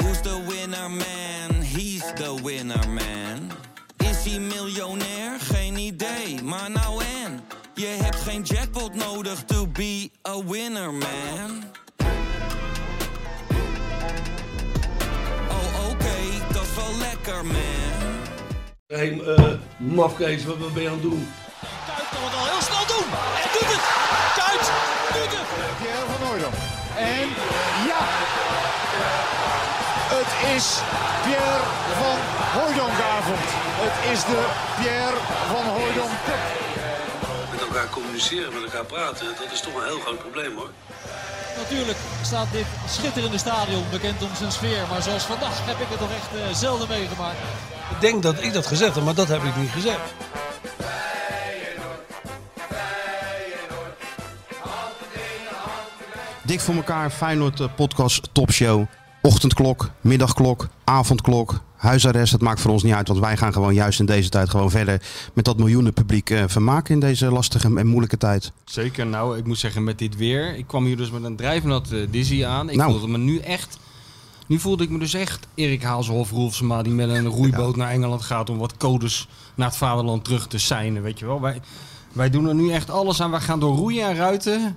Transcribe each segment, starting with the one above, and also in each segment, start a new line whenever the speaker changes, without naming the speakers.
Who's the winner man? He's the winner man. Is hij miljonair? Geen idee, maar nou en. Je hebt geen jackpot nodig to be a winner man. Oh oké, dat is wel lekker man.
Hé, eh mafkees, wat, wat ben je aan het doen?
Kuit kan het al heel snel doen. En doet het. Kuit doet het.
Pierre van Hooydonk. En ja, het is Pierre van Hooijdonkavond. Het is de Pierre van Hooijdonk Cup.
Met elkaar communiceren, met elkaar praten, dat is toch een heel groot probleem hoor.
Natuurlijk staat dit schitterende stadion bekend om zijn sfeer. Maar zoals vandaag heb ik het toch echt eh, zelden meegemaakt.
Ik denk dat ik dat gezegd heb, maar dat heb ik niet gezegd.
Dik voor elkaar, Feyenoord eh, podcast topshow. Ochtendklok, middagklok, avondklok, huisarrest. Dat maakt voor ons niet uit, want wij gaan gewoon juist in deze tijd gewoon verder met dat miljoenen publiek eh, vermaken in deze lastige en moeilijke tijd.
Zeker, nou, ik moet zeggen, met dit weer. Ik kwam hier dus met een drijfnat eh, dizzy aan. Ik
Nou.
voelde me nu echt. Nu voelde ik me dus echt Erik Hazelhoff Roelfsma die met een roeiboot naar Engeland gaat om wat codes naar het vaderland terug te seinen, weet je wel. Wij, wij doen er nu echt alles aan. Wij gaan door roeien en ruiten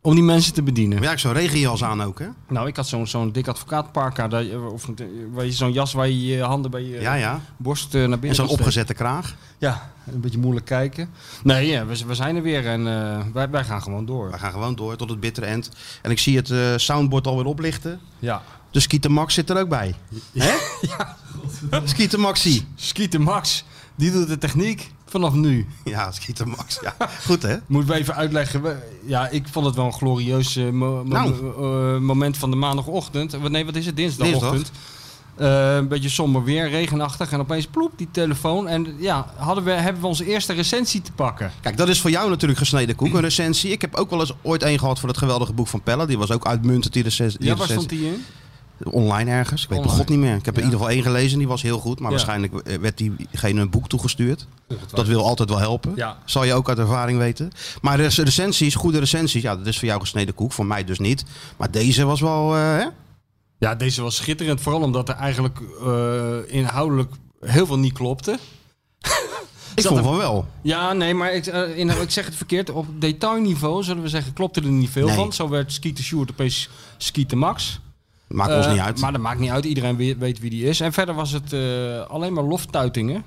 om die mensen te bedienen.
Maar ja, ik zo'n regenjas aan ook, hè?
Nou, ik had zo'n zo'n dik advocaatparka, daar je- of eh, waar je zo'n jas waar je je handen bij je
Ja, ja.
borst eh, naar binnen
En zo'n
kan steken.
opgezette kraag.
Ja, een beetje moeilijk kijken. Nee, ja, we, z- we zijn er weer en eh, wij, wij gaan gewoon door.
Wij gaan gewoon door tot het bittere end. En ik zie het eh, soundboard alweer oplichten.
Ja.
De Skieter Max zit er ook bij. Hè? Ja, Skieter Maxie.
Skieter Max, die doet de techniek vanaf nu.
Ja, Skieter Max. Ja. Goed, hè?
Moet we even uitleggen. we- Ja, ik vond het wel een glorieus eh, mo- mo-
Nou.
eh, moment van de maandagochtend. Wat- Nee, wat is het? Dinsdagochtend.
Dinsdag.
Eh, een beetje somber weer, regenachtig. En opeens ploep, die telefoon. En ja, hadden we, hebben we onze eerste recensie te pakken.
Kijk, dat is voor jou natuurlijk gesneden
Mm.
koek, een recensie. Ik heb ook wel eens ooit één gehad voor dat geweldige boek van Pelle. Die was ook uitmuntend, die recensie. die
Ja, waar
recensie.
stond die in?
Online ergens. Ik weet het
Online.
god niet meer. Ik heb
Ja.
er in ieder geval één gelezen, die was heel goed. Maar
Ja.
waarschijnlijk eh, werd diegene een boek toegestuurd. Dat wil altijd wel helpen.
Ja.
Zal je ook uit ervaring weten. Maar rec- recensies, goede recensies, ja, dat is voor jou gesneden koek. Voor mij dus niet. Maar deze was wel, eh, hè?
Ja, deze was schitterend. Vooral omdat er eigenlijk eh, inhoudelijk heel veel niet klopte.
Ik vond van wel.
Ja, nee, maar ik, eh, in, ik zeg het verkeerd. Op detailniveau, zullen we zeggen, klopte er niet veel
Nee.
van. Zo werd Skeeter Sjoerd opeens Skeeter Max.
Maakt ons
Eh,
niet uit.
Maar dat maakt niet uit. Iedereen weet, weet wie die is. En verder was het eh, alleen maar loftuitingen.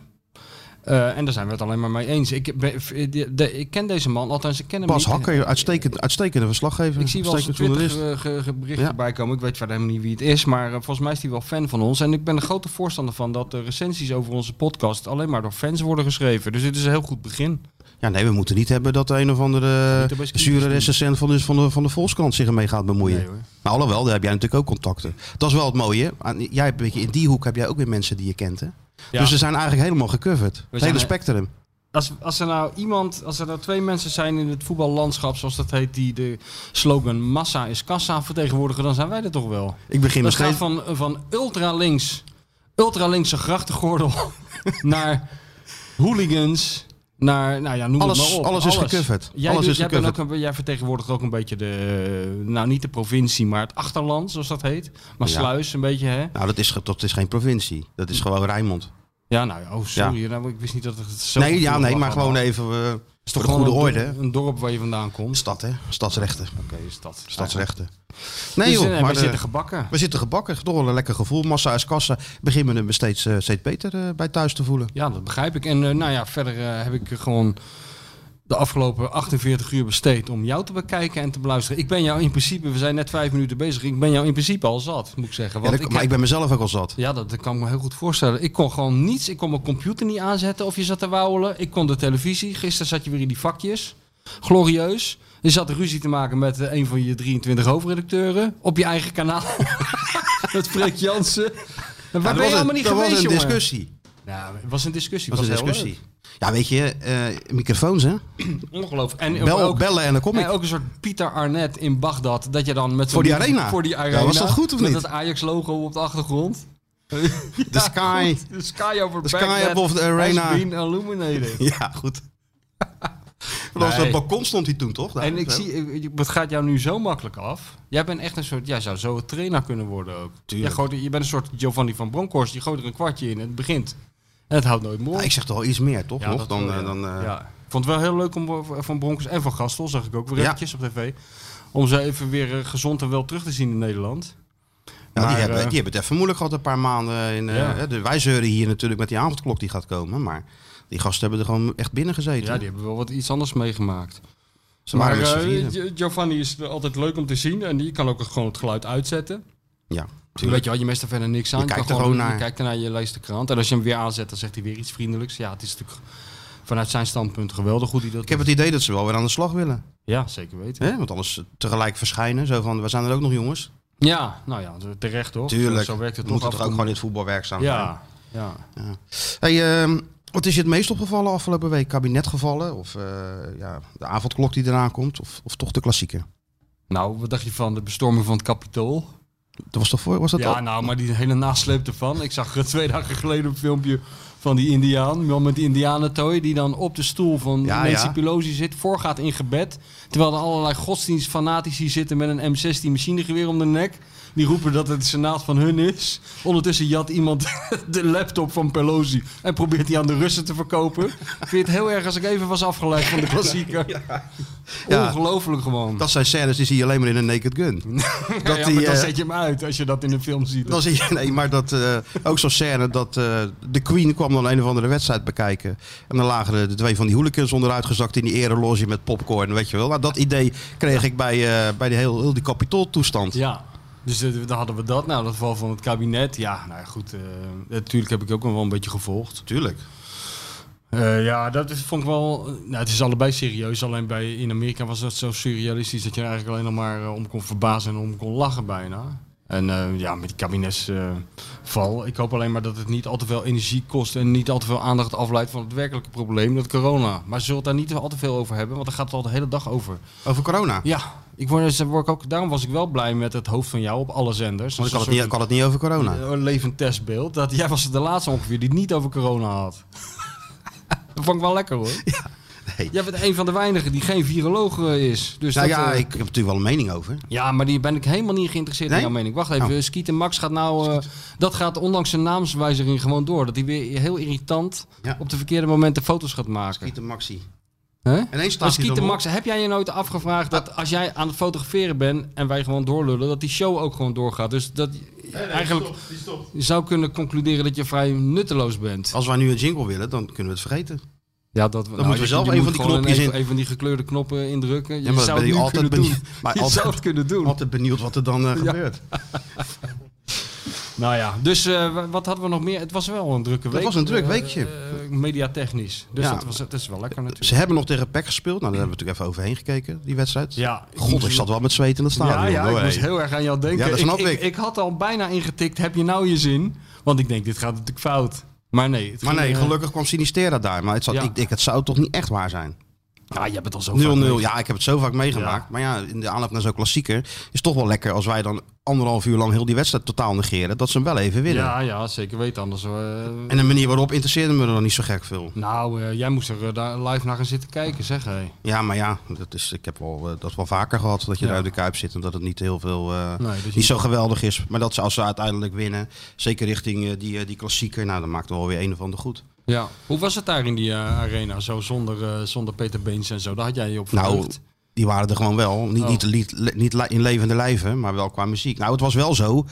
Eh, en daar zijn we het alleen maar mee eens. Ik, ben- de- de- ik ken deze man, althans ik ken hem
Bas
niet.
Hakker, uitstekend, uitstekende verslaggever.
Ik zie wel eens
uitstekend
20
journalist.
eh, ge- ge- berichten
Ja.
bij komen. Ik weet verder helemaal niet wie het is. Maar eh, volgens mij is hij wel fan van ons. En ik ben een grote voorstander van dat de recensies over onze podcast alleen maar door fans worden geschreven. Dus dit is een heel goed begin.
Ja, nee, we moeten niet hebben dat de een of andere
Niet erbij schieten.
zure recensent van de, van, de, van de Volkskrant zich ermee gaat bemoeien.
Nee, hoor.
maar alhoewel, daar heb jij natuurlijk ook contacten. Dat is wel het mooie. Aan- Jij hebt, weet je, in die hoek heb jij ook weer mensen die je kent, hè?
Ja.
Dus ze zijn eigenlijk helemaal gecoverd. Het
zijn
hele
he-
spectrum.
Als, als er nou iemand, als er nou twee mensen zijn in het voetballandschap, zoals dat heet, die de slogan massa is kassa vertegenwoordigen, dan zijn wij dat toch wel.
Ik begin nog
Dat gaat
steeds...
van, van ultralinks, ultralinkse grachtengordel naar hooligans, naar, nou ja, noem
Alles-
het maar op.
alles is gecoverd.
Jij,
Alles
doet-
is
jij, bent
gecoverd.
ook een- jij vertegenwoordigt ook een beetje de, nou niet de provincie, maar het achterland, zoals dat heet. Maar
Ja.
Sluis, een beetje hè.
Nou, dat is, ge- dat is geen provincie. Dat is gewoon Rijnmond.
Ja, nou ja, oh sorry, nou, ik wist niet dat het zo
nee, ja, nee, maar gewoon
Het
even... eh,
is
voor de
toch
goede
gewoon een
orde.
dorp-
hè?
Een dorp waar je vandaan komt.
Stad, hè? Stadsrechten.
Oké, is dat.
Stadsrechten. Nee,
Dus,
joh.
eh, wij
de-
zitten gebakken.
We zitten gebakken, toch wel een lekker gevoel. Massa is kassa. Beginnen we er steeds, eh, steeds beter eh, bij thuis te voelen.
Ja, dat begrijp ik. En eh, nou ja, verder eh, heb ik gewoon de afgelopen 48 uur besteed om jou te bekijken en te beluisteren. Ik ben jou in principe, we zijn net vijf minuten bezig, ik ben jou in principe al zat, moet ik zeggen.
Ja,
Want
dat-
ik
maar
heb-
ik ben mezelf ook al zat.
ja, dat, dat kan ik me heel goed voorstellen. Ik kon gewoon niets, ik kon mijn computer niet aanzetten of je zat te wauwelen. Ik kon de televisie, gisteren zat je weer in die vakjes. Glorieus. Je zat ruzie te maken met eh, een van je 23 hoofdredacteuren op je eigen kanaal. met Freek Jansen. En
Ja, dat
waar ben
was
je allemaal
een-
niet
dat
geweest,
was een
jongen?
discussie.
Ja, Nou, het was een discussie.
Dat was een
heel
discussie. Ja, weet je, eh, microfoons hè.
leuk. Ongelooflijk. En
Bel,
ook,
bellen en dan kom
en
ik.
ook een soort Pieter Arnett in Bagdad. Dat je dan met zo'n-
Voor die arena.
Voor die
Ja,
arena.
was dat goed of
met
niet?
dat Ajax-logo op de achtergrond.
The sky.
Goed. The sky over
The sky
Baghdad
above the arena.
has been illuminated.
Ja, goed. Want als
Nee.
op het balkon stond hij toen, toch? Daar,
En ik
zo.
zie, ik- ik- het gaat jou nu zo makkelijk af. Jij bent echt een soort, jij zou zo een trainer kunnen worden ook. Jij gooit, er- je bent een soort Giovanni van Bronckhorst, je gooit er een kwartje in en het begint. En het houdt nooit meer op.
Nou, ik zeg toch wel iets meer, toch? nog?
dat
Dan,
wel,
eh,
ja.
dan, eh,
Ja. Ik vond het wel heel leuk om eh, van Broncos en van Gastel, zag ik ook weer
Ja.
eventjes op tv, om ze even weer eh, gezond en wel terug te zien in Nederland.
Ja,
Maar,
die, hebben,
eh,
die hebben het even moeilijk gehad een paar maanden. In, eh,
Ja.
hè, de, wij zeuren hier natuurlijk met die avondklok die gaat komen. Maar die gasten hebben er gewoon echt binnen gezeten.
Ja, die hebben wel wat iets anders meegemaakt.
Ze waren met
maar
z'n
eh,
vieren.
Gio- Giovanni is altijd leuk om te zien en die kan ook gewoon het geluid uitzetten.
Ja,
Weet
tuurlijk.
je wel, je mest er verder niks aan.
Je kijkt
kan
er gewoon
Je
naar.
kijkt ernaar, je leest de krant. En als je hem weer aanzet, dan zegt hij weer iets vriendelijks. Ja, het is natuurlijk vanuit zijn standpunt geweldig hoe hij dat
Ik heb het idee dat ze wel weer aan de slag willen.
Ja, zeker weten.
Hè? Want anders tegelijk verschijnen. Zo van, we zijn er ook nog jongens.
Ja, nou ja, terecht hoor.
Tuurlijk.
Zo, zo werkt het
We moeten
nog
toch
af
ook gewoon
en toe.
in het voetbal werkzaam zijn.
Ja, ja.
Hey, ehm, wat is je het meest opgevallen afgelopen week? Kabinetgevallen? Of eh, ja, de avondklok die eraan komt? Of, of toch de klassieke?
Nou, wat dacht je van de bestorming van het kapitool?
Dat was toch voor? Was dat
Ja,
al-
nou, maar die hele nasleep ervan. Ik zag er twee dagen geleden een filmpje van die indiaan. Man met die indianentooi. Die dan op de stoel van
Ja,
Nancy
ja.
Pelosi zit. Voorgaat in gebed. Terwijl er allerlei godsdienstfanatici zitten met een M16 machinegeweer om de nek. Die roepen dat het senaat van hun is. Ondertussen jat iemand de laptop van Pelosi. En probeert die aan de Russen te verkopen. Ik vind het heel erg als ik even was afgeleid van de klassieker.
Ja.
Ongelooflijk gewoon.
Dat zijn scènes die zie je alleen maar in een Naked Gun.
ja,
dat
ja,
die,
maar dan
eh,
zet je hem uit als je dat in een film ziet.
Dan zie je, nee, maar dat, eh, ook zo'n scène dat eh, de Queen kwam dan een of andere wedstrijd bekijken. En dan lagen er de twee van die hooligans onderuit gezakt in die ereloge met popcorn, weet je wel. Nou, dat idee kreeg ik bij, eh, bij die heel, heel die kapitooltoestand.
Ja, dus eh, dan hadden we dat. Nou, dat val van het kabinet. Ja, nou ja, goed. eh, natuurlijk heb ik ook nog wel een beetje gevolgd.
Tuurlijk.
Eh, ja, dat is- vond ik wel... Nou, het is allebei serieus. Alleen bij, in Amerika was dat zo surrealistisch... dat je er eigenlijk alleen nog maar eh, om kon verbazen en om kon lachen bijna. En eh, ja, met die kabinetsval. ik hoop alleen maar dat het niet al te veel energie kost... en niet al te veel aandacht afleidt van het werkelijke probleem, dat corona. Maar ze zullen het daar niet al te veel over hebben... want daar gaat het al de hele dag over.
Over corona.
Ja, ik word, dus- word ik ook, daarom was ik wel blij met het hoofd van jou op alle zenders.
Want ik
Dat
had het,
is
niet,
een
ik had het niet over corona.
soort, eh, levend testbeeld. Dat, jij was de laatste ongeveer die het niet over corona had. dat vond ik wel lekker hoor.
nee.
Jij bent een van de weinigen die geen viroloog eh, is. Dus
Nou
dat,
ja,
eh,
ik heb natuurlijk wel een mening over.
ja, maar die ben ik helemaal niet geïnteresseerd
Nee?
in jouw mening. Wacht even,
Oh.
eh, Skiet en Max gaat nou... eh, dat gaat ondanks zijn naamswijziging gewoon door. Dat hij weer heel irritant
Ja.
op de verkeerde momenten foto's gaat maken.
Schieten Maxi.
Hè?
Ineens staat
Maar
hij
Skeeter
erop.
Max, heb jij je nooit afgevraagd dat als jij aan het fotograferen bent en wij gewoon doorlullen, dat die show ook gewoon doorgaat? Dus dat eigenlijk je zou kunnen concluderen dat je vrij nutteloos bent.
Als wij nu een jingle willen, dan kunnen we het vergeten.
Oh. Ja, dat, nou, dan
moeten we zelf een van die knopjes
een,
in-
Een van die gekleurde knoppen indrukken. Je
maar dan
zou het
ben je
nu
altijd
kunnen doen.
benieuwd- maar
je
altijd-
zou het kunnen doen.
Altijd benieuwd wat er dan eh,
Ja.
gebeurt.
Nou ja, dus eh, wa- wat hadden we nog meer? Het was wel een drukke week.
was een druk
eh,
weekje.
eh, mediatechnisch. Dus
Ja.
dat, was, dat is wel lekker natuurlijk.
Ze hebben nog tegen PEC gespeeld. Nou, daar hebben we natuurlijk even overheen gekeken, die wedstrijd.
Ja, ik
God,
moest-
ik zat wel met zweet in het stadion.
Ja, ja,
hoor,
ik moest
hé.
heel erg aan jou denken.
Ja, dat snap
ik.
ik.
had al bijna ingetikt, heb je nou je zin? Want ik denk, dit gaat natuurlijk fout. Maar nee. het
Maar
ging,
nee,
eh,
gelukkig kwam Sinistera daar. Maar het, zat,
Ja.
ik, ik, het zou toch niet echt waar zijn.
Ja, je Ah, bent al zo
0-0,
vaak mee.
ja, ik heb het zo vaak meegemaakt.
Ja.
Maar ja, in de aanloop naar zo'n klassieker is het toch wel lekker als wij dan anderhalf uur lang heel die wedstrijd totaal negeren. Dat ze hem wel even winnen.
Ja, ja, zeker weten. Anders... eh,
En de manier waarop interesseerde me er dan niet zo gek veel.
nou, eh, jij moest er eh, daar live naar gaan zitten kijken, zeg hé.
Ja, maar ja, dat is, ik heb wel, eh, dat wel vaker gehad. Dat je
Ja.
daar uit de kuip zit en dat het niet heel veel. eh,
Nee, dat je-
niet zo geweldig is. Maar dat ze als ze uiteindelijk winnen, zeker richting eh, die, eh, die klassieker, nou dan maakt het wel weer een of ander goed.
Ja. Hoe was het daar in die eh, arena, zo zonder, eh, zonder Peter Beens en zo? Daar had jij je op
Nou,
verheugd.
die waren er gewoon wel. Niet,
Oh.
niet, niet, niet li- in levende lijven, maar wel qua muziek. Nou, het was wel zo.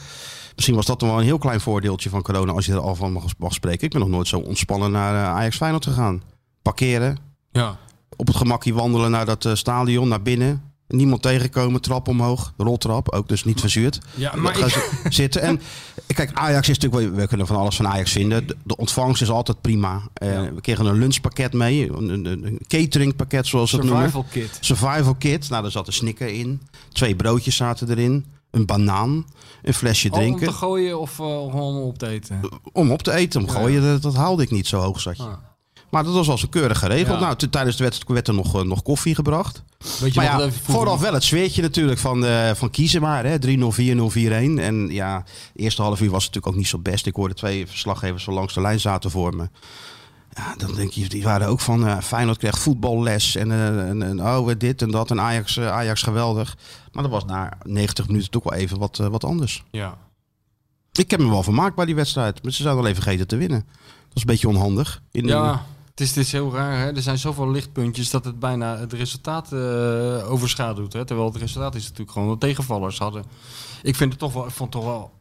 Misschien was dat dan wel een heel klein voordeeltje van corona, als je er al van mag, mag spreken. Ik ben nog nooit zo ontspannen naar eh, Ajax Feyenoord gegaan. Parkeren,
Ja.
op het gemakje wandelen naar dat eh, stadion, naar binnen. Niemand tegenkomen, trap omhoog, roltrap, ook dus niet verzuurd.
Ja, maar
Gaan
ik-
ze zitten. En kijk, Ajax is natuurlijk, wel- we kunnen van alles van Ajax vinden. De, de ontvangst is altijd prima. Eh, We kregen een lunchpakket mee, een, een, een cateringpakket zoals ze het noemen.
Survival kit.
Survival kit. Nou, daar zat een snicker in. Twee broodjes zaten erin. Een banaan. Een flesje
Al Oh, om
drinken.
te
Om,
gooien of eh, om op te eten?
op te eten. Om gooien, dat, dat haalde ik niet. Zo hoog zat je.
Ah.
Maar dat was al zo keurig geregeld.
Ja.
Nou, t- tijdens de wedstrijd werd er nog, eh, nog koffie gebracht.
Weet je
maar
nog
ja,
dat even vroeger
vooraf
nog-
wel het zweertje natuurlijk van, eh, van kiezen maar. Hè? 3-0, 4-0, 4-1. En ja, de eerste half uur was het natuurlijk ook niet zo best. Ik hoorde twee verslaggevers van langs de lijn zaten voor me. Ja, dan denk je, die waren ook van eh Feyenoord kreeg voetballes en, eh, en, en oh, eh, dit en dat en Ajax, eh, Ajax geweldig. Maar dat was na 90 minuten toch wel even wat, eh, wat anders.
Ja.
Ik heb me wel vermaakt bij die wedstrijd, maar ze zijn wel even vergeten te winnen. Dat is een beetje onhandig. In de,
Ja, het is, het is heel raar. Hè? Er zijn zoveel lichtpuntjes dat het bijna het resultaat eh, overschaduwt. Hè? Terwijl het resultaat is natuurlijk gewoon dat tegenvallers hadden. Ik vind het toch wel, ik vond toch wel.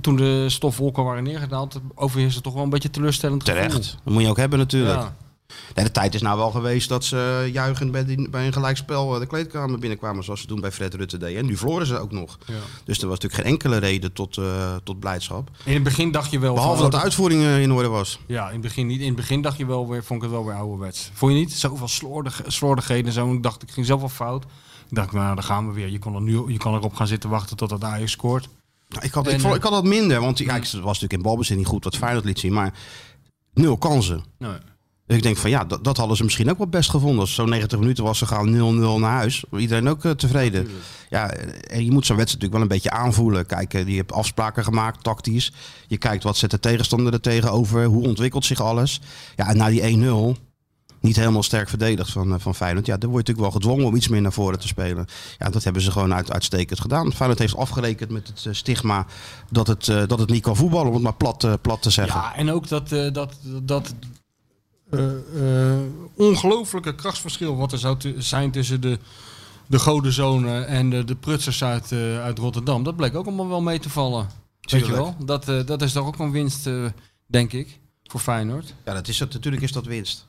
Toen de stofwolken waren neergedaald, overheerste toch wel een beetje teleurstellend. gevoel.
terecht. Dat moet je ook hebben natuurlijk.
Ja.
Nee, de tijd is nou wel geweest dat ze eh, juichend bij, die- bij een gelijkspel eh, de kleedkamer binnenkwamen. Zoals ze toen bij Fred Rutte deden. En nu verloren ze ook nog.
Ja.
Dus er was natuurlijk geen enkele reden tot, eh, tot blijdschap.
In het begin dacht je wel.
Behalve
van,
dat de uitvoering eh, in orde was.
Ja, in het begin niet. In het begin dacht je wel weer, vond ik het wel weer ouderwets. Vond je niet? Zoveel slordig, slordigheden en zo. Ik dacht, ik ging zelf wel fout. Ik dacht, nou, daar gaan we weer. Je kan, er nu, je kan erop gaan zitten wachten tot dat Ajax scoort.
Nou, ik, had,
En,
ik, vond-
eh,
ik had dat minder, want ja, ik was natuurlijk in balbezit niet goed wat Feyenoord liet zien. Maar nul kansen.
Nee.
Dus ik denk van ja, dat, dat hadden ze misschien ook wel best gevonden. Als het zo'n 90 minuten was, ze gaan 0-0 naar huis. Iedereen ook eh, tevreden. Ja, en je moet zo'n wedstrijd natuurlijk wel een beetje aanvoelen. Kijk, eh, je hebt afspraken gemaakt, tactisch. Je kijkt wat zet de tegenstander er tegenover. Hoe ontwikkelt zich alles? Ja, en na die 1-0... Niet helemaal sterk verdedigd van, eh, van Feyenoord. Ja, dan word je natuurlijk wel gedwongen om iets meer naar voren te spelen. Ja, dat hebben ze gewoon uit, uitstekend gedaan. Feyenoord heeft afgerekend met het eh, stigma dat het, eh, dat het niet kan voetballen. Om het maar plat, eh, plat te zeggen.
Ja, en ook dat, eh, dat, dat eh, eh, ongelooflijke krachtsverschil wat er zou tu- zijn tussen de, de godenzonen en de, de prutsers uit, eh, uit Rotterdam. Dat bleek ook allemaal wel mee te vallen. Weet je
Tuurlijk.
wel? Dat, eh, dat is toch ook een winst, eh, denk ik, voor Feyenoord.
Ja, dat is het. Natuurlijk is dat winst.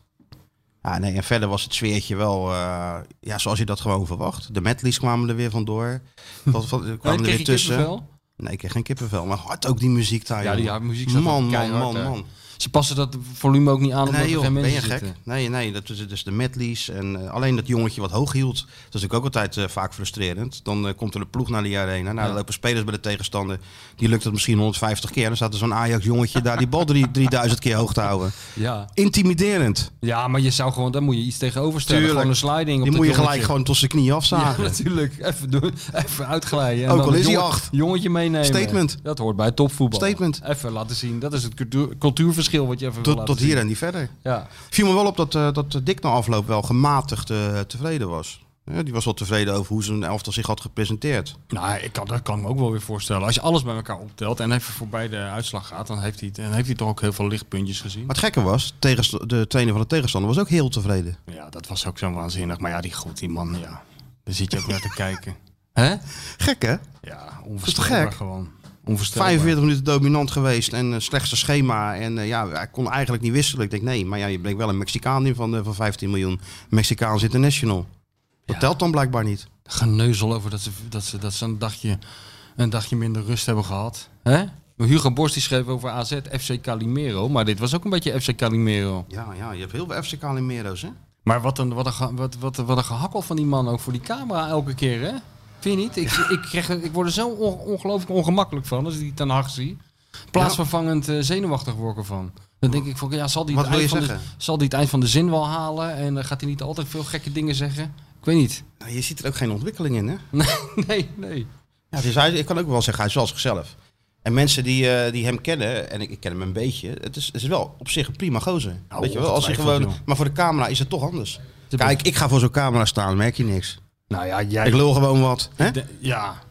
Ja, nee, en verder was het sfeertje wel eh, ja, zoals je dat gewoon verwacht. De medleys kwamen er weer vandoor. Wat, wat, kwamen
Nee,
er
kreeg
weer
je
tussen.
kippenvel?
Nee, ik kreeg geen kippenvel. Maar hard ook die muziek daar.
Ja, die
joh.
ja, muziek zat
Man, man,
keihard,
man,
hè.
man.
Ze passen dat volume ook niet aan omdat
Nee
er
joh,
geen
ben
mensen
je gek?
zitten.
Nee, nee, dat is dus de medleys. En eh, alleen dat jongetje wat hoog hield. Dat is natuurlijk ook altijd eh, vaak frustrerend. Dan eh, komt er een ploeg naar die arena. Nou,
Ja.
dan lopen spelers bij de tegenstander. Die lukt het misschien 150 keer. Dan staat er zo'n Ajax jongetje daar die bal drie- 3000 keer hoog te houden.
Ja.
Intimiderend.
ja, maar je zou gewoon, daar moet je iets tegenover stellen.
Tuurlijk.
Gewoon een sliding op
Die
dat
moet je gelijk
jongetje.
gewoon tot zijn knie
Ja,
afzagen.
natuurlijk. Even, doen, even uitglijden. En
Ook
dan
al
een
is hij
jongen-
acht.
Jongetje meenemen.
Statement.
Dat hoort bij topvoetbal.
Statement.
Even laten zien. Dat is het cultuur- cultuurverschil wat je even wil
tot
laten
tot hier
zien.
en niet verder.
Ja.
Viel me wel op dat, eh, dat Dick na afloop wel gematigd eh, tevreden was. Ja, die was wel tevreden over hoe zijn elftal zich had gepresenteerd.
Nou, ik kan, dat kan ik me ook wel weer voorstellen. Als je alles bij elkaar optelt en even voorbij de uitslag gaat, dan heeft hij, dan heeft hij toch ook heel veel lichtpuntjes gezien.
Maar het gekke was, tegenst- de trainer van de tegenstander was ook heel tevreden.
Ja, dat was ook zo waanzinnig. Maar ja, die goed, die man, ja. Daar zit je ook naar te kijken. Hè?
Gek hè?
Ja,
gek?
onvoorstelbaar gewoon. Onvoorstelbaar.
45 minuten dominant geweest en eh, slechtste schema. En eh, ja, hij kon eigenlijk niet wisselen. Ik denk nee, maar ja, je bleek wel een Mexicaan in van, eh, van 15 miljoen. Mexicaans international. Dat
Ja.
telt dan blijkbaar niet.
geneuzel over dat ze, dat ze, dat ze een, dagje, een dagje minder rust hebben gehad. Hè? Hugo Borst die schreef over AZ FC Calimero, maar dit was ook een beetje FC Calimero.
Ja, ja, je hebt heel veel FC Calimero's hè?
Maar wat een, wat een, ge- wat, wat, wat een gehakkel van die man ook voor die camera elke keer, hè? Vind je niet? Ik, ik, krijg, er- ik word er zo on- ongelooflijk ongemakkelijk van als ik die ten Hag zie. Plaatsvervangend eh, zenuwachtig word ik ervan. Dan denk ik van, ja, zal die,
Wat
het
wil
eind
je
van de,
zeggen?
zal die het eind van de zin wel halen? En eh, gaat hij niet altijd veel gekke dingen zeggen? Ik weet niet.
Nou, je ziet er ook geen ontwikkeling in hè?
Nee, nee.
Ja, dus hij, ik kan ook wel zeggen, hij is wel zichzelf. En mensen die, eh, die hem kennen, en ik, ik ken hem een beetje, het is, het is wel op zich een prima gozer.
Nou,
Weet je wel, als hij
ongetwijfeld,
gewoon,
joh.
maar voor de camera is het toch anders.
een
Kijk, ik ga voor zo'n camera staan, merk je niks.
Nou ja, jij...
Ik lul gewoon wat. Hè?
De- ja.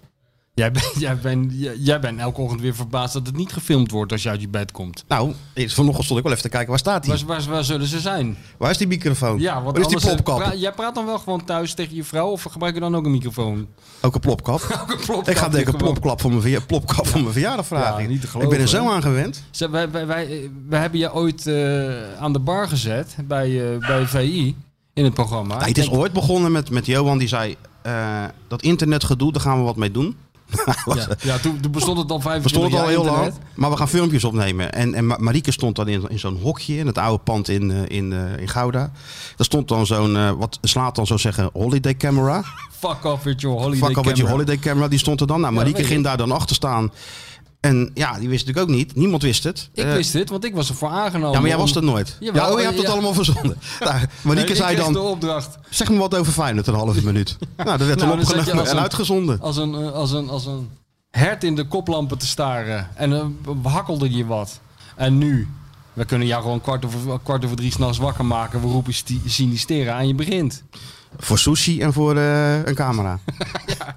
Jij bent, jij, bent, jij, jij bent elke ochtend weer verbaasd dat het niet gefilmd wordt als je uit je bed komt.
Nou, ik- vanochtend stond ik wel even te kijken, waar staat hij?
Waar, waar, waar zullen ze zijn?
Waar is die microfoon?
Ja, want
waar is die
anders-
plopkap?
pra- jij praat dan wel gewoon thuis tegen je vrouw of gebruik je dan ook een microfoon?
Ook een plopkap.
Ook een plopkap
ik ga denk ik een
gewoon.
plopklap voor mijn, verja- plopkap voor mijn verjaardag vragen.
Ja, niet te
ik ben
geloven,
er zo
hè?
aan gewend.
Ze- wij, wij, wij, wij hebben je ooit eh, aan de bar gezet bij, eh, bij VI in het programma.
Nou, het is ooit begonnen met, met Johan, die zei, eh, dat internetgedoe, daar gaan we wat mee doen.
Ja, ja toen, toen bestond het al 25
We stonden al
jaar
heel lang,
internet.
maar we gaan filmpjes opnemen. En, en Ma- Marieke stond dan in, in zo'n hokje in het oude pand in, eh, in, eh, in Gouda. Daar stond dan zo'n, eh, wat slaat dan zo zeggen, holiday camera.
Fuck off with your holiday
Fuck al met je
camera.
holiday camera, die stond er dan. Nou,
Ja,
Marieke
weet
ging
ik.
daar dan achter staan. En ja, die wist natuurlijk ook niet. Niemand wist het.
Ik
Eh,
wist dit, want ik was ervoor aangenomen.
ja, maar jij was
om-
er nooit.
Jawel,
ja, oh, je
eh,
hebt het
ja.
allemaal verzonnen. Nou, Marieke
Nee, ik
zei
kreeg
dan,
de opdracht.
zeg me wat over Feyenoord een halve minuut. Nou, dat werd
Nou,
dan
dan zat je
opgenomen
als
en
een-
uitgezonden.
als een, eh, als een, als een eh, hert in de koplampen te staren. En dan hakkelde je wat. En nu We kunnen jou gewoon kwart over, kwart over drie s'nachts wakker maken. We roepen sti- sinistera aan je begint.
Voor sushi en voor eh, een camera.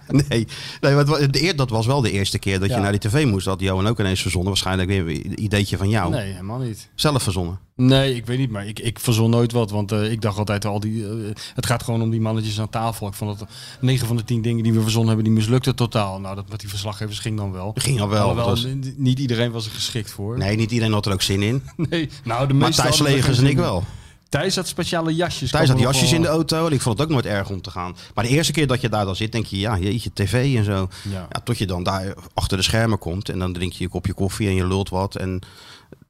Nee, nee want wa- de eer- dat was wel de eerste keer dat
Ja.
je naar die tv moest. Dat had Johan ook ineens verzonnen. Waarschijnlijk weer een ideetje van jou.
Nee, helemaal niet.
Zelf verzonnen.
Oh. Nee, ik weet niet, maar ik, ik verzon nooit wat. Want eh, ik dacht altijd al die. eh, het gaat gewoon om die mannetjes aan tafel. Ik vond dat 9 van de 10 dingen die we verzonnen hebben, die mislukten totaal. Nou, dat met die verslaggevers ging dan wel.
Ging al wel.
Alhoewel,
dat was-
n- niet iedereen was er geschikt voor.
Nee, niet iedereen had er ook zin in.
Nee, nou, de
Maar
meeste
Thijs
hadden er
Legers en
geen
ik
zin in.
wel.
Thijs had speciale jasjes.
Thijs
kan
had
me nog
jasjes in
wel-
de auto en ik vond het ook nooit erg om te gaan. Maar de eerste keer dat je daar dan zit, denk je, ja, jeetje, tv en zo.
Ja.
Ja. tot je dan daar achter de schermen komt en dan drink je je kopje koffie en je lult wat. En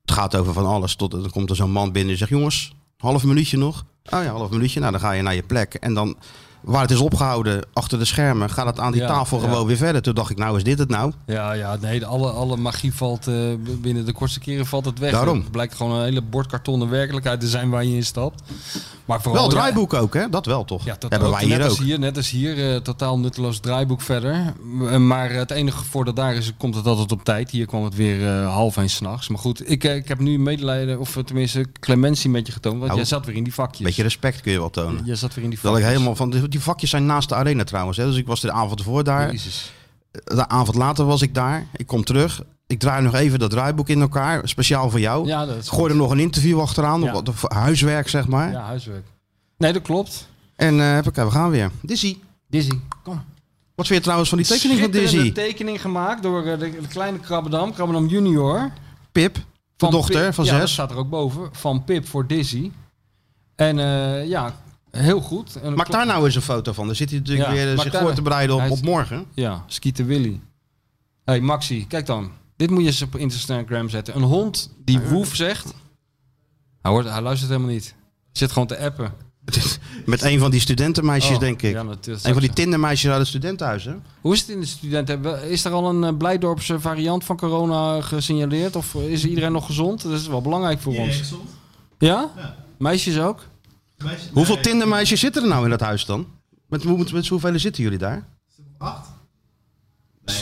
het gaat over van alles. Tot dan komt er zo'n man binnen en zegt, jongens, half minuutje nog. Oh ja, half minuutje. Nou, dan ga je naar je plek. En dan, waar het is opgehouden, achter de schermen, gaat het aan die
Ja,
tafel
ja. Oh,
gewoon weer verder. Toen dacht ik, nou is dit het nou?
Ja, ja, nee, de- alle, alle magie valt eh, b- binnen de kortste keren valt het weg.
Daarom.
Het blijkt gewoon een hele bordkartonnen werkelijkheid te zijn waar je in stapt. Maar vooral,
Wel
ja,
draaiboek ook, hè? Dat wel toch?
Ja, dat
Hebben wij hier
net
ook.
Als hier, net als hier, eh, totaal nutteloos draaiboek verder. M- Maar het enige voordeel daar is, komt het altijd op tijd. Hier kwam het weer eh, half één s'nachts. Maar goed, ik, eh, ik heb nu medelijden, of eh, tenminste clementie met je getoond. Want
Nou,
jij zat weer in die vakjes.
Beetje respect kun je wel tonen.
Jij zat weer in die
Dat
vakjes.
ik helemaal van die vakjes zijn naast de arena trouwens. Hè? Dus ik was de avond ervoor daar.
Jezus.
De avond later was ik daar. Ik kom terug. Ik draai nog even dat draaiboek in elkaar. Speciaal voor jou.
Ja, dat is
Gooi er nog een interview achteraan.
Ja.
Op, op huiswerk, zeg maar.
Ja, huiswerk. Nee, dat klopt.
En eh, hoppakee, we gaan weer. Dizzy.
Dizzy, kom.
Wat vind je trouwens van die tekening van
Schitterende
Dizzy?
tekening gemaakt door eh, de, de kleine Krabbedam, Krabbedam junior.
Pip. De dochter
Pip-
van
ja, dat
zes.
staat er ook boven. Van Pip voor Dizzy. En eh, ja, heel goed. En
Maak daar nou eens een foto van. Dan zit hij natuurlijk
Ja,
weer eh,
maak
zich
daar-
voor te bereiden op,
Hij is-
op morgen.
Ja, Skeeter Willy. Hé, hey, Maxi, kijk dan. Dit moet je eens op Instagram zetten. Een hond die woef zegt... Hij, hoort, hij luistert helemaal niet. Zit gewoon te appen.
Met een van die studentenmeisjes,
Oh,
denk ik.
ja, dat- dat
een
zou
van die
ik zeggen.
tindermeisjes uit het studentenhuis, hè?
Hoe is het in de studenten? Wel, Is er al een eh, Blijdorpse variant van corona gesignaleerd? Of is iedereen nog gezond? Dat is wel belangrijk voor ons. Ja? Meisjes ook?
Hoeveel tindermeisjes zitten er nou in dat huis dan? Met, hoe- met, met hoeveel zitten jullie daar?
Acht?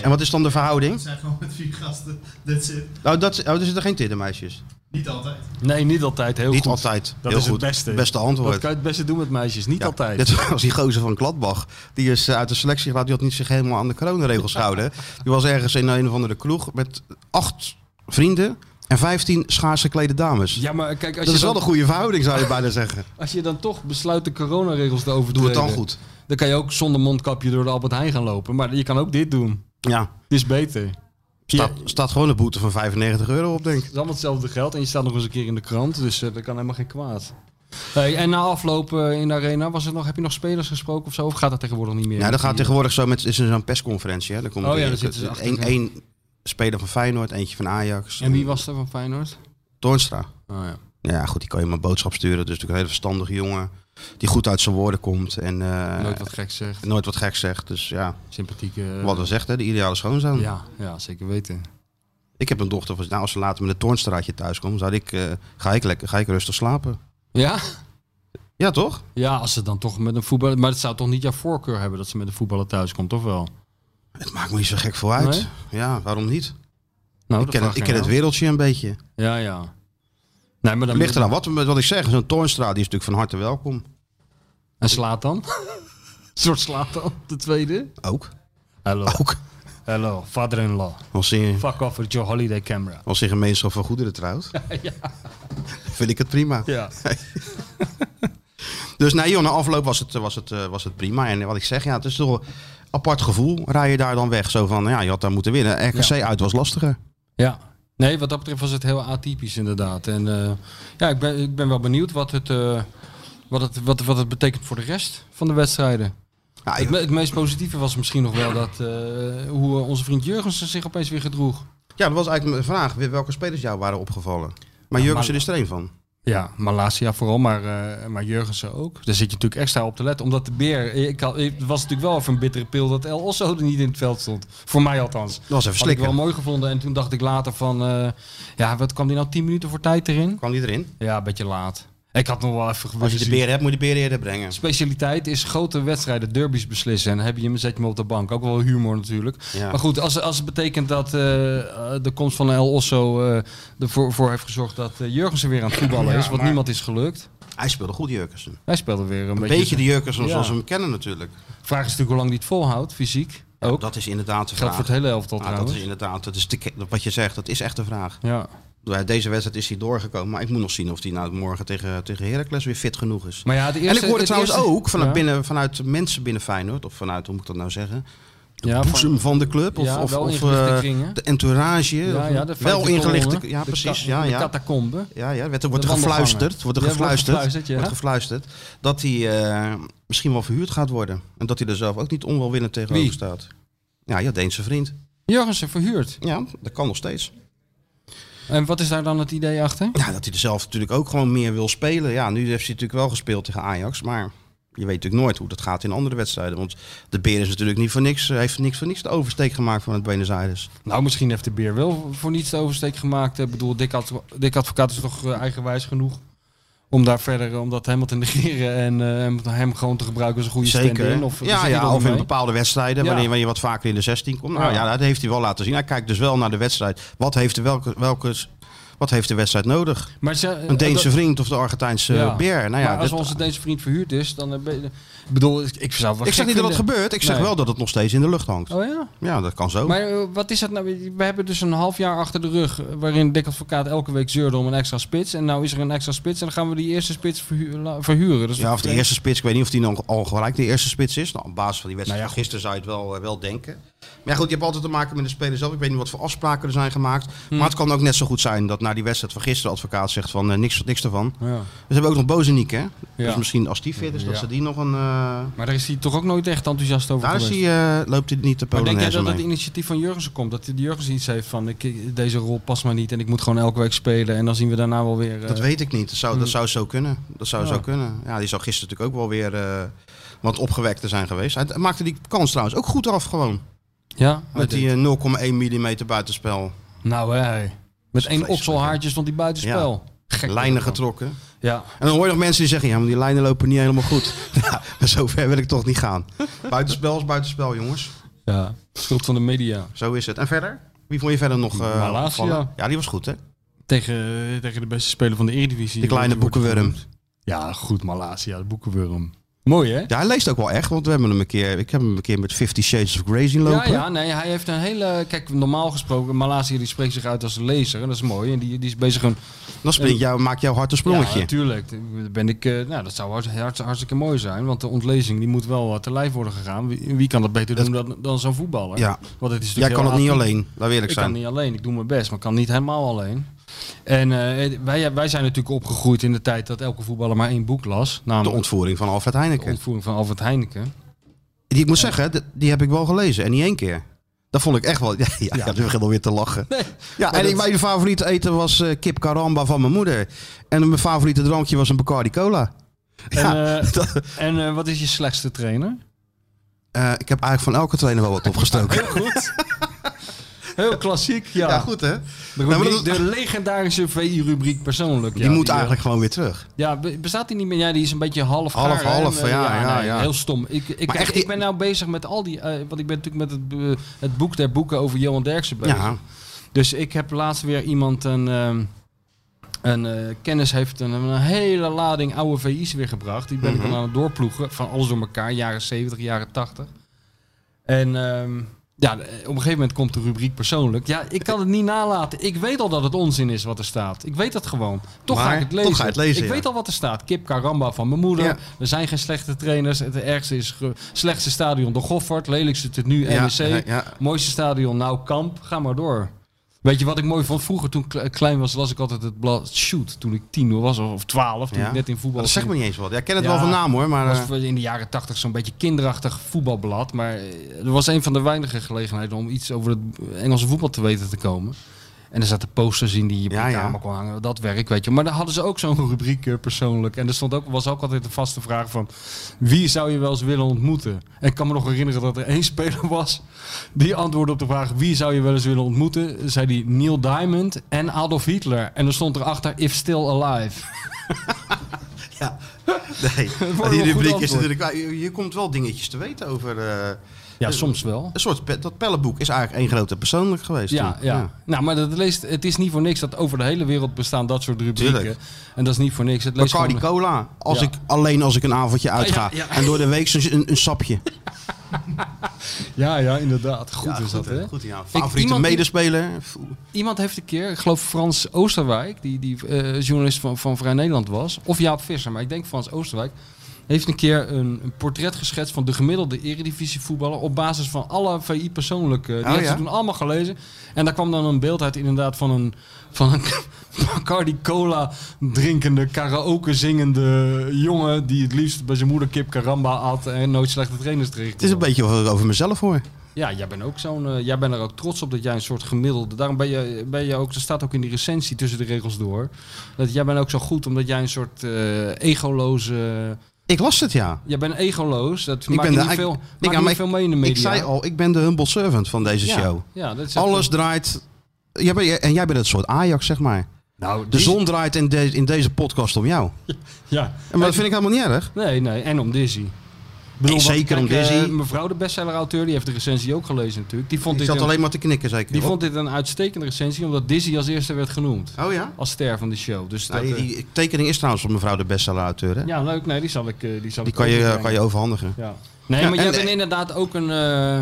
En wat is dan de verhouding?
Het zijn gewoon met vier gasten. That's it.
Nou, dat, oh, er zitten geen tindermeisjes.
Niet altijd.
Nee, niet altijd. Heel
Niet
goed.
altijd.
Dat
Heel
is het
goed.
beste. Dat
antwoord.
kan je het beste doen met meisjes. Niet
Ja,
altijd.
Dit was die gozer van Gladbach. Die is eh, uit de selectie geraakt. Die had niet zich helemaal aan de coronaregels gehouden. Die was ergens in een of andere kroeg met acht vrienden en vijftien schaars geklede dames.
Ja, maar kijk,
dat
als je
is wel
dan-
een goede verhouding, zou je bijna zeggen.
Als je dan toch besluit de coronaregels te overtreden...
Doe het dan goed.
Dan kan je ook zonder mondkapje door de Albert Heijn gaan lopen. Maar je kan ook dit doen.
Ja,
Dit is beter. Het
staat, staat gewoon een boete van 95 euro op, denk ik.
is allemaal hetzelfde geld. En je staat nog eens een keer in de krant. Dus eh, dat kan helemaal geen kwaad. Hey, en na afloop eh, in de arena, was het nog, heb je nog spelers gesproken of zo? Of gaat dat tegenwoordig niet meer?
Ja, Nou, dat gaat
Die-
tegenwoordig zo met is er zo'n persconferentie. Hè? Dan komt
Oh
er-
ja, dan zitten ze achter
één,
elkaar.
één speler van Feyenoord, eentje van Ajax.
En wie was er van Feyenoord?
Toornstra.
Oh, ja.
Ja, goed, die kan je maar een boodschap sturen. Dus natuurlijk een hele verstandige jongen. Die goed uit zijn woorden komt. En eh,
Nooit wat gek zegt.
nooit wat gek zegt. Dus ja,
Sympathieke...
wat we zegt, hè, de ideale schoonzoon.
ja, ja, zeker weten.
Ik heb een dochter van, nou, als ze later met een toornstraatje thuis komt, zou ik, eh, ga, ik lekker, ga ik rustig slapen.
Ja?
Ja, toch?
Ja, als ze dan toch met een voetballer... Maar het zou toch niet jouw voorkeur hebben dat ze met een voetballer thuis komt, of wel?
Het maakt me niet zo gek voor uit.
Nee?
Ja, waarom niet?
Nou,
ik ken, het- ik ken het wereldje een beetje.
Ja, ja. Nee, maar dan
Het ligt eraan. Wat, wat ik zeg, zo'n Toornstra die is natuurlijk van harte welkom.
En slaat dan? Een soort slaat dan, de tweede.
Ook.
Hallo.
Ook.
Hallo, father-in-law.
Als je,
Fuck off with your holiday camera.
als je gemeenschap van goederen trouwt,
ja.
vind ik het prima.
Ja.
Dus nee, joh, na afloop was het, was, het, eh, was het prima. En wat ik zeg, ja, het is toch een apart gevoel. Rij je daar dan weg? Zo van, ja, je had daar moeten winnen. RKC uit was lastiger.
ja. Nee, wat dat betreft was het heel atypisch inderdaad. En eh, ja, ik ben, ik ben wel benieuwd wat het, eh, wat, het, wat, wat het betekent voor de rest van de wedstrijden.
Ja,
Het,
ik-
me- het meest positieve was misschien nog wel dat, eh, hoe eh, onze vriend Jurgensen zich opeens weer gedroeg.
ja, dat was eigenlijk mijn vraag. Weer Welke spelers jou waren opgevallen? Maar Jurgensen is er één van.
Ja, Malasia vooral, maar, eh, maar Jurgensen ook. Daar zit je natuurlijk extra op te letten. Omdat de beer... eh, Ik had, het was natuurlijk wel even een bittere pil dat El Osso er niet in het veld stond. Voor mij althans.
Dat was even
Had ik wel
slikken.
mooi gevonden. En toen dacht ik later van... eh, ja, wat kwam die nou 10 minuten voor tijd erin?
Kwam die erin?
Ja, een beetje laat. Ik had nog wel even
Als je
gewild.
de beer hebt, moet je de beer eerder brengen.
Specialiteit is grote wedstrijden, derbies beslissen. En dan heb je hem, zet je hem op de bank. Ook wel humor natuurlijk.
Ja.
Maar goed, als, als het betekent dat eh, eh, de komst van El Osso eh ervoor voor heeft gezorgd dat eh, Jurgensen weer aan het voetballen
Ja,
is. Want
maar-
niemand is gelukt.
Hij speelde goed, Jurkensen. Een
Hij speelde weer een,
beetje, de Jurkensen
Ja.
zoals we hem kennen natuurlijk.
Vraag is natuurlijk hoe lang die het volhoudt, fysiek. Ook.
Dat is inderdaad de vraag.
Geldt voor het hele elftal
Nou, dat
trouwens.
is inderdaad, dat is de, ke- wat je zegt, dat is echt de vraag.
Ja.
Bij Deze wedstrijd is hij doorgekomen, maar ik moet nog zien of hij nou morgen tegen, tegen Heracles weer fit genoeg is.
Maar ja, de eerste,
en ik hoorde
het
trouwens
eerste-
ook vanuit,
Ja.
binnen, vanuit mensen binnen Feyenoord, of vanuit, hoe moet ik dat nou zeggen, de
Ja,
boezem
van-
van, de club, of,
ja,
of,
wel
of
ingelichte
eh,
kringen.
de entourage,
Ja,
of-
ja, de
wel
vijfde
ingelichte,
kolonne.
ja
De
precies,
ka-
ja,
De
ja.
catacombe.
Ja, ja, werd, er wordt
De
er gefluisterd,
wandelgangen.
wordt er
Ja, wordt
gefluisterd, wordt
gefluisterd, ja.
gefluisterd, dat hij eh, misschien wel verhuurd gaat worden. En dat hij er zelf ook niet onwelwillend tegenover
Wie?
staat. Ja, je Deense vriend.
Jurgensen verhuurd.
Ja, dat kan nog steeds.
En wat is daar dan het idee achter?
Ja, dat hij er zelf natuurlijk ook gewoon meer wil spelen. Ja, nu heeft hij natuurlijk wel gespeeld tegen Ajax, maar je weet natuurlijk nooit hoe dat gaat in andere wedstrijden. Want de Beer is natuurlijk niet voor niks, eh, heeft niks voor niks de oversteek gemaakt van het Buenos Aires.
Nou, misschien heeft de Beer wel voor niets de oversteek gemaakt. Ik bedoel, Dick, Ad- Dick Advocaat is toch eh, eigenwijs genoeg om daar verder, eh, om dat helemaal te negeren en eh, hem- hem gewoon te gebruiken als een goede stand-in. Of,
ja, ja, of in bepaalde wedstrijden,
Ja.
wanneer, wanneer je wat vaker in de 16 komt. Nou
Ja.
ja. dat heeft hij wel laten zien. Hij kijkt dus wel naar de wedstrijd. Wat heeft de, welke, welke, wat heeft de wedstrijd nodig?
maar ze- eh,
Een Deense
dat-
vriend of de Argentijnse
Ja.
Beer? Nou ja,
maar als
dit-
onze Deense vriend verhuurd is, dan eh, ben je- ik bedoel, ik, ik zou
ik zeg niet dat het
het
gebeurt, ik zeg
Nee.
wel dat het nog steeds in de lucht hangt.
Oh ja?
Ja, dat kan zo.
Maar eh, wat is dat nou? We hebben dus een half jaar achter de rug eh, waarin Dick Advocaat elke week zeurde om een extra spits. En nou is er een extra spits en dan gaan we die eerste spits verhu- la- verhuren. Dat is
Ja, of de eerste spits. Ik weet niet of die nog al gelijk de eerste spits is. Nou, op basis van die wedstrijd
Nou ja,
van gisteren zou je het wel, eh, wel denken. Maar ja, goed, je hebt altijd te maken met de speler zelf. Ik weet niet wat voor afspraken er zijn gemaakt.
Hm.
Maar het kan ook net zo goed zijn dat na die wedstrijd van gisteren de advocaat zegt van eh, niks, niks ervan.
Ja.
Dus we hebben ook nog Bozeniek, hè? Dus
Ja.
misschien als die fit is, dat
Ja.
ze die nog een... eh,
Maar daar is hij toch ook nooit echt enthousiast over
Daar is
geweest.
hij, eh, loopt hij niet de
Maar denk jij
Polonaise
dat het
mee.
initiatief van Jurgensen komt? Dat die Jurgensen iets heeft van ik, ik- deze rol past mij niet en ik moet gewoon elke week spelen en dan zien we daarna wel weer. eh,
Dat weet ik niet. Dat zou, dat
Hm.
zou zo kunnen. Dat zou
Ja.
zo kunnen. Ja, die zou gisteren natuurlijk ook wel weer eh, wat opgewekt te zijn geweest. Hij maakte die kans trouwens ook goed af gewoon.
ja,
Met die eh, 0,1 mm buitenspel.
Nou hé. Met één
vreselijk,
opselhaartje stond hij buitenspel. Gek.
Lijnen getrokken.
Ja.
En dan hoor je nog mensen die zeggen, ja, maar die lijnen lopen niet helemaal goed. ja, maar zover wil ik toch niet gaan. Buitenspel is buitenspel, jongens.
ja. Schuld van de media.
Zo is het. En verder? Wie vond je verder nog eh
Malasia.
opvallen? Ja, die was goed, hè?
Tegen, tegen de beste speler van de Eredivisie.
De kleine
Wordt- wordt
boekenworm.
genoemd. Ja, goed Malasia, de boekenworm. Mooi hè?
Ja, hij leest ook wel echt, want we hebben hem een keer, ik heb hem een keer met 50 Shades of Grey zien lopen.
Ja, ja, nee, hij heeft een hele... Kijk, normaal gesproken, Malasia die spreekt zich uit als een lezer. En dat is mooi. En die, die is bezig een
Dan springt jou, maakt jouw hart een
Ja,
sprongetje.
natuurlijk. Dan Ben ik, eh, nou, dat zou hart- hart- hartstikke mooi zijn. Want de ontlezing die moet wel eh, te lijf worden gegaan. Wie, wie kan dat beter doen dan, dan zo'n voetballer?
Ja.
Want het is natuurlijk
Jij kan
heel
het niet
atletiek.
alleen, laat eerlijk
Ik
zijn.
kan niet alleen. Ik doe mijn best, maar ik kan niet helemaal alleen. En eh, wij, wij zijn natuurlijk opgegroeid in de tijd dat elke voetballer maar één boek las.
De
Namelijk
ontvoering van Alfred
de
Heineken.
ontvoering van Alfred Heineken.
Die, ik moet zeggen, d- die heb ik wel gelezen. En niet één keer. Dat vond ik echt wel... Ja, ja, ja. je begint alweer te lachen. ja, en
dat-
ik, mijn favoriete eten was eh, kip karamba van mijn moeder. En mijn favoriete drankje was een Bacardi Cola. Ja,
En, eh,
dat-
en eh, wat is je slechtste trainer?
eh, ik heb eigenlijk van elke trainer wel wat opgestoken.
Goed. Heel klassiek, ja.
ja, goed hè?
De,
Nou, maar
rubriek-
dat-
de legendarische VI-rubriek persoonlijk.
die
ja,
moet
die, eh,
eigenlijk gewoon weer terug.
Ja, be- bestaat die niet meer? Ja, die is een beetje half gaar,
Half,
hè?
half,
En, eh,
ja, ja,
nee,
ja.
Heel stom. Ik, ik,
Maar echt
ik
die-
ben nou bezig met al die... eh, want ik ben natuurlijk met het, eh, het boek der boeken over Johan Derksen bezig.
Ja,
Dus ik heb laatst weer iemand een... ehm, een eh, kennis heeft een, een hele lading oude VI's weer gebracht. Die ben ik
Mhm.
dan aan het doorploegen. Van alles door elkaar. Jaren 70, jaren 80. En ehm, ja, op een gegeven moment komt de rubriek persoonlijk. Ja, ik kan het niet nalaten. Ik weet al dat het onzin is wat er staat. Ik weet dat gewoon. Toch ga
Maar
ik het
toch
lezen.
ga je het lezen,
Ik
ja.
weet al wat er staat. Kip Karamba van mijn moeder.
Ja.
Er zijn geen slechte trainers. Het ergste is ge- slechtste stadion de Goffert. Lelijkste tot nu
Ja,
NEC.
ja, ja.
Mooiste stadion nou Kamp. Ga maar door. Weet je wat ik mooi vond? Vroeger toen ik kle- klein was, las ik altijd het blad Shoot. Toen ik tien was of twaalf, toen
ja.
ik net in voetbal
Dat
was.
zegt me niet eens wat. Ja, ik ken het
Ja.
wel van naam hoor, maar...
Het
eh,
was in de jaren tachtig zo'n beetje kinderachtig voetbalblad. Maar eh, er was een van de weinige gelegenheden om iets over het Engelse voetbal te weten te komen. En er zaten posters in die je op
Ja,
je
ja.
kamer kon hangen. Dat werk, weet je. Maar daar hadden ze ook zo'n rubriek eh, persoonlijk. En er stond ook, was ook altijd de vaste vraag van... Wie zou je wel eens willen ontmoeten? En ik kan me nog herinneren dat er één speler was... die antwoordde op de vraag... Wie zou je wel eens willen ontmoeten? Zei die Neil Diamond en Adolf Hitler. En er stond erachter... If still alive.
Ja. Nee,
wel
die
goed
rubriek is
antwoord.
natuurlijk... waar- Je, je komt wel dingetjes te weten over... eh,
Ja, soms wel.
een soort... pe- Dat pellenboek is eigenlijk één grote persoonlijk geweest
Ja,
toen.
ja. Nou, maar dat leest, het is niet voor niks dat over de hele wereld bestaan dat soort rubrieken.
Tuurlijk.
En dat is niet voor niks. Het leest
Bacardi
gewoon-
Cola. Als
Ja.
ik, alleen als ik een avondje uitga.
ja.
En door de week zo'n- een, een sapje.
Ja, ja, inderdaad. Goed
Ja,
is dat, hè?
Goed, ja. Favoriete
iemand die-
medespeler?
Iemand heeft een keer, ik geloof Frans Oosterwijk, die, die eh, journalist van, van Vrij Nederland was, of Jaap Visser, maar ik denk Frans Oosterwijk, heeft een keer een, een portret geschetst van de gemiddelde eredivisie voetballer op basis van alle VI persoonlijke. Die
Oh,
heeft
ja?
ze toen allemaal gelezen. En daar kwam dan een beeld uit inderdaad van een, van een Bacardi Cola drinkende, karaoke zingende jongen die het liefst bij zijn moeder kip karamba at en nooit slechte trainers kreeg.
Het is een beetje wat ik over mezelf hoor.
Ja, jij bent ook zo'n. eh, jij bent er ook trots op dat jij een soort gemiddelde. Daarom ben je, ben je ook. Er staat ook in die recensie tussen de regels door. Dat jij bent ook zo goed omdat jij een soort eh, egoloze.
Ik las het, ja.
jij bent egoloos. Dat maakt
ben
niet
de-
veel.
ik-
maakt
ja,
niet
maar ik-
veel mee in de media.
Ik zei al, ik ben de humble servant van deze
ja,
show.
Ja, dat is echt
Alles
een-
draait... Jij bent- en jij bent het soort Ajax, zeg maar.
nou,
De
Dis-
zon draait in, de- in deze podcast om jou.
Ja.
Maar dat vind ik helemaal niet erg.
Nee, nee. En om Dizzy. Ik
Nee,
wat-
zeker om
kijk, eh,
Dizzy.
mevrouw de bestseller-auteur, die heeft de recensie ook gelezen natuurlijk. Die vond,
Ik
dit
zat
een,
alleen maar te knikken, zeker.
die
Wat?
vond dit een uitstekende recensie, omdat Dizzy als eerste werd genoemd.
Oh ja?
Als ster van de show. Dus
Nou,
dat,
die,
eh,
die tekening is trouwens van mevrouw de bestseller-auteur. hè?
Ja, leuk. Nee, die zal ik, eh, die zal
die
ik
kan
ook
je,
brengen.
kan je overhandigen.
Ja. Nee,
Ja,
maar
en-
jij bent inderdaad ook een, eh,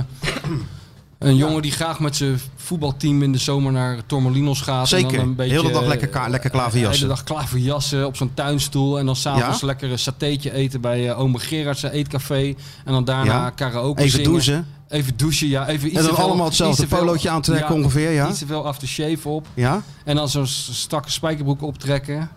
een jongen die graag met zijn voetbalteam in de zomer naar Tormelinos gaat. En
Zeker.
dan een beetje,
Heel de dag lekker, ka-
eh,
lekker
De hele
klaverjassen.
dag klaverjassen op zo'n tuinstoel. En dan s'avonds
Ja?
lekker een satéetje eten bij eh, ome Gerard zijn eetcafé. En dan daarna
Ja.
karaoke
Even
zingen.
douchen.
Even douchen, ja. Even iets
En dan
te veel-
allemaal hetzelfde
iets te veel-
polootje aantrekken
ja,
ongeveer, ja?
Iets te veel aftershave op.
Ja?
En dan zo'n s- strakke spijkerbroek optrekken.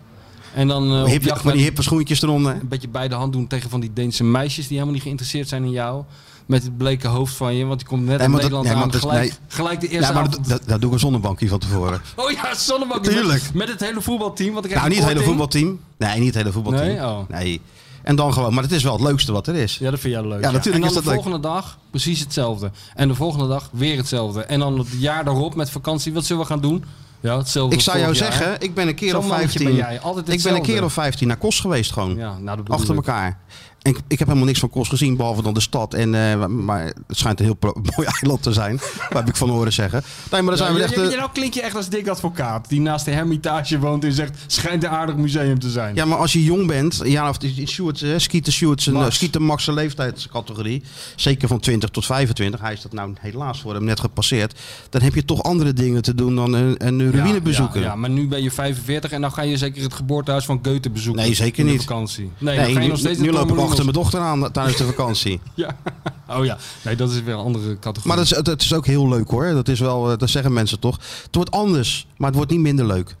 En dan eh, op
Hippe,
jacht
van
met
die hippe schoentjes eronder.
een beetje bij de hand doen tegen van die Deense meisjes die helemaal niet geïnteresseerd zijn in jou. Met het bleke hoofd van je, want die komt net
Nee,
in
maar dat-
Nederland
nee,
aan.
want dat-
gelijk,
nee.
gelijk de eerste
Ja, maar
avond.
dat, dat, dat doe ik een zonnebankje van tevoren.
oh ja, Zonnebank.
Tuurlijk.
Met, met het hele voetbalteam. Want ik
Nou, niet het hele voetbalteam. Nee, niet het hele voetbalteam.
Nee? Oh.
Nee. En dan gewoon, maar het is wel het leukste wat er is.
Ja, dat vind jij leuk.
Ja, natuurlijk
En dan
is dat
de
leuk.
volgende dag precies hetzelfde. En de volgende dag weer hetzelfde. En dan het jaar daarop met vakantie. Wat zullen we gaan doen? Ja, hetzelfde
ik
als
zou jou
vorig jaar.
zeggen, ik ben een keer
Zo'n
of
mannetje
15.
ben jij, altijd
ik ben een
hetzelfde.
keer of 15 naar Kos geweest gewoon.
Ja, nou, dat bedoel
achter
ik.
elkaar. En ik, ik heb helemaal niks van Kos gezien, behalve dan de stad. En, eh, maar het schijnt een heel pro- mooi eiland te zijn. dat heb ik van horen zeggen. Nee, maar dan zijn we
Ja,
echt.
je-
eh,
je- nou klink je echt als Dick Advocaat. Die naast de Hermitage woont en zegt, schijnt een aardig museum te zijn.
Ja, maar als je jong bent, ja, of in Sjoerd, eh, Skeeter Sjoerd, zijn,
Max.
eh, Skeeter Max zijn leeftijdscategorie, zeker van 20 tot 25, hij is dat nou helaas voor hem net gepasseerd, dan heb je toch andere dingen te doen dan een, een ruïne
Ja,
bezoeken.
Ja, ja, maar nu ben je 45 en dan ga je zeker het geboortehuis van Goethe bezoeken.
Nee, zeker
in de
niet.
vakantie. Nee,
Nee,
dan ga je
nu-
nog steeds
nu
naar
loop ik
Torremolinos.
achter mijn dochter aan tijdens de vakantie.
Ja. Oh ja, nee, dat is weer een andere categorie.
Maar dat is, dat is ook heel leuk hoor. Dat is wel, eh, dat zeggen mensen toch. Het wordt anders, maar het wordt niet minder leuk.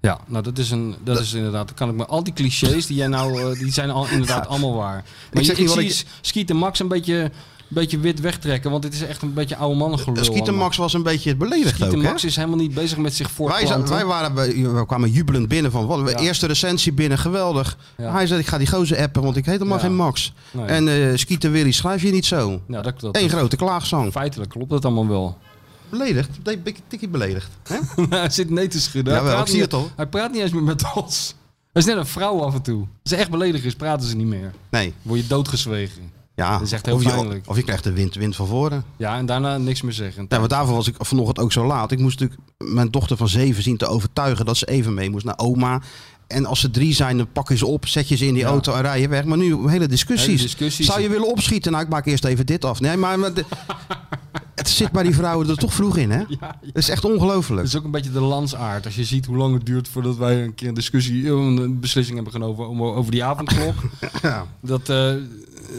Ja, nou dat is, een, dat, is inderdaad, dan kan ik me, al die clichés die jij nou, eh, die zijn al, inderdaad
Ja.
allemaal waar. Maar ik,
zeg
je, ik
niet wat
zie Skeet en Max een beetje, beetje wit wegtrekken, want het is echt een beetje oude mannengelul.
Skeeter Max was een beetje beledigd
Skeet en
ook, hè?
Max is helemaal niet bezig met zich
Wij, zijn-
voortplanten.
wij waren, bij- we kwamen jubelend binnen van, wat,
Ja.
eerste recensie binnen, geweldig.
Ja.
Hij zei, ik ga die gozer appen, want ik heet helemaal
Ja.
geen Max.
Nee.
En eh Skeeter Willy, schrijf je niet zo.
Ja, Nou, dat, dat,
Eén grote klaagzang.
feitelijk klopt dat allemaal wel.
Beledigd, een beetje tikkie beledigd. hè?
hij zit nee te schudden.
Jawel,
hij, praat
ik zie
niet-
het al.
hij praat niet eens meer met ons. Hij is net een vrouw af en toe. Als ze echt beledigd is, praten ze niet meer.
Nee,
Word je doodgezwegen.
ja.
Dat is echt heel
of, je,
pijnlijk.
of je krijgt de wind, wind van voren.
Ja, en daarna niks meer zeggen.
Ja, want daarvoor was ik vanochtend ook zo laat. Ik moest natuurlijk mijn dochter van zeven zien te overtuigen dat ze even mee moest naar oma. En als ze drie zijn, dan pak je ze op, zet je ze in die
Ja.
auto en rij je weg. Maar nu hele discussies.
Hele discussies.
Zou je willen opschieten? Nou, ik maak eerst even dit af. Nee, maar maar de- het zit bij die vrouwen er toch vroeg in, hè? Dat is echt ongelooflijk.
Dat is ook een beetje de landsaard. Als je ziet hoe lang het duurt voordat wij een keer een discussie, eh, een beslissing hebben genomen om- over die avondklok.
Ja.
Dat, eh,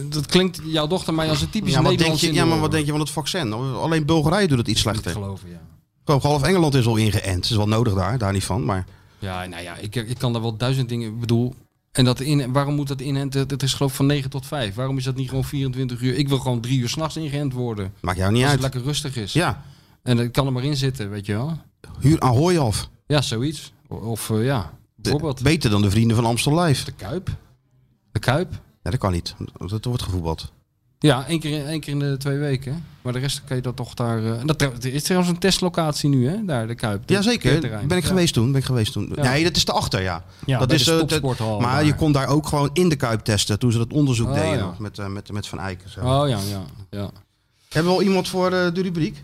dat klinkt jouw dochter mij als een typisch
Ja, wat denk
Nederlands
je, ja, maar wat denk je van het vaccin? Nou, Alleen Bulgarije doet het iets
Te
slechter.
geloven, ja.
Gewoon half Engeland is al ingeënt. Het is wel nodig daar, daar niet van. Maar
Ja, nou ja, ik, ik kan daar wel duizend dingen. Ik bedoel, en dat in, waarom moet dat inhenten? Het is geloof ik van 9 tot 5. Waarom is dat niet gewoon 24 uur? Ik wil gewoon drie uur s'nachts ingeënt worden.
maakt jou niet
Als het
uit.
lekker rustig is.
Ja,
En dat kan er maar in zitten, weet je wel.
huur Ahoy af.
Ja, zoiets. O- Of eh, ja, bijvoorbeeld de,
Beter dan de vrienden van Amstel Live.
Kuip. De Kuip.
Ja, dat kan niet. Dat wordt gevoetbald.
Ja, één keer, in- één keer in de twee weken. Maar de rest kan je dat toch daar... eh, en dat, er is trouwens een testlocatie nu, hè? Daar, de Kuip. dit
Jazeker,
parkeerterrein.
ben ik
Ja.
geweest toen. Ben ik geweest toen.
Ja.
Nee, dat is erachter, ja.
Ja,
dat
bij de
eh, dat-
topsporthal
Maar
daar.
je kon daar ook gewoon in de Kuip testen toen ze dat onderzoek
Oh,
deden
ja.
nog met, eh, met, met Van Eyck. en zo.
Oh ja, ja, ja.
Hebben we al iemand voor eh, de rubriek?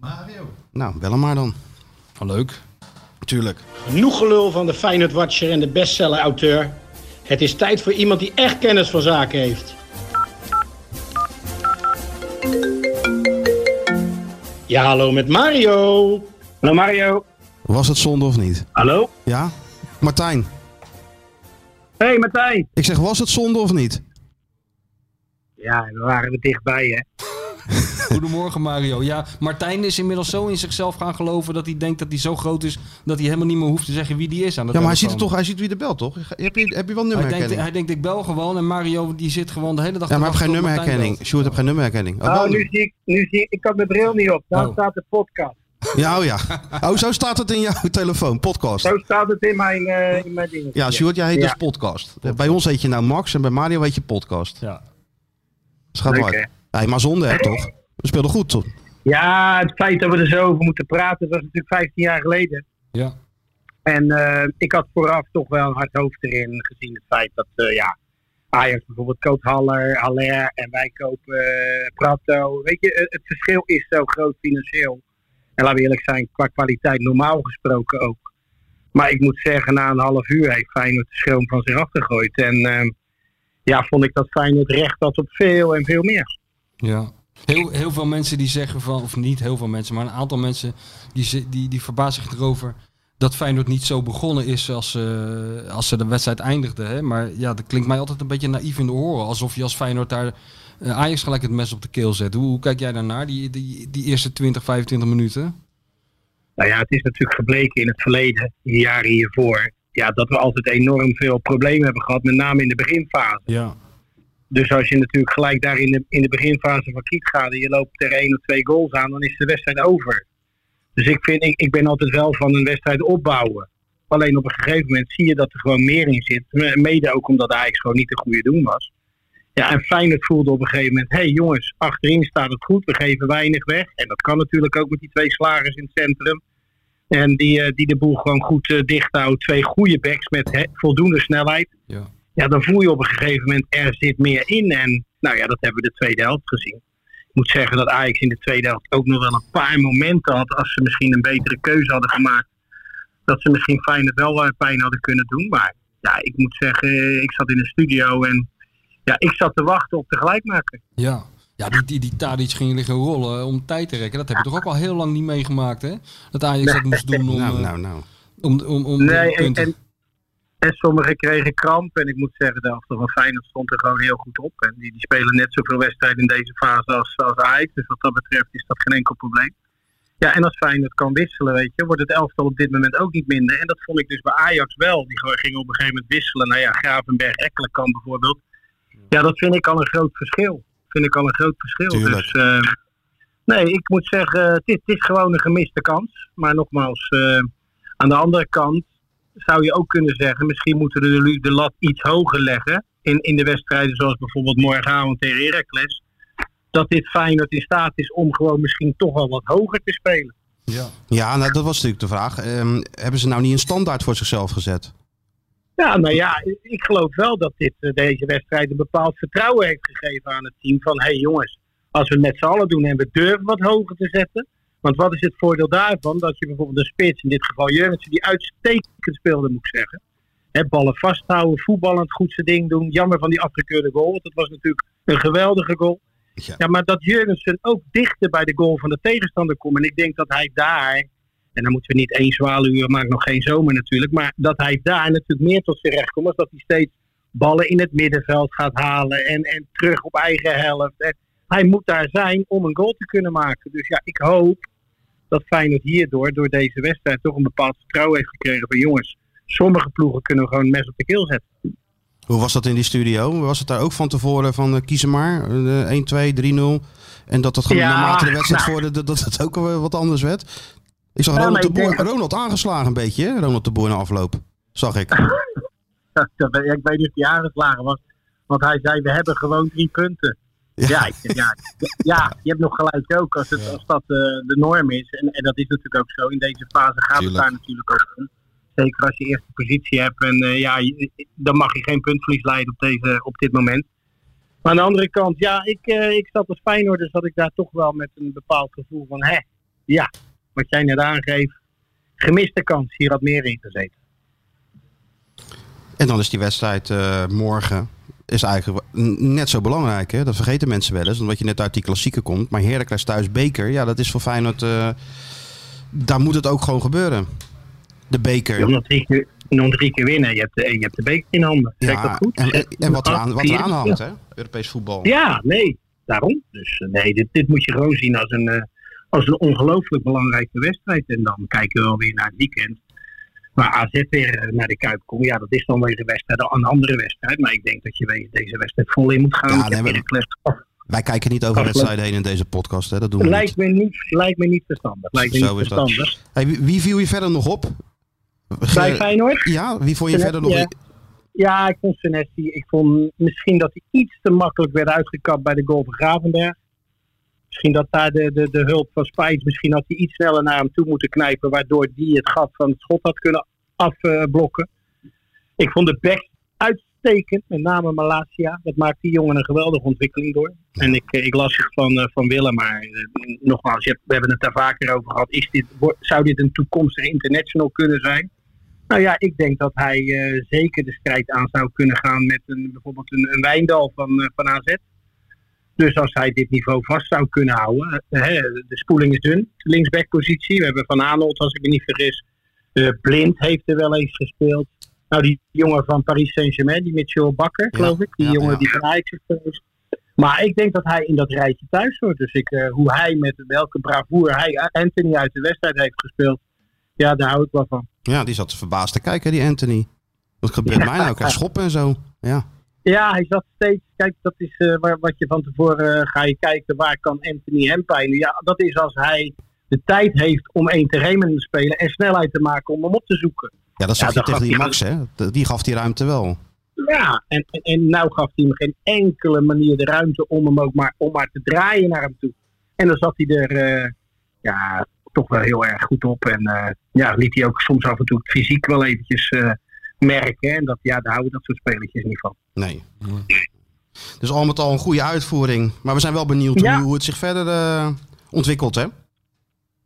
Mario.
Nou, bel hem maar dan.
Nou, leuk.
Tuurlijk.
Genoeg gelul van de Feyenoord Watcher en de bestseller auteur. Het is tijd voor iemand die echt kennis van zaken heeft. Ja, hallo met Mario. Hallo Mario.
Was het zonde of niet?
Hallo.
Ja? Martijn,
Hey Martijn.
ik zeg was het zonde of niet?
Ja, we waren er dichtbij hè.
Goedemorgen Mario. Ja, Martijn is inmiddels zo in zichzelf gaan geloven dat hij denkt dat hij zo groot is dat hij helemaal niet meer hoeft te zeggen wie die is aan de
Ja, maar hij ziet,
telefoon.
het toch, hij ziet wie er belt, toch? Heb je, heb je wel
Hij denkt,
nummerherkenning?
hij denkt ik bel gewoon en Mario die zit gewoon de hele dag.
Ja, maar
te
hij heeft geen
wachten op Martijn
nummerherkenning. Sjoerd heeft geen nummerherkenning. Oh,
Oh,
wel.
nu zie ik, nu zie ik, ik had mijn bril niet op. Daar
Oh.
staat de podcast.
Ja, oh ja. Oh, zo staat het in jouw telefoon, podcast.
Zo staat het in mijn, eh in mijn ding.
Ja, Sjoerd, jij heet
Ja.
dus podcast. Bij ons heet je nou Max en bij Mario heet je podcast.
Ja.
Het gaat
Leuk,
hard. Hey, maar zonde, hè, toch? We speelden goed, toch?
Ja, het feit dat we er zo over moeten praten, dat was natuurlijk 15 jaar geleden.
Ja.
En eh, ik had vooraf toch wel een hard hoofd erin, gezien het feit dat eh, ja, Ajax bijvoorbeeld koopt Haller, Haller en wij kopen eh, Prato. Weet je, eh, het verschil is zo groot financieel. En laten we eerlijk zijn, qua kwaliteit normaal gesproken ook. Maar ik moet zeggen, na een half uur heeft Feyenoord de schroom van zich afgegooid. En eh, ja, vond ik dat Feyenoord recht had op veel en veel meer.
Ja. Heel, heel veel mensen die zeggen van, of niet heel veel mensen, maar een aantal mensen die, ze- die, die verbazen zich erover dat Feyenoord niet zo begonnen is als, ze- als ze de wedstrijd eindigde. Hè? Maar ja, dat klinkt mij altijd een beetje naïef in de oren. Alsof je als Feyenoord daar eh, Ajax gelijk het mes op de keel zet. Hoe, hoe kijk jij daarnaar, die, die, die eerste 20, 25 minuten?
Nou ja, het is natuurlijk gebleken in het verleden, in de jaren hiervoor, ja, dat we altijd enorm veel problemen hebben gehad, met name in de beginfase.
Ja.
Dus als je natuurlijk gelijk daar in de, in de beginfase van Kiet gaat en je loopt er één of twee goals aan, dan is de wedstrijd over. Dus ik, vind, ik, ik ben altijd wel van een wedstrijd opbouwen. Alleen op een gegeven moment zie je dat er gewoon meer in zit. Me- Mede ook omdat Ajax gewoon niet de goede doen was. Ja, en Feyenoord voelde op een gegeven moment... hé hey jongens, achterin staat het goed, we geven weinig weg. En dat kan natuurlijk ook met die twee slagers in het centrum. En die, eh, die de boel gewoon goed eh, dicht houdt. Twee goede backs met hè, voldoende snelheid ja, dan voel je op een gegeven moment er zit meer in. En nou ja, dat hebben we de tweede helft gezien. Ik moet zeggen dat Ajax in de tweede helft ook nog wel een paar momenten had. Als ze misschien een betere keuze hadden gemaakt. Dat ze misschien Feyenoord wel eh, pijn hadden kunnen doen. Maar ja, ik moet zeggen, eh, ik zat in de studio en ja, ik zat te wachten op de gelijkmaker.
Ja. Ja, die, die, die Tadic ging liggen rollen om tijd te rekken. Dat heb je toch ook al heel lang niet meegemaakt, hè? Dat Ajax dat moest doen om,
Nou,
eh,
nou, nou.
om, om, om
Nee, en,
punten.
en, en sommigen kregen kramp. En ik moet zeggen, de helft van Feyenoord stond er gewoon heel goed op. En die, die spelen net zoveel wedstrijden in deze fase als, als Ajax. Dus wat dat betreft is dat geen enkel probleem. Ja, en als Feyenoord kan wisselen, weet je, wordt het elftal op dit moment ook niet minder. En dat vond ik dus bij Ajax wel. Die gewoon gingen op een gegeven moment wisselen. Nou ja, Gravenberg, Ekkelenkamp bijvoorbeeld. Ja, dat vind ik al een groot verschil. Vind ik al een groot verschil.
Tuurlijk.
Dus eh, nee, ik moet zeggen, eh, het is, het is gewoon een gemiste kans. Maar nogmaals, eh, aan de andere kant zou je ook kunnen zeggen, misschien moeten we de, lu- de lat iets hoger leggen. In, in de wedstrijden zoals bijvoorbeeld morgenavond tegen Heracles. Dat dit Feyenoord in staat is om gewoon misschien toch wel wat hoger te spelen.
Ja.
Ja, nou, dat was natuurlijk de vraag. Ehm, hebben ze nou niet een standaard voor zichzelf gezet?
Ja, nou ja, ik geloof wel dat dit, eh, deze wedstrijd een bepaald vertrouwen heeft gegeven aan het team. Van, hé hey jongens, als we het met z'n allen doen en we durven wat hoger te zetten. Want wat is het voordeel daarvan? Dat je bijvoorbeeld een spits, in dit geval Jurgensen, die uitstekend speelde, moet ik zeggen. Hè, ballen vasthouden, voetballen het goed zijn ding doen. Jammer van die afgekeurde goal, want dat was natuurlijk een geweldige goal.
Ja.
Ja, maar dat Jurgensen ook dichter bij de goal van de tegenstander komt. En ik denk dat hij daar en dan moeten we niet één zwaluwen, maakt nog geen zomer natuurlijk. Maar dat hij daar natuurlijk meer tot zijn recht komt. Als dat hij steeds ballen in het middenveld gaat halen. En, en terug op eigen helft. En hij moet daar zijn om een goal te kunnen maken. Dus ja, ik hoop dat Feyenoord hierdoor, door deze wedstrijd, toch een bepaald vertrouwen heeft gekregen van jongens. Sommige ploegen kunnen we gewoon een mes op de keel zetten.
Hoe was dat in die studio? Was het daar ook van tevoren van eh, kiezen maar? eh, 1, 2, 3, 0. En dat dat gewoon
Ja,
naarmate de wedstrijd
nou.
voor dat, dat het ook wel wat anders werd? Ik zag
Ja,
Ronald,
maar
de
ik
Boer,
denk dat-
Ronald aangeslagen een beetje, hè? Ronald de Boer na afloop. Zag ik.
Ja, ik weet niet of hij aangeslagen was. Want hij zei, we hebben gewoon drie punten. Ja, ik zeg, ja, ja, je hebt nog gelijk ook als, het, als dat eh, de norm is. En, en dat is natuurlijk ook zo. In deze fase gaat het
Tuurlijk.
daar natuurlijk ook om. Zeker als je eerst de positie hebt. En eh, ja, je- dan mag je geen puntverlies leiden op, deze, op dit moment. Maar aan de andere kant, ja, ik, eh, ik zat als Feyenoorder zat ik daar toch wel met een bepaald gevoel van... Hè, ja, wat jij net aangeeft. Gemiste kans, hier had meer in gezeten.
En dan is die wedstrijd eh, morgen is eigenlijk n- net zo belangrijk. Hè? Dat vergeten mensen wel eens, omdat je net uit die klassieken komt. Maar Heracles thuis beker, ja, dat is voor Feyenoord... eh, daar moet het ook gewoon gebeuren. De beker.
Je wil nog drie keer, nog drie keer winnen. Je hebt, de- je hebt de beker in handen. Zeg ik dat goed?
en, en- en wat er aan, wat er aan
Ja.
hangt, hè? Europees voetbal.
Ja, nee, daarom. Dus eh, nee, dit, dit moet je gewoon zien als een, eh, als een ongelooflijk belangrijke wedstrijd. En dan kijken we wel weer naar het weekend. Waar AZ weer eh, naar de Kuip komt. Ja, dat is dan weer een wedstrijd, een andere wedstrijd. Maar ik denk dat je weer deze wedstrijd vol in moet gaan.
Ja,
Ik
nee,
heb
maar- Oh,
Heracles gehad.
Wij kijken niet over
Afgelopen-
wedstrijden heen in deze podcast, hè? Dat doen we niet.
lijkt, me niet, lijkt me niet verstandig. Lijkt me
Zo
niet
is dat.
verstandig.
Hey, wie, wie viel je verder nog op?
Bij
Ge-
Feyenoord?
ja, wie vond je verder nog?
Ja. Ja, ik vond Senesi. Ik vond misschien dat hij iets te makkelijk werd uitgekapt bij de goal van Gravenberg. Misschien dat daar de, de, de hulp van Spijs, misschien had hij iets sneller naar hem toe moeten knijpen, waardoor die het gat van het schot had kunnen afblokken. Ik vond de back uitstekend, met name Malasia. Dat maakt die jongen een geweldige ontwikkeling door. En ik, eh, ik las het van, eh, van Willem, maar eh, nogmaals, je hebt- we hebben het daar vaker over gehad. Is dit, wordt- zou dit een toekomstige international kunnen zijn? Nou ja, ik denk dat hij eh, zeker de strijd aan zou kunnen gaan met een, bijvoorbeeld een, een Wijndal van, eh, van AZ. Dus als hij dit niveau vast zou kunnen houden. eh, Hè, de spoeling is dun, de linksbackpositie. We hebben Van Arnold, als ik me niet vergis. Eh, Blind heeft er wel eens gespeeld. Nou, die jongen van Paris Saint-Germain, die Mitchell Bakker, geloof ik. Die
ja,
jongen
ja.
die van Ajax is geweest. Maar ik denk dat hij in dat rijtje thuis hoort. Dus ik, eh, hoe hij met welke bravoure hij Anthony uit de wedstrijd heeft gespeeld. Ja, daar hou ik wel van.
Ja, die zat verbaasd te kijken, die Anthony. Wat gebeurt mij nou? Ik krijg schoppen en zo. Ja.
Ja, hij zat steeds. Kijk, dat is eh, waar, wat je van tevoren eh, ga je kijken. Waar kan Anthony hem pijnen? Ja, dat is als hij de tijd heeft om één terrein te spelen en snelheid te maken om hem op te zoeken.
Ja, dat zag
dat
je
gaf
tegen die
hij
Max, hè? De- Die gaf die ruimte wel.
Ja, en, en, en nou gaf hij hem geen enkele manier de ruimte om hem ook maar, om maar te draaien naar hem toe. En dan zat hij er eh, ja, toch wel heel erg goed op. En eh, ja, liet hij ook soms af en toe het fysiek wel eventjes eh, merken. hè. En dat, ja, daar houden dat soort spelletjes niet van.
Nee. Dus al met al een goede uitvoering. Maar we zijn wel benieuwd
Ja.
hoe, hoe het zich verder eh, ontwikkelt, hè?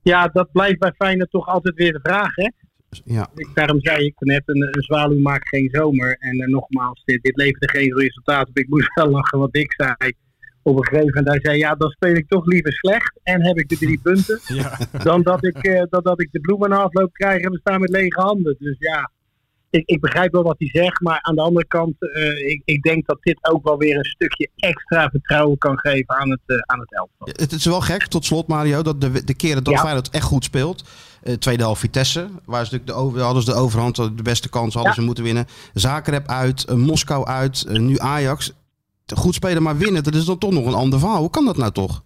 Ja, dat blijft bij Feyenoord toch altijd weer de vraag, hè?
Ja.
Ik, daarom zei ik net, een, een zwaluw maakt geen zomer. En eh, nogmaals, dit, dit leverde geen resultaat op. Ik moest wel lachen wat ik zei op een gegeven moment. Hij zei, ja, dan speel ik toch liever slecht en heb ik de drie punten. Dan dat ik, eh, dan dat ik de bloemen na afloop krijg en we staan met lege handen. Dus ja, ik, ik begrijp wel wat hij zegt. Maar aan de andere kant, eh, ik, ik denk dat dit ook wel weer een stukje extra vertrouwen kan geven aan het, eh, aan het elftal.
Het is wel gek, tot slot Mario, dat de, de keren dat
Ja.
Feyenoord echt goed speelt. eh, tweede half Vitesse, waar ze natuurlijk de, over, hadden ze de overhand, hadden de beste kans hadden
Ja.
ze moeten winnen. Zagreb uit, eh, Moskou uit, eh, nu Ajax. Goed spelen, maar winnen, dat is dan toch nog een ander verhaal. Hoe kan dat nou toch?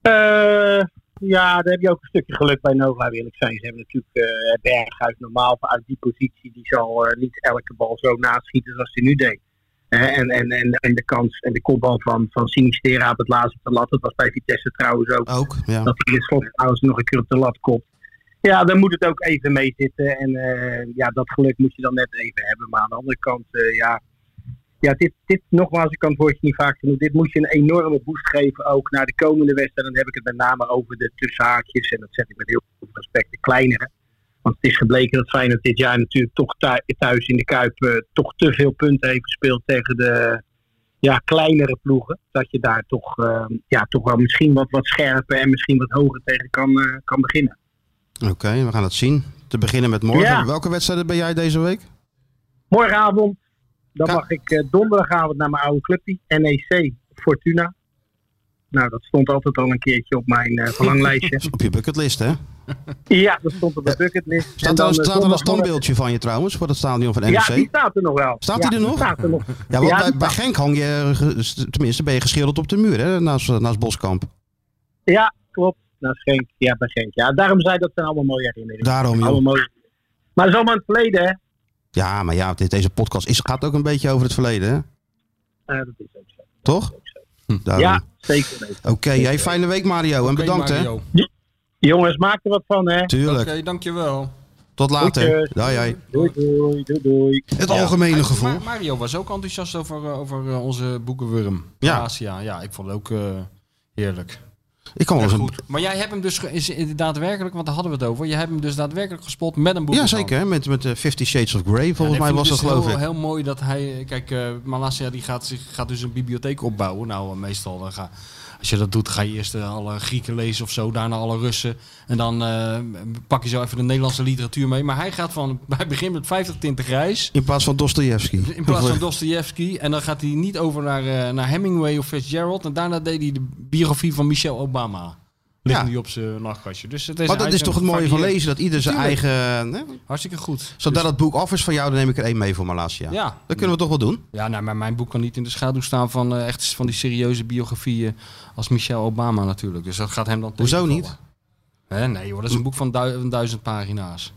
Eh, ja, daar heb je ook een stukje geluk bij Nova, wil ik zijn. Ze hebben natuurlijk eh Berghuis normaal uit die positie. Die zal eh, niet elke bal zo naschieten zoals hij nu deed. Eh, en, en, en, en de kans en de kopbal van, van Sinistera op het laatste op de lat. Dat was bij Vitesse trouwens ook.
Ook, ja.
Dat hij in het slot trouwens nog een keer op de lat komt. Ja, daar moet het ook even mee zitten. En eh, ja, dat geluk moet je dan net even hebben. Maar aan de andere kant, eh, ja. Ja, dit, dit, nogmaals, ik kan het woordje niet vaak genoeg. Dit moet je een enorme boost geven ook naar de komende wedstrijd. En dan heb ik het met name over de tussenhaakjes. En dat zeg ik met heel veel respect, de kleinere. Want het is gebleken dat Feyenoord dit jaar natuurlijk toch thu- thuis in de Kuip eh, toch te veel punten heeft gespeeld tegen de ja, kleinere ploegen. Dat je daar toch, eh, ja, toch wel misschien wat, wat scherper en misschien wat hoger tegen kan, eh, kan beginnen.
Oké, we gaan het zien. Te beginnen met morgen.
Ja.
Welke wedstrijden ben jij deze week?
Morgenavond, dan
Ja.
mag ik eh, donderdagavond naar mijn oude clubje, NEC Fortuna. Nou, dat stond altijd al een keertje op mijn eh, verlanglijstje.
Op je bucketlist, hè?
ja, dat stond op de bucketlist. En
Staat er,
dan,
een- staat
eh,
er een
zondagmorgen-
standbeeldje van je trouwens voor het stadion van NEC?
Ja, die staat er nog wel.
E Staat
ja,
die er nog?
staat er nog.
Ja, want
Ja,
bij,
die
bij
staat-
Genk hang je, eh, ge- st- tenminste ben je geschilderd op de muur hè, naast, eh, naast Boskamp.
Ja, klopt. Nou, Genk, ja, bij Genk. Ja, daarom zei dat zijn allemaal mooie herinneringen.
Daarom joh.
Allemaal mooie. Maar dat is allemaal in het verleden, hè?
Ja, maar ja, dit- deze podcast is, gaat ook een beetje over het verleden hè,
Eh, dat is ook zo.
toch? Hm, Daarom.
Ja, zeker weten.
Oké, hey, fijne week Mario. en
Oké,
bedankt hè.
Mario.
Jongens, maak er wat van, hè.
Oké,
Tuurlijk.
dankjewel.
Tot later.
Groetjes.
Doei, doei.
Doei, doei, doei, doei.
Het algemene gevoel.
Ma- Mario was ook enthousiast over, eh, over eh, onze boekenwurm.
Ja.
Asia. Ja, ik vond het ook eh, heerlijk.
ik kan wel eens een...
Maar jij hebt hem dus ge- is is daadwerkelijk, want daar hadden we het over. Je hebt hem dus daadwerkelijk gespot met een boek.
Ja, zeker. hè, Met, met eh, Fifty Shades of Grey, volgens mij was dat,
het dus
geloof
heel,
ik.
heel mooi dat hij... Kijk, eh Malasia die gaat, zich, gaat dus een bibliotheek opbouwen. Nou, eh, meestal dan ga, als je dat doet, ga je eerst eh, alle Grieken lezen of zo. Daarna alle Russen. En dan eh, pak je zo even de Nederlandse literatuur mee. Maar hij gaat van... Hij begint met 50 tinten grijs.
In plaats van Dostoevsky.
In plaats van Dostoevsky. En dan gaat hij niet over naar, eh, naar Hemingway of Fitzgerald. En daarna deed hij de biografie van Michelle Obama. Ligt
Ja.
nu op zijn nachtkastje. Dus het is,
Maar dat
hij
is toch het mooie van
varieert.
lezen, dat ieder zijn
Tuurlijk.
eigen... eh, Hè?
Hartstikke goed. Dus-
Zodra dat boek af is van jou, dan neem ik er één mee voor Malasia.
Ja.
Dat kunnen we toch wel doen?
Ja, nou, maar mijn boek kan niet in de schaduw staan van, eh, echt van die serieuze biografieën als Michelle Obama natuurlijk. Dus dat gaat hem dan
Hoezo
tegenvallen.
niet?
Hè, nee hoor, dat is een boek van du- duizend pagina's.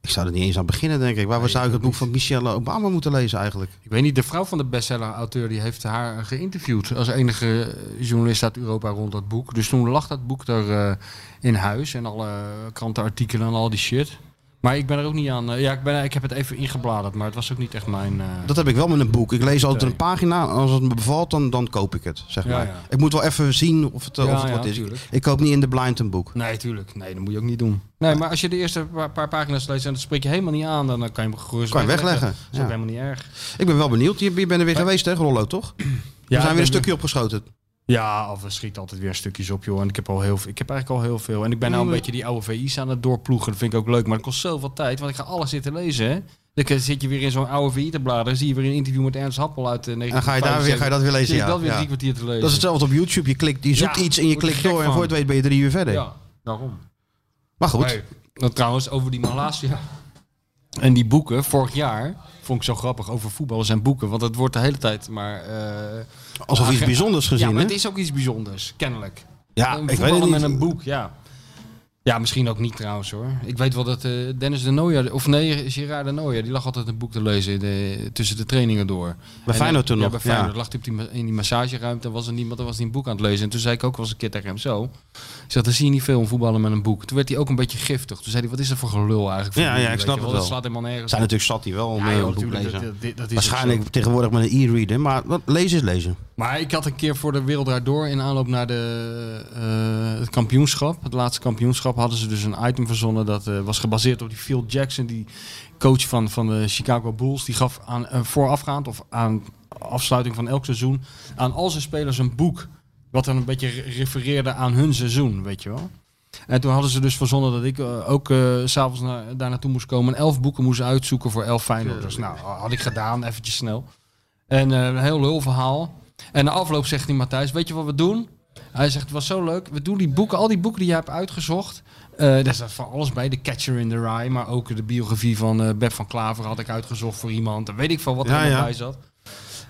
Ik zou er niet eens aan beginnen, denk ik. Waar zou ik het boek van Michelle Obama moeten lezen eigenlijk?
Ik weet niet, de vrouw van de bestseller-auteur die heeft haar geïnterviewd als enige eh, journalist uit Europa rond dat boek. Dus toen lag dat boek er eh, in huis en alle krantenartikelen en al die shit. Maar ik ben er ook niet aan. eh, ja, ik, ben, ik heb het even ingebladerd, maar het was ook niet echt mijn. eh,
Dat heb ik wel met een boek. Ik lees altijd een pagina. Als het me bevalt, dan, dan koop ik het, zeg
Ja,
maar.
ja.
Ik moet wel even zien of het, eh,
Ja,
of het
ja,
wat is. Ik,
tuurlijk.
ik koop niet in de blind een boek.
Nee, tuurlijk. Nee, dat moet je ook niet doen. Nee, maar als je de eerste paar, paar pagina's leest en dat spreek je helemaal niet aan, dan eh, kan je hem gerust
Kan je wegleggen,
Dat is ook
ja.
helemaal niet erg.
Ik ben wel benieuwd. Je, je bent er weer geweest, hè, Rollo, toch? we zijn
ik
weer
ben-
een stukje opgeschoten.
Ja, of we schieten altijd weer stukjes op, joh. En ik heb, al heel, veel- ik heb eigenlijk al heel veel. En ik ben nou een beetje die oude VI's aan het doorploegen. Dat vind ik ook leuk. Maar dat kost zoveel tijd, want ik ga alles zitten lezen, hè. Dan zit je weer in zo'n oude VI te bladeren. Dan zie je weer een interview met Ernst Happel uit eh, 1975.
En ga je daar weer, ga je dat weer lezen?
Zit ik
Ja.
dat weer
ja.
drie kwartier te lezen.
Dat is hetzelfde op YouTube. Je, klikt, je zoekt
Ja,
iets en je
word je
klikt
gek
door en
van.
voor het weet ben je drie uur verder.
Ja, daarom.
Maar goed,
Hey, nou, trouwens, over die Malasia. En die boeken, vorig jaar, vond ik zo grappig over voetballers en boeken. Want het wordt de hele tijd maar... eh,
alsof iets
Ja,
bijzonders gezien,
ja, maar
hè?
het is ook iets bijzonders, kennelijk.
Ja,
een
ik weet
voetballer
het niet.
met een boek, ja. Ja, misschien ook niet trouwens hoor. Ik weet wel dat eh, Dennis de Nooijer, of nee, Gerard de Nooijer, die lag altijd een boek te lezen in de- tussen de trainingen door. En, eh,
Feyenoord toen
ja,
nog,
Bij Feyenoord
ja.
lag hij op die, ma- in die massageruimte, was er niemand, er was hij een boek aan het lezen. En toen zei ik ook wel eens een keer tegen hem zo. Ik zeg, dan zie je niet veel een voetballer met een boek. Toen werd hij ook een beetje giftig. Toen zei hij, wat is dat voor gelul eigenlijk? voor
Ja,
jullie,
ja, ik
weet
snap
je
het
Dat
wel.
slaat helemaal nergens.
zijn
op.
natuurlijk zat die wel om
Ja,
eh,
joh,
een boek
natuurlijk,
lezen.
dat- dat- dat is ook
Waarschijnlijk
zo.
tegenwoordig met een e-reader, maar wat, lezen is lezen.
Maar ik had een keer voor de wereld daardoor in aanloop naar de, eh, het kampioenschap, het laatste kampioenschap, hadden ze dus een item verzonnen dat eh, was gebaseerd op die Phil Jackson, die coach van, van de Chicago Bulls. Die gaf aan, eh, voorafgaand of aan afsluiting van elk seizoen aan al zijn spelers een boek wat dan een beetje re- refereerde aan hun seizoen, weet je wel. En toen hadden ze dus verzonnen dat ik eh, ook eh, s s'avonds naar, daar naartoe moest komen en elf boeken moest uitzoeken voor elf Feyenoorders. Nou, had ik gedaan, eventjes snel. En eh, een heel lul verhaal. En na afloop zegt die Matthijs, weet je wat we doen? Hij zegt, het was zo leuk. We doen die boeken, al die boeken die je hebt uitgezocht. eh, daar staat van alles bij. The Catcher in the Rye. Maar ook de biografie van eh Beb van Klaver had ik uitgezocht voor iemand. En weet ik van wat er
Ja,
allemaal
ja.
bij zat.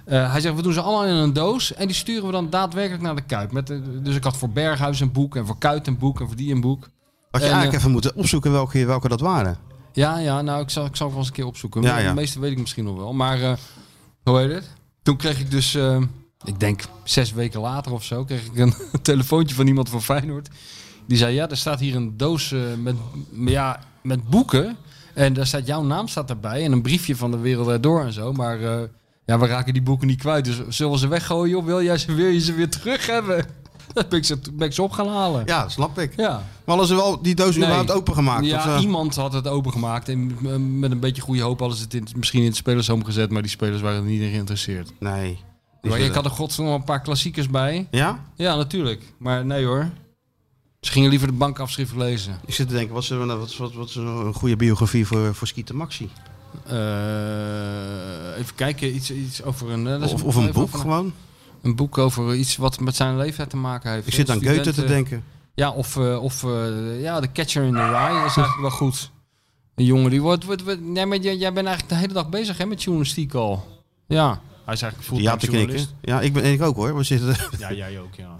Eh, hij zegt, we doen ze allemaal in een doos. En die sturen we dan daadwerkelijk naar de Kuip. Met, eh, dus ik had voor Berghuis een boek. En voor Kuit een boek. En voor die een boek.
Had je
En,
eigenlijk
eh,
even moeten opzoeken welke, welke dat waren.
Ja, ja, nou, ik zal, ik zal het wel eens een keer opzoeken.
Ja, ja.
De meeste weet ik misschien nog wel. Maar eh, hoe heet het? Toen kreeg ik dus, eh, ik denk zes weken later of zo, kreeg ik een telefoontje van iemand van Feyenoord. Die zei, ja, er staat hier een doos eh, met, ja, met boeken. En daar staat jouw naam staat erbij en een briefje van de wereld erdoor en zo. Maar eh, ja, we raken die boeken niet kwijt. Dus zullen we ze weggooien of wil jij ze, wil je ze weer terug hebben? Dan ben ik ze, ben ik ze op gaan halen.
Ja, snap ik.
ja.
Maar Dus hadden ze wel die doos
Nee.
überhaupt opengemaakt?
Ja,
of, eh,
iemand had het opengemaakt. En eh, met een beetje goede hoop hadden ze het in, misschien in het spelershome gezet. Maar die spelers waren er niet in geïnteresseerd.
Nee. Die
Maar ik
zullen-
had er godsnaam een paar klassiekers bij.
Ja?
Ja, natuurlijk. Maar nee hoor. Ze gingen liever de bankafschrift lezen.
Ik zit te denken, wat is, er- wat, wat, wat is een goede biografie voor, voor Skeeter Maxi?
Eh, even kijken, iets, iets over een... eh, dat is
Of, of een
even
boek
over
gewoon?
Een boek over iets wat met zijn leeftijd te maken heeft.
Ik zit aan Goethe te
Studenten-
denken.
Ja, of, eh, of eh, ja, de catcher in the rye is
Dus-
eigenlijk wel goed. Een jongen die wordt... wordt, wordt- nee, maar jij, jij bent eigenlijk de hele dag bezig hè, met journalistiek al. Ja, hij is eigenlijk fulltime
Ja, te knikken.
journalist.
Ja, ik ben en ik ook hoor. We zitten,
Ja, jij ook, ja.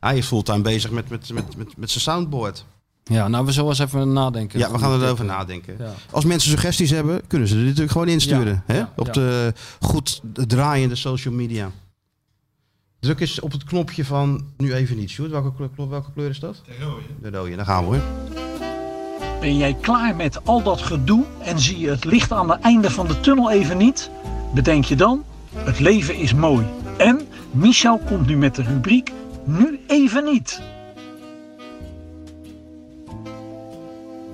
hij is fulltime bezig met, met, met, met, met zijn soundboard.
Ja, nou, we zullen eens even nadenken.
Ja, we gaan erover nadenken.
Ja.
Als mensen suggesties hebben, kunnen ze die natuurlijk gewoon insturen.
Ja,
hè?
ja,
Op
ja.
de goed draaiende social media. Druk eens op het knopje van nu even niet, Sjoerd. Welke, kleur- klop- welke kleur is dat?
Ter rode.
De rode, daar gaan we hoor.
Ben jij klaar met al dat gedoe en zie je het licht aan het einde van de tunnel even niet? Bedenk je dan, het leven is mooi. En Michel komt nu met de rubriek Nu even niet.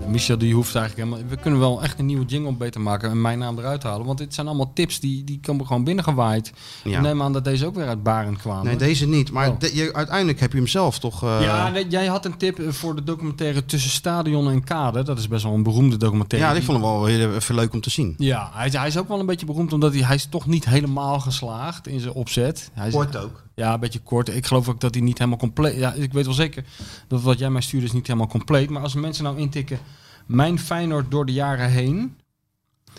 Michel, die hoeft eigenlijk helemaal... We kunnen wel echt een nieuwe jingle beter maken en mijn naam eruit halen. Want dit zijn allemaal tips die, die komen gewoon binnengewaaid.
Ja.
Ik neem aan dat deze ook weer uit Barend kwamen.
Nee, deze niet. Maar
Oh.
de- je, uiteindelijk heb je hem zelf toch... eh,
Ja, nee, jij had een tip eh, voor de documentaire Tussen Stadion en Kade. Dat is best wel een beroemde documentaire.
ja, ik vond hem wel heel even leuk om te zien.
Ja, hij, is- hij is ook wel een beetje beroemd omdat hij, hij is toch niet helemaal geslaagd in zijn opzet. Hij is,
Kort ook.
Ja, een beetje kort. Ik geloof ook dat hij niet helemaal compleet... Ja, ik weet wel zeker dat wat jij mij stuurde is niet helemaal compleet. Maar als mensen nou intikken... Mijn Feyenoord door de jaren heen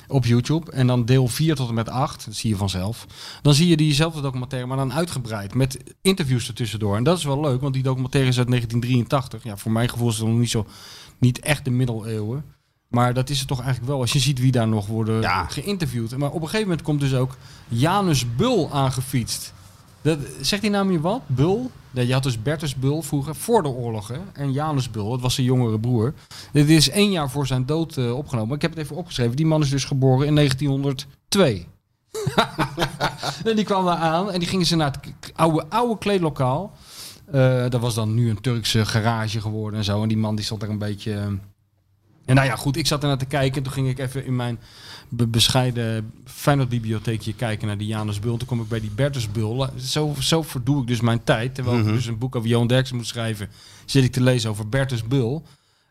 op YouTube en dan deel 4 tot en met 8, dat zie je vanzelf. Dan zie je diezelfde documentaire, maar dan uitgebreid met interviews ertussendoor. En dat is wel leuk, want die documentaire is uit 1983. Ja, voor mijn gevoel is het nog niet zo, niet echt de middeleeuwen. Maar dat is het toch eigenlijk wel, als je ziet wie daar nog worden
Ja.
geïnterviewd. Maar op een gegeven moment komt dus ook Janus Bul aangefietst. Dat, zegt die naam je wat? Bul? Nee, je had dus Bertus Bul vroeger, voor de oorlog. Hè? En Janus Bul, dat was zijn jongere broer. Dit is één jaar voor zijn dood eh, opgenomen. Ik heb het even opgeschreven. Die man is dus geboren in 1902. en die kwam daar aan en die gingen ze naar het k- oude, oude kleedlokaal. Eh, dat was dan nu een Turkse garage geworden en zo. En die man die stond daar een beetje... eh, En nou ja, goed, ik zat ernaar te kijken. Toen ging ik even in mijn be- bescheiden Feyenoord-bibliotheekje kijken naar die Janus Bul. Toen kom ik bij die Bertus Bul. Zo, zo verdoe ik dus mijn tijd. Terwijl ik dus een boek over Johan Derksen moet schrijven, zit ik te lezen over Bertus Bul.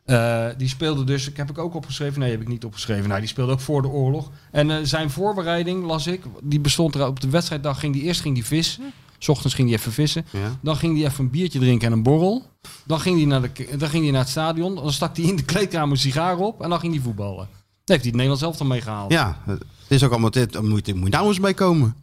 Eh, die speelde dus, ik heb ik ook opgeschreven. Nee, heb ik niet opgeschreven. Nou, die speelde ook voor de oorlog. En eh, zijn voorbereiding, las ik, die bestond er op de wedstrijddag. Ging die, eerst ging die vissen. S ochtends ging hij even vissen.
Ja.
Dan ging hij even een biertje drinken en een borrel. Dan ging hij naar, de, k- dan ging hij naar het stadion. Dan stak hij in de kleedkamer een sigaar op. En dan ging hij voetballen. Daar heeft hij het Nederlands elftal mee gehaald.
Ja, het is ook allemaal... Dit, moet, moet je nou eens mee komen.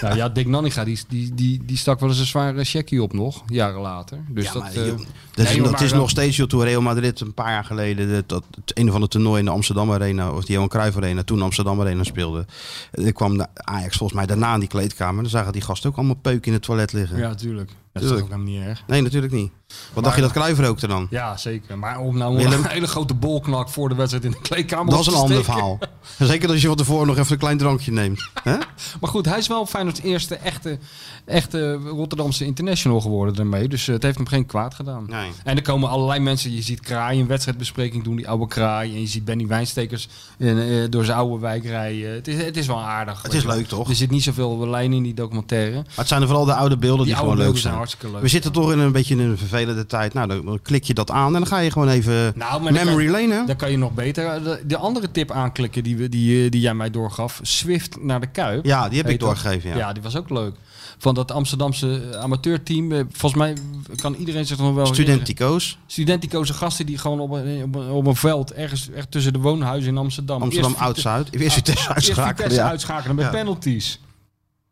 Nou ja, Dick Nanninga, die, die, die, die stak wel eens een zware checkie op nog, jaren later. Dus
Ja,
dat,
maar,
eh,
joh,
nee,
dat, is,
joh,
dat
maar
is
dan-
nog steeds joh, toen Real Madrid een paar jaar geleden dat, dat het een van de toernooi in de Amsterdam Arena of de Johan Cruijff Arena, toen Amsterdam Arena speelde. Er kwam de Ajax volgens mij daarna in die kleedkamer. Dan zagen die gasten ook allemaal peuk in het toilet liggen.
eh, ja, tuurlijk. Dat is
Tuurlijk.
toch ook helemaal niet erg.
Nee, natuurlijk niet. Wat dacht je dat Cruijff rookte dan?
Ja, zeker. Maar om nou
Willem?
een hele grote bolknak voor de wedstrijd in de kleedkamer
Dat
op
is een
te
ander
steken.
verhaal. Zeker als je van tevoren nog even een klein drankje neemt. hè?
Maar goed, hij is wel Feyenoord's eerste echte, echte Rotterdamse international geworden daarmee. Dus eh, het heeft hem geen kwaad gedaan.
Nee.
En er komen allerlei mensen. Je ziet Kraai een wedstrijdbespreking doen, die oude Kraai. En je ziet Benny Wijnstekers in, eh, door zijn oude wijk rijden. Het is, het is wel aardig.
Het
weet
is
je wel.
leuk, toch?
Er zit niet zoveel lijn in die documentaire.
Maar het zijn er vooral de oude beelden die,
Die oude
gewoon leuk
beelden
zijn.
zijn hartstikke leuk.
We zitten toch in een beetje in een vervelende tijd. Nou, dan dan klik je dat aan en dan ga je gewoon even
Nou, maar dan
memory lane. hè?
Dan kan je nog beter eh, de, de andere tip aanklikken die, we, die, eh, die jij mij doorgaf. Swift naar de Kuip.
Ja, die heb ik
Heet dat.
doorgegeven.
Ja.
Ja.
die was ook leuk. Van dat Amsterdamse eh, amateurteam. eh, Volgens mij kan iedereen zich nog wel herinneren.
Studentico's.
Studenticoze gasten die gewoon op een, op een, op een veld ergens echt tussen de woonhuizen in Amsterdam.
Amsterdam
Eerst Vite-
Oud-Zuid. Eerst Vitesse
eerst
uitschakelen.
Vitesse
Ja.
uitschakelen met
Ja.
penalties.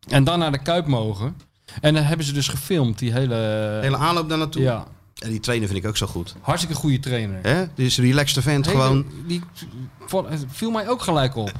En dan naar de Kuip mogen. En dan hebben ze dus gefilmd die hele...
Hele aanloop daar naartoe.
ja,
En die trainer vind ik ook zo goed.
hartstikke goede trainer.
Hè? Die is een relaxed vent,
Hele-
gewoon.
Die vo- viel mij ook gelijk op.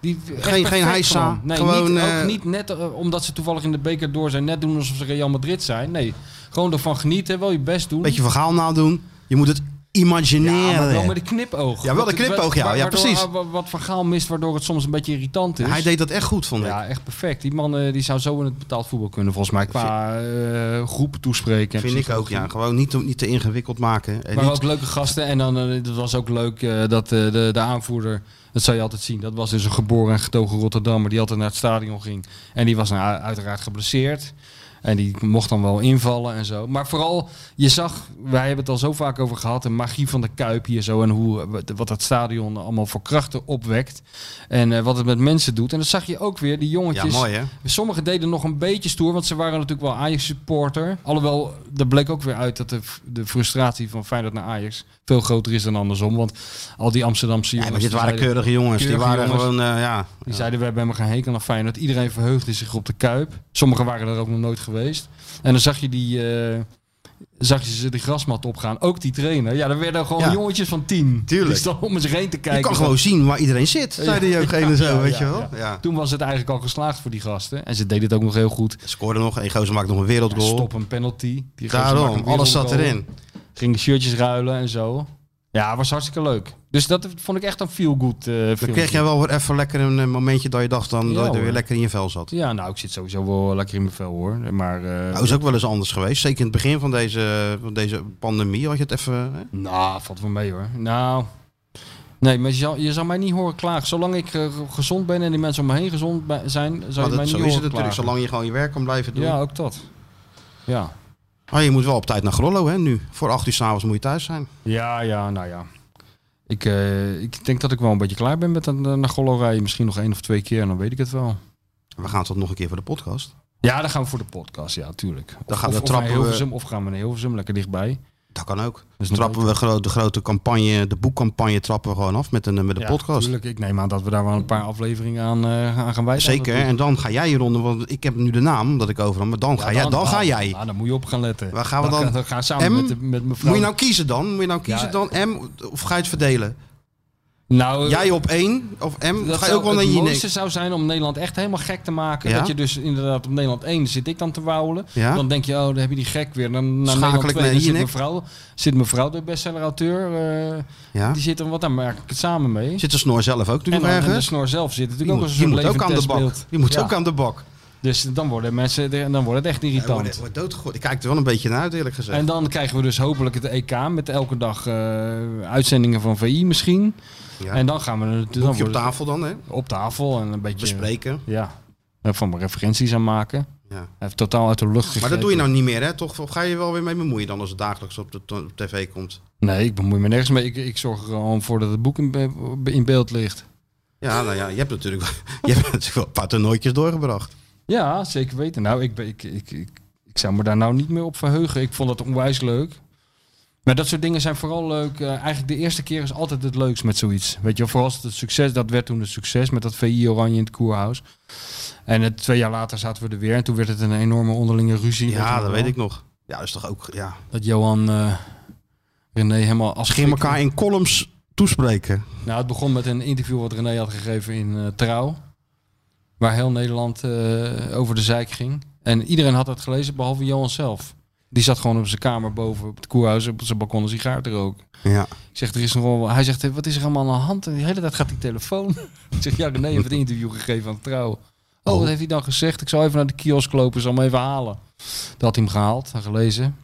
Die, echt
Geen- geen
perfect
heisa.
gewoon. Nee,
Gewoon,
niet,
eh,
ook niet net eh, omdat ze toevallig in de beker door zijn. Net doen alsof ze Real Madrid zijn. Nee, gewoon ervan genieten. Wel je best doen.
Beetje verhaal nadoen. Je moet het imagineren.
ja, maar wel met een knipoog.
Ja, wel een knipoog, ja.
Wa-
Ja,
waardoor-
precies.
wa- Wat Van Gaal mist, waardoor het soms een beetje irritant is.
Hij deed dat echt goed, vond ik.
ja, echt perfect. Die man eh, die zou zo in het betaald voetbal kunnen, volgens mij. Qua eh, groep toespreken.
vind
en precies
ik ook,
wat
ja.
doen.
Gewoon niet, te- niet te ingewikkeld maken. En
Maar
niet-
ook leuke gasten. En dan eh, dat was ook leuk eh, dat eh, de, de aanvoerder, dat zou je altijd zien, dat was dus een geboren en getogen Rotterdammer die altijd naar het stadion ging. En die was nou, u- uiteraard geblesseerd. En die mocht dan wel invallen en zo. Maar vooral, je zag, wij hebben het al zo vaak over gehad, de magie van de Kuip hier zo. En hoe, eh, wat- wat dat stadion allemaal voor krachten opwekt. En eh, wat het met mensen doet. En dat zag je ook weer, die
ja,
jongetjes.
mooi hè.
Sommigen deden nog een beetje stoer, want ze waren natuurlijk wel Ajax-supporter. Alhoewel, daar bleek ook weer uit dat de, de frustratie van Feyenoord naar Ajax veel groter is dan andersom. Want al die Amsterdamse
Ja,
jongens...
maar dit
die
waren
zeiden-
keurige jongens. Die
Keurige
waren
jongens.
gewoon, eh, ja.
Die zeiden, we hebben helemaal geen hekel aan Feyenoord. Iedereen verheugde zich op de Kuip. Sommigen waren er ook nog nooit geweest. En dan zag je die... eh, zag je ze de grasmat opgaan. Ook die trainer. Ja, er werden gewoon
Ja.
jongetjes van tien.
Tuurlijk.
Die stonden om eens heen te kijken.
Je kan gewoon zien waar iedereen zit, zei de jeugdgene
Ja,
zo,
ja,
weet
ja,
je wel. Ja.
ja. Toen was het eigenlijk al geslaagd voor die gasten. En ze deden het ook nog heel goed.
Scoorde nog, één gozer maakt nog een wereldgoal.
Stop een penalty. Die gozer maakte
Daarom,
een
alles zat
wereldgoal.
erin.
Ging de shirtjes ruilen en zo. Ja, was hartstikke leuk. Dus dat vond ik echt een feel-good eh
Dan
filmpje.
kreeg jij wel weer even lekker een eh, momentje dat je dacht dan,
Ja,
dat je er
hoor.
weer lekker in je vel zat. Nou,
Ja, nou, ik zit sowieso wel lekker in mijn vel hoor. Maar, eh,
Dat is ook wel eens anders geweest. Zeker in het begin van deze, van deze pandemie had je het even... hè?
Nou, valt wel mee hoor. Nou, nee, maar je zal, je zal mij niet horen klagen. Zolang ik eh, gezond ben en die mensen om me heen gezond bij- zijn, zal
Maar
je mij
dat,
niet
zo
horen
is het
klagen.
natuurlijk, zolang je gewoon je werk kan blijven doen.
Ja, ook dat. Ja.
Ah, je moet wel op tijd naar Grollo hè, nu. Voor acht uur s'avonds moet je thuis zijn.
ja, ja, nou ja. Ik, eh, ik denk dat ik wel een beetje klaar ben met een uh, Nagollo rijden. Misschien nog één of twee keer en dan weet ik het wel.
We gaan dat nog een keer voor de podcast.
Ja, dan gaan we voor de podcast, ja, tuurlijk. Of,
Dan gaan
of-
we
of
trappen
naar
we-
Hilversum, of gaan we naar Hilversum, lekker dichtbij.
Dat kan ook.
Dus nog
trappen we gro- de grote campagne, de boekcampagne trappen we gewoon af met een, eh, met een
Ja,
podcast.
tuurlijk. Ik neem aan dat we daar wel een paar afleveringen aan, eh, aan gaan wijden.
Zeker, en dan ga jij hieronder, want ik heb nu de naam omdat ik overal, maar dan, ga, jij, dan, ga jij.
Nou, dan moet je op gaan letten.
Waar gaan we dan?
Dan gaan we samen
M?
met, de- met mevrouw.
Moet je nou kiezen dan? Moet je nou kiezen
Ja.
dan M of ga je het verdelen?
Nou, eh,
Jij op één of M?
dat
Ga je
zou-
ook wel naar
Het
je
mooiste
nek?
zou zijn om Nederland echt helemaal gek te maken.
Ja?
Dat je dus inderdaad op Nederland 1 zit ik dan te wauwelen.
Ja?
Dan denk je, oh, dan heb je die gek weer. Dan naar
Schakel
Nederland
ik
2
naar
dan zit
Jinek?
mevrouw, zit mevrouw de bestseller-auteur. eh,
Ja?
Die zit er, wat daar maak ik het samen mee.
Zit de snor zelf ook
en,
natuurlijk
dan, en de
ergens?
snor zelf zit
Die
natuurlijk ook
moet,
als
die
een
moet
soort
ook aan de bak.
levend
Die moet
Ja.
ook aan de bak.
Dus dan worden mensen, dan wordt het echt
Hij wordt,
irritant.
wordt doodgegooid. Ik kijk er wel een beetje naar uit eerlijk gezegd.
En dan krijgen we dus hopelijk het EK met elke dag eh, uitzendingen van VI misschien.
ja.
En dan gaan we er- dan
Boekje op
wordt het
tafel dan, hè?
op tafel en een beetje
Bespreken.
Ja, en van referenties aan maken.
Ja.
Even totaal uit de lucht gegrepen.
Maar dat doe je nou niet meer, hè? Toch Of ga je wel weer mee bemoeien dan als het dagelijks op de to- op tv komt?
Nee, ik bemoei me nergens mee. Ik, ik zorg er gewoon voor dat het boek in, be- in beeld ligt.
Ja, nou ja, je hebt natuurlijk, je hebt natuurlijk wel een paar toernooitjes doorgebracht.
Ja, zeker weten. Nou, ik, ben- ik, ik, ik, ik zou me daar nou niet meer op verheugen. Ik vond dat onwijs leuk. Maar dat soort dingen zijn vooral leuk. Eh, eigenlijk de eerste keer is altijd het leukst met zoiets. Weet je, wel, vooral als het een succes, dat werd toen een succes met dat VI Oranje in het Koerhuis. En eh, twee jaar later zaten we er weer en toen werd het een enorme onderlinge ruzie.
Ja,
je
dat
wel.
weet ik nog. Ja, dat is toch ook, ja.
Dat Johan eh René helemaal als
Ging elkaar in columns toespreken.
Nou, het begon met een interview wat René had gegeven in eh, Trouw. Waar heel Nederland eh, over de zeik ging. En iedereen had dat gelezen, behalve Johan zelf. Die zat gewoon op zijn kamer boven op het koerhuis, op zijn balkon een sigaar te roken.
Ja.
Ik zeg, er is nog wel... Hij zegt, wat is er allemaal aan de hand? En de hele tijd gaat die telefoon. ik zeg, ja, René heeft het interview gegeven aan Trouw. Oh, wat heeft hij dan gezegd? Ik zal even naar de kiosk lopen, zal hem even halen. Dat had hij hem gehaald en gelezen.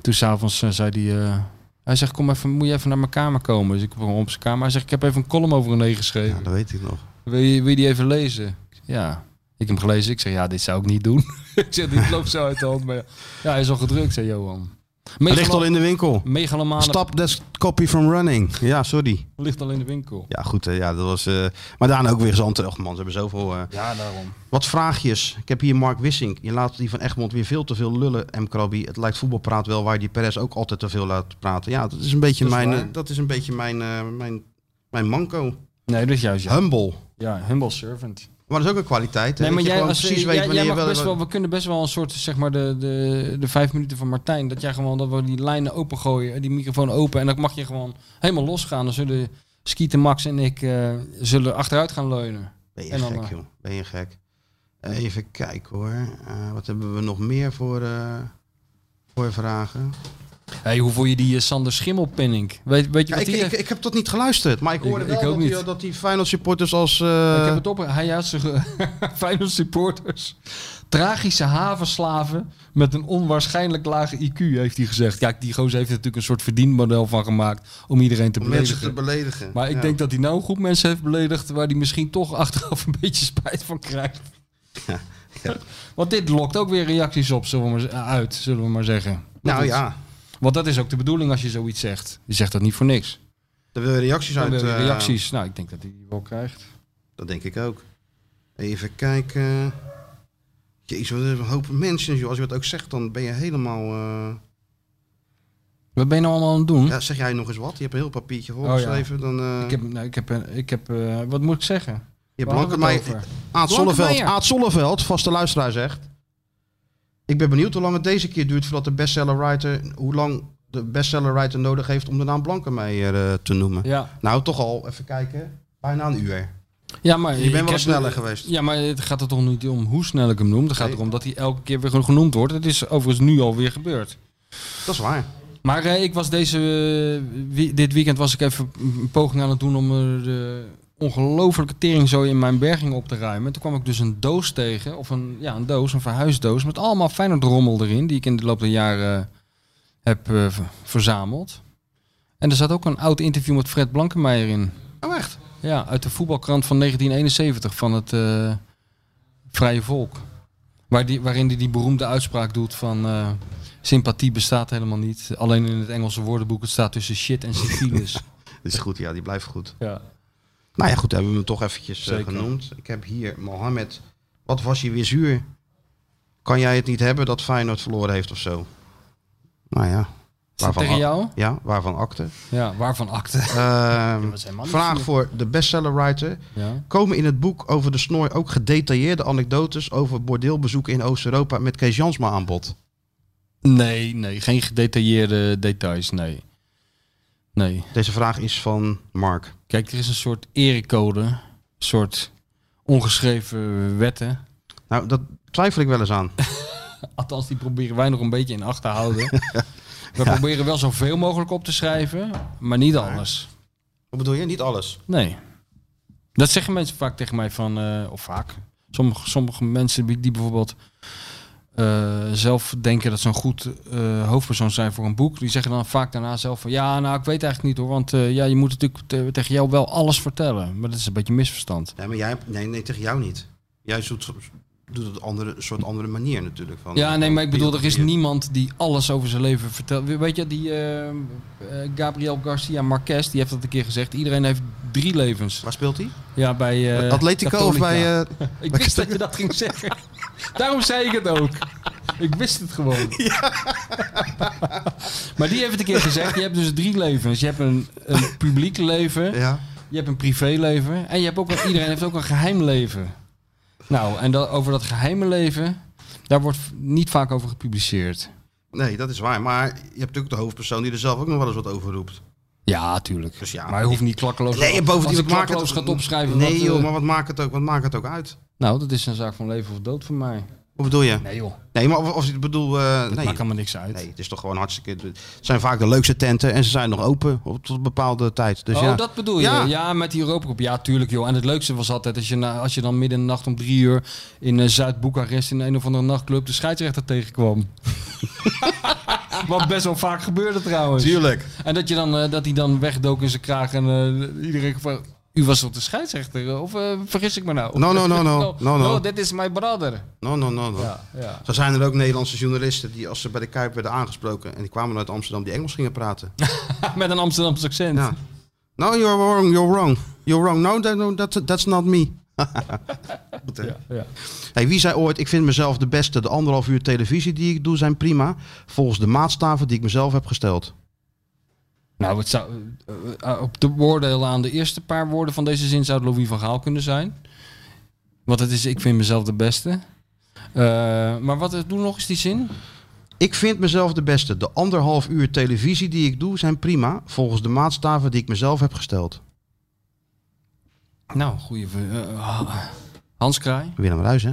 Toen s'avonds eh, zei hij... eh, hij zegt, kom even, moet je even naar mijn kamer komen? Dus ik kwam op zijn kamer. Hij zegt, ik heb even een column over René geschreven.
ja, dat weet ik nog.
Wil je, wil je die even lezen? Ik zeg, Ja. Ik heb hem gelezen. Ik zeg, ja, dit zou ik niet doen. ik zeg, dit loopt zo uit de hand. Maar ja. ja, hij is al gedrukt, zei Johan.
Hij ligt al in de winkel.
Megalomane
Stop that copy from running. Ja, sorry.
ligt al in de winkel.
Ja, goed. hè, Ja, dat was, eh, maar daarna ook weer zand. Och man, ze hebben zoveel... eh,
Ja, daarom.
Wat vraagjes. Ik heb hier Mark Wissink. Je laat die van Egmond weer veel te veel lullen, M. Krabi. Het lijkt voetbalpraat wel waar je die Perez ook altijd te veel laat praten. Ja, dat is een beetje
Dat is
mijn,
waar.
eh, dat is een beetje mijn, eh, mijn, mijn manco.
Nee, dus juist ja.
Humble.
Ja, humble servant.
Maar dat is ook een kwaliteit. Hè?
Nee, maar
dat je
jij,
gewoon
als,
precies
jij-
weet
jij
wanneer je
mag
wel...
best wel. We kunnen best wel een soort, zeg maar, de, de, de vijf minuten van Martijn. Dat jij gewoon dat we die lijnen opengooien, die microfoon open. En dan mag je gewoon helemaal losgaan. Dan zullen Skieten, Max en ik eh, zullen achteruit gaan leunen.
Ben je
en dan,
gek,
eh,
joh. Ben je gek. Even kijken hoor. Eh, wat hebben we nog meer voor, eh, voor vragen?
Hey, hoe voel je die eh, Sander Schimmelpenning? Weet, weet je
Ja,
wat
ik,
die...
ik, ik heb dat niet geluisterd, maar ik
Ik-
hoorde
ik
wel
ook
dat, die,
niet.
dat die Feyenoord supporters als... eh,
Ik heb het op. Hij had zijn ge- Feyenoord supporters. Tragische havenslaven met een onwaarschijnlijk lage IQ, heeft hij gezegd. Kijk, die gozer heeft er natuurlijk een soort verdienmodel van gemaakt om iedereen te
om
beledigen.
mensen te beledigen.
Maar ik
Ja.
denk dat hij nou een groep mensen heeft beledigd waar hij misschien toch achteraf een beetje spijt van krijgt.
ja.
Want dit lokt ook weer reacties op, zullen we maar, z- uit, zullen we maar zeggen. Want
Nou
het-
ja,
Want dat is ook de bedoeling als je zoiets zegt. Je zegt dat niet voor niks.
dan wil je reacties
Dan
uit...
wil je
eh,
reacties. Nou, ik denk dat hij die wel krijgt.
Dat denk ik ook. Even kijken. Jezus, wat een hoop mensen. Joh. Als je dat ook zegt, dan ben je helemaal... eh,
Wat ben je nou allemaal aan het doen?
Ja, zeg jij nog eens wat? Je hebt een heel papiertje
Oh ja.
volgeschreven. Dan, eh,
Ik heb, nou, ik heb, een- ik heb eh, wat moet ik zeggen?
je hebt
Waar hadden we het
Blankenmeijer-
over?
Aad
Blankenmeijer.
Zonneveld, Aad Zonneveld, vaste luisteraar zegt... Ik ben benieuwd hoe lang het deze keer duurt voordat de bestseller writer, hoe lang de bestseller writer nodig heeft om de naam Blankenmeijer eh, te noemen.
Ja.
Nou, toch al, even kijken, bijna een uur.
Ja, maar
Je bent wel
ik heb-
sneller geweest.
Ja, maar het gaat er toch niet om hoe snel ik hem noem. Het gaat
Nee.
erom dat hij elke keer weer genoemd wordt. Het is overigens nu alweer gebeurd.
Dat is waar.
Maar eh, ik was deze, eh, wie- dit weekend was ik even een poging aan het doen om er de ongelofelijke tering zo in mijn berging op te ruimen. Toen kwam ik dus een doos tegen, of een, ja, een doos, een verhuisdoos, met allemaal Feyenoord rommel erin, die ik in de loop der jaren eh, heb eh, ver- verzameld. En er zat ook een oud interview met Fred Blankenmeijer in.
Oh, echt?
Ja, uit de voetbalkrant van 1971 van het eh, Vrije Volk. Waar die, waarin hij die beroemde uitspraak doet van eh, sympathie bestaat helemaal niet. Alleen in het Engelse woordenboek het staat tussen shit en syphilis.
Dat is goed, ja, die blijft goed.
ja.
Nou ja, goed, hebben we hem toch eventjes eh,
Zeker.
genoemd. Ik heb hier Mohamed. Wat was je weer zuur? Kan jij het niet hebben dat Feyenoord verloren heeft of zo? Nou ja.
Is dat tegen
ac-
jou?
Ja, waarvan akte.
Ja, waarvan akte?
Ehm,
is helemaal niet
vraag
zuur.
voor de bestseller writer.
Ja.
Komen in het boek over de snooi ook gedetailleerde anekdotes over bordeelbezoeken in Oost-Europa met Kees Jansma aan bod?
Nee, nee, geen gedetailleerde details, nee. Nee.
Deze vraag is van Mark.
Kijk, er is een soort erecode, een soort ongeschreven wetten.
Nou, dat twijfel ik wel eens aan.
Althans, die proberen wij nog een beetje in acht te houden. We proberen wel zoveel mogelijk op te schrijven, maar niet alles.
Wat bedoel je? Niet alles.
Nee. Dat zeggen mensen vaak tegen mij van, eh, of vaak. Sommige, sommige mensen die die bijvoorbeeld eh, zelf denken dat ze een goed eh, hoofdpersoon zijn voor een boek, die zeggen dan vaak daarna zelf van, ja, nou, ik weet eigenlijk niet hoor, want eh, ja, je moet natuurlijk te- tegen jou wel alles vertellen. Maar dat is een beetje misverstand.
Nee, maar jij, nee, nee, tegen jou niet. Jij zoet- doet het andere, een soort andere manier natuurlijk. Van,
Ja, nee,
van
maar ik bedoel, er is
biografieën.
niemand die alles over zijn leven vertelt. We- Weet je, die eh, eh, Gabriel Garcia Marquez, die heeft dat een keer gezegd. Iedereen heeft drie levens.
Waar speelt hij?
Ja, bij eh
Atletico of
Catholica.
bij... eh,
Ik wist dat je dat ging zeggen. Daarom zei ik het ook. Ik wist het gewoon. maar die heeft het een keer gezegd. Je hebt dus drie levens. Je hebt een, een publiek leven.
ja.
Je hebt een privéleven en je hebt ook een, iedereen heeft ook een geheim leven. Nou, en dat, over dat geheime leven, daar wordt v- niet vaak over gepubliceerd.
Nee, dat is waar. Maar je hebt natuurlijk de hoofdpersoon die er zelf ook nog wel eens wat over roept.
Ja, tuurlijk.
Dus ja.
maar je hoeft niet klakkeloos.
Nee, bovendien,
als ik
wat maakt
klakkeloos
het...
gaat opschrijven.
Nee
wat, eh,
joh, maar wat maakt, het ook, wat maakt het ook uit?
Nou, dat is een zaak van leven of dood voor mij.
Wat bedoel je?
Nee joh,
Nee, maar of, of ik bedoel... eh,
dat
nee.
maakt helemaal niks uit.
nee, het is toch gewoon hartstikke... Het zijn vaak de leukste tenten en ze zijn nog open op, tot een bepaalde tijd. Dus
oh,
ja.
dat bedoel je?
Ja.
Ja, met die Europa Cup. Ja, tuurlijk joh. En het leukste was altijd als je, na, als je dan midden in de nacht om drie uur in eh, Zuid-Boekarest in een of andere nachtclub de scheidsrechter tegenkwam. Wat best wel vaak gebeurde trouwens.
Tuurlijk.
En dat, je dan, eh, dat hij dan wegdook in zijn kraag en eh, iedereen gevraagd... U was toch de scheidsrechter? Of eh, vergis ik me nou?
No, no, no, no. No, no.
dit is my brother.
No, no, no, no.
Ja, ja.
Zo zijn er ook Nederlandse journalisten die als ze bij de Kuip werden aangesproken... en die kwamen uit Amsterdam die Engels gingen praten.
Met een Amsterdamse accent.
Ja. No, you're wrong, you're wrong. You're wrong. No, that, no that, that's not me. Goed, hè?
ja.
Hey, wie zei ooit, ik vind mezelf de beste. De anderhalf uur televisie die ik doe zijn prima. Volgens de maatstaven die ik mezelf heb gesteld.
Nou, het zou, eh, eh, op de oordeel aan de eerste paar woorden van deze zin zou het Louis van Gaal kunnen zijn. Want het is, ik vind mezelf de beste. Eh, maar wat, doe nog eens die zin.
Ik vind mezelf de beste. De anderhalf uur televisie die ik doe zijn prima. Volgens de maatstaven die ik mezelf heb gesteld.
Nou, goeie... ver- eh, Hans Kraai.
Willem Ruijs, hè?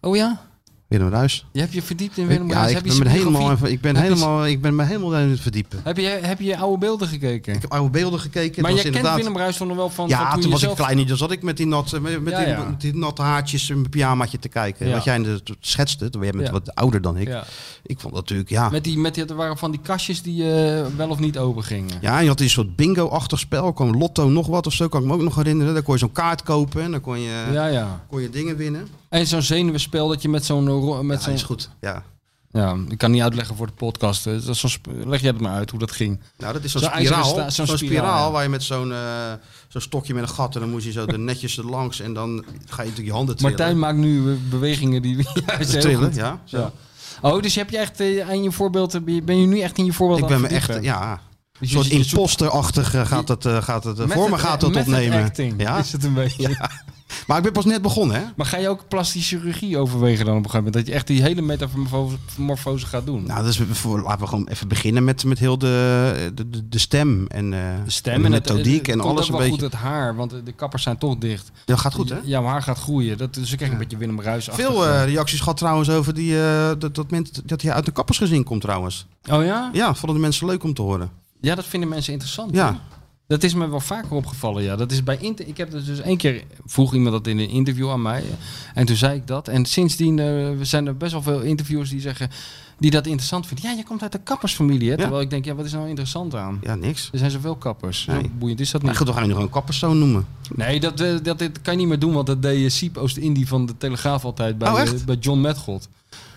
Oh ja?
Willem Ruijs.
Je hebt je verdiept in
Ik-
Willem
ja,
Ruijs.
ik
Heb je
ben, me
zijn
helemaal,
biografie-
even- ik ben
Heb je-
helemaal, ik ben me helemaal aan het verdiepen.
Heb je, heb je oude beelden gekeken?
Ik heb oude beelden gekeken.
maar
het was
jij kent
inderdaad...
Willem Ruijs toch nog wel van, van
Ja, toen
je
was ik
zelf-
klein. niet, Dan zat ik met die natte met, met
Ja,
die,
ja.
met die natte haartjes en mijn pyjamaatje te kijken.
Ja.
Wat jij net schetste, toen jij bent
Ja.
wat ouder dan ik.
Ja.
Ik vond dat natuurlijk, ja.
Met die, met die, er waren van die kastjes die eh, wel of niet open gingen.
Ja, je had een soort bingo-achtig spel. Kwam Lotto nog wat of zo, kan ik me ook nog herinneren. Dan kon je zo'n kaart kopen en dan kon je,
Ja, ja.
kon je dingen winnen.
En zo'n zenuwenspel dat je met zo'n... ro- Met
Ja,
zo'n
is goed. Ja.
Ja, ik kan niet uitleggen voor de podcast. hè. Dat is zo'n sp- Leg jij het maar uit hoe dat ging.
Nou, dat is zo'n
Zo'n ijzeren
spiraal.
sta-
zo'n
zo'n
spiraal,
spiraal, ja.
waar je met zo'n eh, zo'n stokje met een gat... en dan moest je zo er netjes langs en dan ga je natuurlijk je handen trillen.
Martijn maakt nu eh, bewegingen die... ja, is heel
trillen,
goed.
ja. Zo.
Ja. Oh, dus heb je echt eh, aan je voorbeeld... ben je- Ben je nu echt in je voorbeeld
Ik
aan
ben me
het
echt,
verdiepen?
ja... Een
Dus je-
soort
je zoekt-
imposterachtig eh, gaat het, eh, gaat het eh,
met
voor me
het-
gaat het
met
opnemen.
acting
ja?
is het een beetje.
Maar ik ben pas net begonnen, hè?
Maar ga je ook plastische chirurgie overwegen dan op een gegeven moment? Dat je echt die hele metamorfose gaat doen?
Nou, dus we- voor- laten we gewoon even beginnen met, met heel de, de, de- de stem en, eh,
de stem
en de
en het-
methodiek
het- het
en
komt
alles een
ook wel
beetje.
goed het haar, want eh, de- de kappers zijn toch dicht.
Dat gaat goed, hè?
Ja, mijn haar gaat groeien. Dat, dus ik krijg een beetje Willem Ruijs
Veel eh, reacties gehad trouwens over die, eh, dat, dat, men, dat hij uit een kappersgezin komt trouwens.
Oh ja?
Ja, vonden de mensen leuk om te horen.
Ja, dat vinden mensen interessant.
Ja.
hè? Dat is me wel vaker opgevallen, ja. Dat is bij inter- ik heb dat dus één keer vroeg iemand dat in een interview aan mij. eh, En toen zei ik dat. En sindsdien eh, zijn er best wel veel interviewers die zeggen die dat interessant vinden. Ja, je komt uit de kappersfamilie. Hè? Terwijl ik denk, ja, wat is nou interessant aan?
Ja, niks.
Er zijn zoveel kappers. Zo
Nee.
boeiend is dat
Maar
niet.
goed, we gaan je nu gewoon kapperszoon noemen.
Nee, dat, eh, dat, dit kan je niet meer doen, want dat deed eh, Siep Oost-Indie van de Telegraaf altijd bij,
Oh, echt?
eh, bij John Metgold.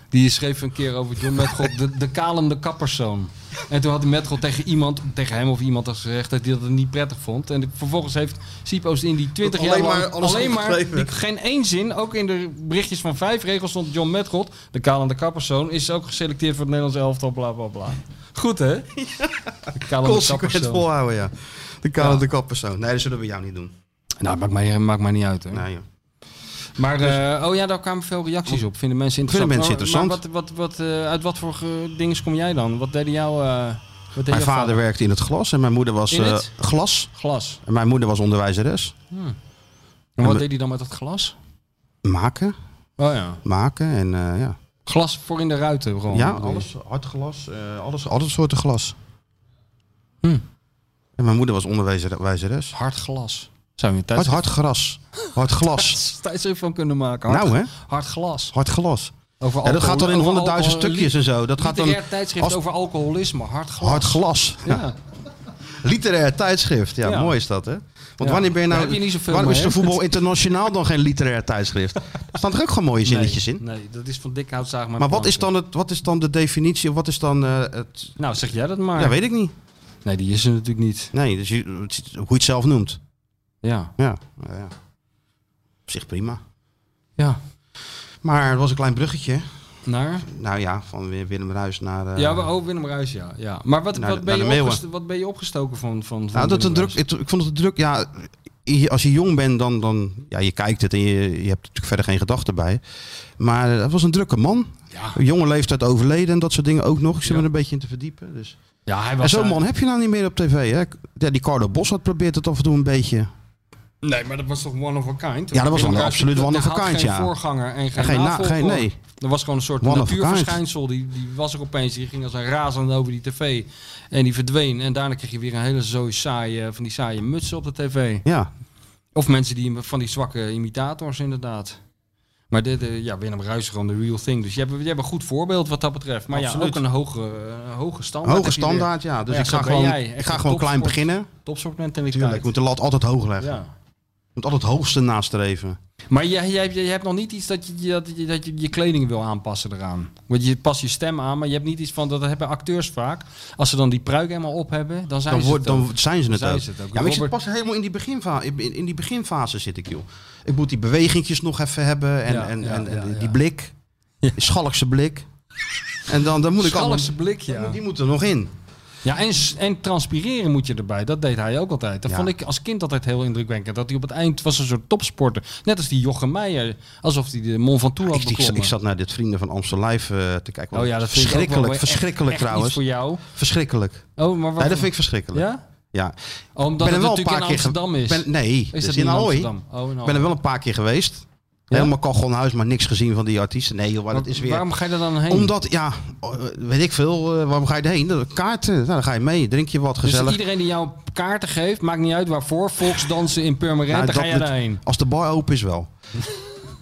Die schreef een keer over John Metgold, de, de kalende kapperszoon. En toen had die Metgold tegen iemand, tegen hem of iemand als gezegd dat hij dat niet prettig vond. En vervolgens heeft Siep Oost-Indie 20 jaar
Alleen
lang
maar alles
alleen maar
opgeschreven.
die- geen één zin, ook in de berichtjes van vijf regels stond John Metgold, de kalende kapperszoon, is ook geselecteerd voor het Nederlands elftal, bla bla bla. Goed hè? De kalende
Consequent
kapperszoon.
volhouden, ja. De kale de kapperszoon. Nee, dat zullen we jou niet doen.
Nou, maakt mij, maakt mij niet uit hè.
Nee, joh.
Maar, eh, oh ja, daar kwamen veel reacties op. Vinden mensen interessant.
Vinden mensen
Maar-
interessant.
Maar, wat, wat, wat, eh, uit wat voor eh, dingen kom jij dan? Wat deden jouw... eh, wat deed
Mijn
jouw
vader werkte in het glas en mijn moeder was
In
eh,
het?
glas.
Glas.
En mijn moeder was onderwijzeres.
En wat
we-
deed hij dan met dat glas?
Maken,
Oh ja.
maken en eh, ja.
Glas voor in de ruiten gewoon.
Ja,
bedoel je?
alles, hardglas, eh, alles, alle soorten glas.
Hm.
En mijn moeder was onderwijzeres.
Hard glas. Zou je
Hard,
thuis
hard gras, hard glas.
thuis even van kunnen maken. Hard,
nou hè,
Hard glas.
hard glas.
Over
Ja, dat gaat dan in
over
honderdduizend
alcohol-
stukjes en zo. Dat gaat dan
Literair tijdschrift
als-
over alcoholisme. Hard glas.
hard glas.
Ja.
Literair tijdschrift, ja,
Ja.
mooi is dat hè. Want
Ja.
wanneer ben je
Daar
nou,
heb je niet zoveel
waarom
mee,
is de
hè?
voetbal internationaal dan geen literair tijdschrift? Er staan er ook gewoon mooie zinnetjes
nee,
in.
Nee, dat is van dik hout zagen.
Maar wat is, dan het, wat is dan de definitie? Wat is dan eh, het...
Nou, zeg jij dat maar.
Ja, weet ik niet.
Nee, die is er natuurlijk niet.
Nee, dus je, hoe je het zelf noemt.
Ja.
Ja, nou ja. Op zich prima.
Ja.
Maar het was een klein bruggetje.
Naar?
Nou ja, van Wi- Willem Ruis naar... eh,
ja, we- oh, Willem Ruijs, ja. ja. Maar wat,
Naar de-
wat, ben
naar de
je
Meeuwen.
opgest- wat ben je opgestoken van, van, van
nou, dat een
Willem
druk,
Ruijs?
ik, ik vond het een druk... Ja, je- als je jong bent, dan... dan ja, je kijkt het en je, je hebt natuurlijk verder geen gedachten bij. Maar eh, het was een drukke man.
Ja.
Op Jonge leeftijd overleden en dat soort dingen ook nog. Ik zit
Ja.
me er een beetje in te verdiepen. Dus.
Ja, hij
En
was...
zo'n
eh,
man heb je nou niet meer op tv, hè? Ja, die Carlo Bos had probeert het af en toe een beetje.
Nee, maar dat was toch one of a kind?
Ja, dat was
Willem
een
Ruijs,
absoluut
dat-
one of
dat
a
had
kind,
geen
ja.
voorganger en geen,
En geen na-
navolger.
geen- nee.
Dat was gewoon een soort
One of a kind.
natuurverschijnsel. Die, die was er opeens. Die ging als een razend over die tv. En die verdween. En daarna kreeg je weer een hele zooi saaie, van die saaie mutsen op de tv.
Ja,
Of mensen die van die zwakke imitators, inderdaad. Maar dit, eh, ja, Willem Ruijs is gewoon de real thing. Dus je hebt, je hebt een goed voorbeeld wat dat betreft. Maar ja,
Absoluut.
ook een hoge, eh, hoge standaard.
hoge
heb je weer. Oh
standaard, ja. Dus
Ja,
ik ga
zo ben
gewoon,
jij.
ik
Echt
ga
een
gewoon klein
topsport-
beginnen. Tuurlijk,
Topsoortmentaliteit.
ik moet de lat altijd hoog leggen.
Ja.
Je moet altijd het hoogste nastreven.
Maar jij, jij, jij hebt nog niet iets dat je dat, je, dat je je kleding wil aanpassen eraan. Want je past je stem aan, maar je hebt niet iets van... Dat hebben acteurs vaak. Als ze dan die pruik helemaal op hebben, dan zijn
Dan,
ze
wordt,
het ook.
dan zijn ze het
Zijn
ook.
ze het ook.
Ja, maar ik zit
Robert-
pas helemaal in die, beginfase, in, in die beginfase zit ik, joh. Ik moet die bewegingjes nog even hebben en,
Ja,
en,
ja,
en, en
ja,
die
ja.
blik. Die Schalkse blik. En dan, dan moet ik allemaal...
Schalkse blik, ja.
Die moet er nog in.
Ja, en, s- en transpireren moet je erbij. Dat deed hij ook altijd. Dat
Ja.
vond ik als kind altijd heel indrukwekkend. Dat hij op het eind was een soort topsporter. Net als die Jochem Meijer. Alsof hij de Mont Ventoux had
Ik, ik,
beklommen.
ik zat naar dit Vrienden van Amstel Live eh, te kijken.
oh ja, dat vind ik ook wel
verschrikkelijk,
weer echt-
verschrikkelijk
echt
trouwens.
iets voor jou.
Verschrikkelijk.
Oh, maar wat...
Ja, dat vind ik verschrikkelijk.
Ja?
Ja.
Oh, omdat
ben
het
er wel een
natuurlijk
paar
in
keer ge-
Amsterdam is.
Ben, nee, is
is
dat
dat
is in
niet
Ahoy.
Amsterdam? Oh, in
Ik
Ahoy.
ben er wel een paar keer geweest.
Ja?
Helemaal Kagonhuis, maar niks gezien van die artiesten. Nee, joh, maar dat is weer...
Waarom ga je er dan heen?
Omdat, ja, oh, eh, weet ik veel, eh, waarom ga je erheen? De Kaarten, nou, dan ga je mee, drink je wat,
dus
gezellig.
iedereen die jou kaarten geeft, maakt niet uit waarvoor. Volksdansen in Purmerend,
Nou,
daar ga
dat
je
moet-
daarheen.
Als de bar open is wel.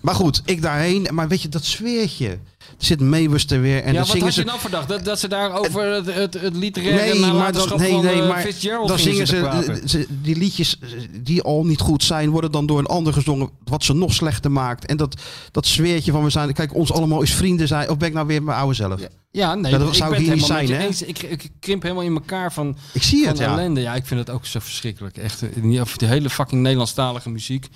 maar goed, ik daarheen. Maar weet je, dat sfeertje. Er zit Meeuwis er weer en
Ja,
dan
wat
zingen
had je
ze...
nou verdacht? Dat, dat ze daar over het, het, het literaire
Nee, maar
nalatenschap
dan, nee,
van
nee,
eh,
maar
Fitzgerald
dan
gingen
zingen
te
ze,
praten.
eh, ze- die liedjes eh, die al niet goed zijn, worden dan door een ander gezongen, wat ze nog slechter maakt. En dat, dat sfeertje van we zijn, kijk, ons allemaal is vrienden zijn, of ben ik nou weer mijn oude zelf?
Ja, nee,
Dat
ik
zou
ben
ik hier
het
niet
helemaal met
zijn,
je
hè?
eens. Ik, ik krimp helemaal in elkaar van,
Ik zie
van
het, ja.
ellende. Ja, ik vind het ook zo verschrikkelijk. Echt, eh, niet- of die hele fucking Nederlandstalige muziek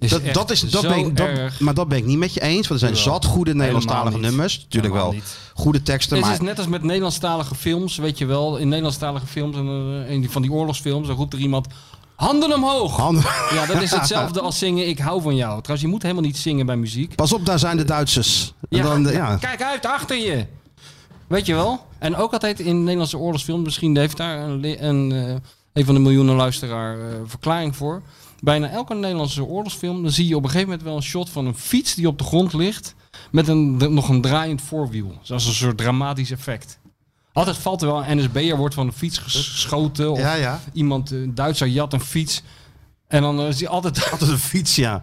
is
Dat,
echt
dat is, dat
zo
ben ik, dat-
erg.
maar dat ben ik niet met je eens, want er zijn
Jawel.
zat goede Nederlandstalige
Helemaal niet.
nummers. Natuurlijk wel.
Helemaal niet.
Goede teksten,
Het
maar
is net als met Nederlandstalige films, weet je wel. In Nederlandstalige films en eh, in die, van die oorlogsfilms, dan roept er iemand... Handen omhoog.
Handen-
Ja, dat is hetzelfde als zingen ik hou van jou. Trouwens, je moet helemaal niet zingen bij muziek.
Pas op, daar zijn de Duitsers. En
Ja,
dan, eh, ja.
Kijk uit, achter je. Weet je wel? En ook altijd in Nederlandse oorlogsfilms, misschien heeft daar een, li- een, eh, een van de miljoenen luisteraar eh, verklaring voor. Bijna elke Nederlandse oorlogsfilm, dan zie je op een gegeven moment wel een shot van een fiets die op de grond ligt. Met een, d- nog een draaiend voorwiel. Zoals een soort dramatisch effect. Altijd valt er wel een NSB'er wordt van een fiets ges- geschoten. Of
Ja, ja.
iemand, eh, een Duitser jat een fiets. En dan eh, zie je altijd
Altijd een fiets, ja.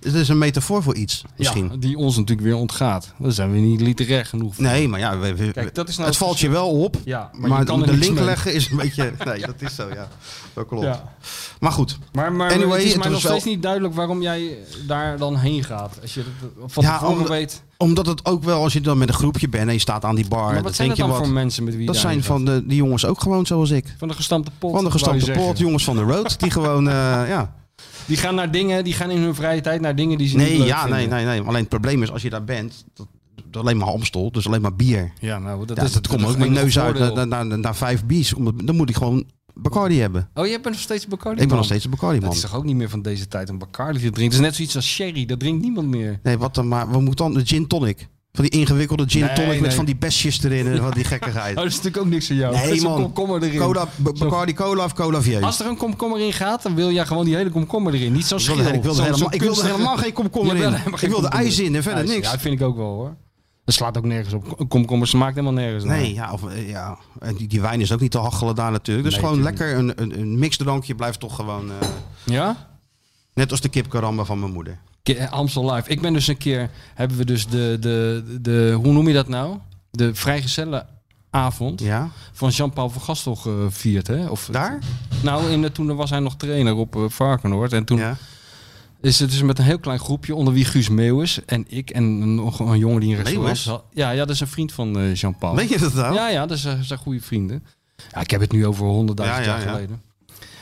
Het is een metafoor voor iets, misschien.
Ja, die ons natuurlijk weer ontgaat. Dan zijn we niet literair genoeg. voor.
Nee, maar ja, we- we-
Kijk, dat is nou
het
het
valt je wel op.
Ja, maar
maar
je kan er
de
niks
link
mee.
leggen is een beetje... Nee, dat is zo, ja. Dat klopt.
Ja.
Maar goed.
Maar, maar
Anyway,
het is
het
mij nog
was wel-
steeds niet duidelijk waarom jij daar dan heen gaat. Als je dat van
Ja,
tevoren
omdat- Ah,
weet.
Omdat het ook wel, als je dan met een groepje bent en je staat aan die bar...
Maar
dan
wat zijn
denk
dat
je
dan
wat,
voor mensen met wie je
Dat
daarheen
zijn van
gaat?
de, die jongens ook gewoon zoals ik.
Van de gestampte
Van
pot.
de
wou
gestampte
je
pot,
zeggen.
jongens van de road, die gewoon, eh, ja.
Die gaan naar dingen, die gaan in hun vrije tijd naar dingen die ze niet
Nee,
leuk
ja,
vinden.
nee, nee, nee. Alleen het probleem is, als je daar bent, dat, dat alleen maar hamstol, dus alleen maar bier.
Ja, nou, dat,
Ja,
is
dat komt ook
is
mijn
enige
neus uit
voordeel.
naar, naar, naar, naar vijf bies. Omdat- Dan moet ik gewoon Bacardi hebben.
Oh, jij bent nog steeds een Bacardi
Ik ben
man.
nog steeds een Bacardi
Dat
man.
is toch ook niet meer van deze tijd om Bacardi te drinken. Het is net zoiets als sherry, dat drinkt niemand meer.
Nee, wat dan maar. We moeten dan de gin tonic. Van die ingewikkelde gin
Nee,
tonic met
nee.
van die besjes erin en van die gekkigheid.
Oh, dat is natuurlijk ook niks aan jou. dat
Nee
is een
man,
komkommer erin.
cola, B-
Zo'n
Bacardi cola of cola Vieux.
Als er een komkommer in gaat, dan wil jij gewoon die hele komkommer erin. Niet zo'n
Ik
schil.
wilde, ik, wilde
Zo'n-
helemaal,
zo'n
ik wilde
kunstige-
helemaal geen komkommer
Je wilde
in.
helemaal
Ik
geen
wilde
komkommer
ijs in en verder
Ijs,
niks.
Ja, dat vind ik ook wel hoor. Dat slaat ook nergens op. Een komkommer smaakt helemaal nergens naar.
Nee, ja, of, eh, ja. En die, die wijn is ook niet te hachelen daar natuurlijk. Dus
Nee,
gewoon
natuurlijk
lekker een, een, een mixdrankje blijft toch gewoon... eh,
Ja?
net als de kipkaramba van mijn moeder.
Ke- Amstel Live. Ik ben dus een keer, hebben we dus de, de, de hoe noem je dat nou? De vrijgezellenavond
Ja?
van Jean-Paul van Gastel gevierd. Hè? Of,
Daar?
Nou, in, de- toen was hij nog trainer op eh, Varkenoord. En toen
Ja.
is het dus met een heel klein groepje, onder wie Guus Meeuwis en ik en nog een jongen die in restaurant
Meeuwis?
zat. Ja, ja, dat is een vriend van eh, Jean-Paul.
Weet je dat nou?
Ja, ja, dat zijn, zijn goede vrienden. Ja, ik heb het nu over honderdduizend
Ja, ja,
jaar
ja.
geleden.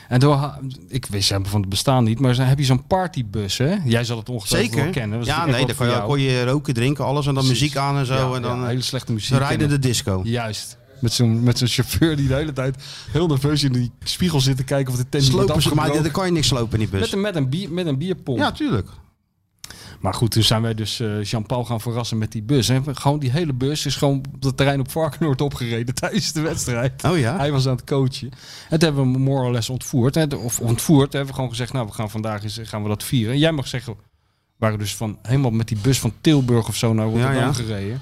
En door, ha- ik wist helemaal van het bestaan niet, maar dan heb je zo'n partybus, hè? Jij zal het ongetwijfeld
Zeker.
wel kennen. Dat is
ja, nee,
natuurlijk
dan
echt
kon
wat
je,
voor
kon je roken, drinken, alles. En dan
Precies.
muziek aan en zo.
jou.
en
Ja,
dan
ja,
eh,
hele slechte muziek.
ze rijden de disco.
Juist. Met zo'n met zo'n chauffeur die de hele tijd heel nerveus in die spiegel zit te kijken of de tent niet wordt
Slopen ze, maar
afgebroken.
daar kan je niks slopen in die bus.
Met een, met een, bier, met een bierpomp.
Ja, tuurlijk.
Maar goed, toen zijn wij dus eh, Jean-Paul gaan verrassen met die bus. Hè. Gewoon die hele bus is gewoon op het terrein op Varkenoord opgereden tijdens de wedstrijd.
Oh ja?
Hij was aan het coachen. En toen hebben we hem more or less ontvoerd. Hè, of ontvoerd. Toen hebben we gewoon gezegd, nou, we gaan vandaag eens, gaan we dat vieren. En jij mag zeggen, we waren dus van, helemaal met die bus van Tilburg of zo naar Rotterdam
ja.
gereden.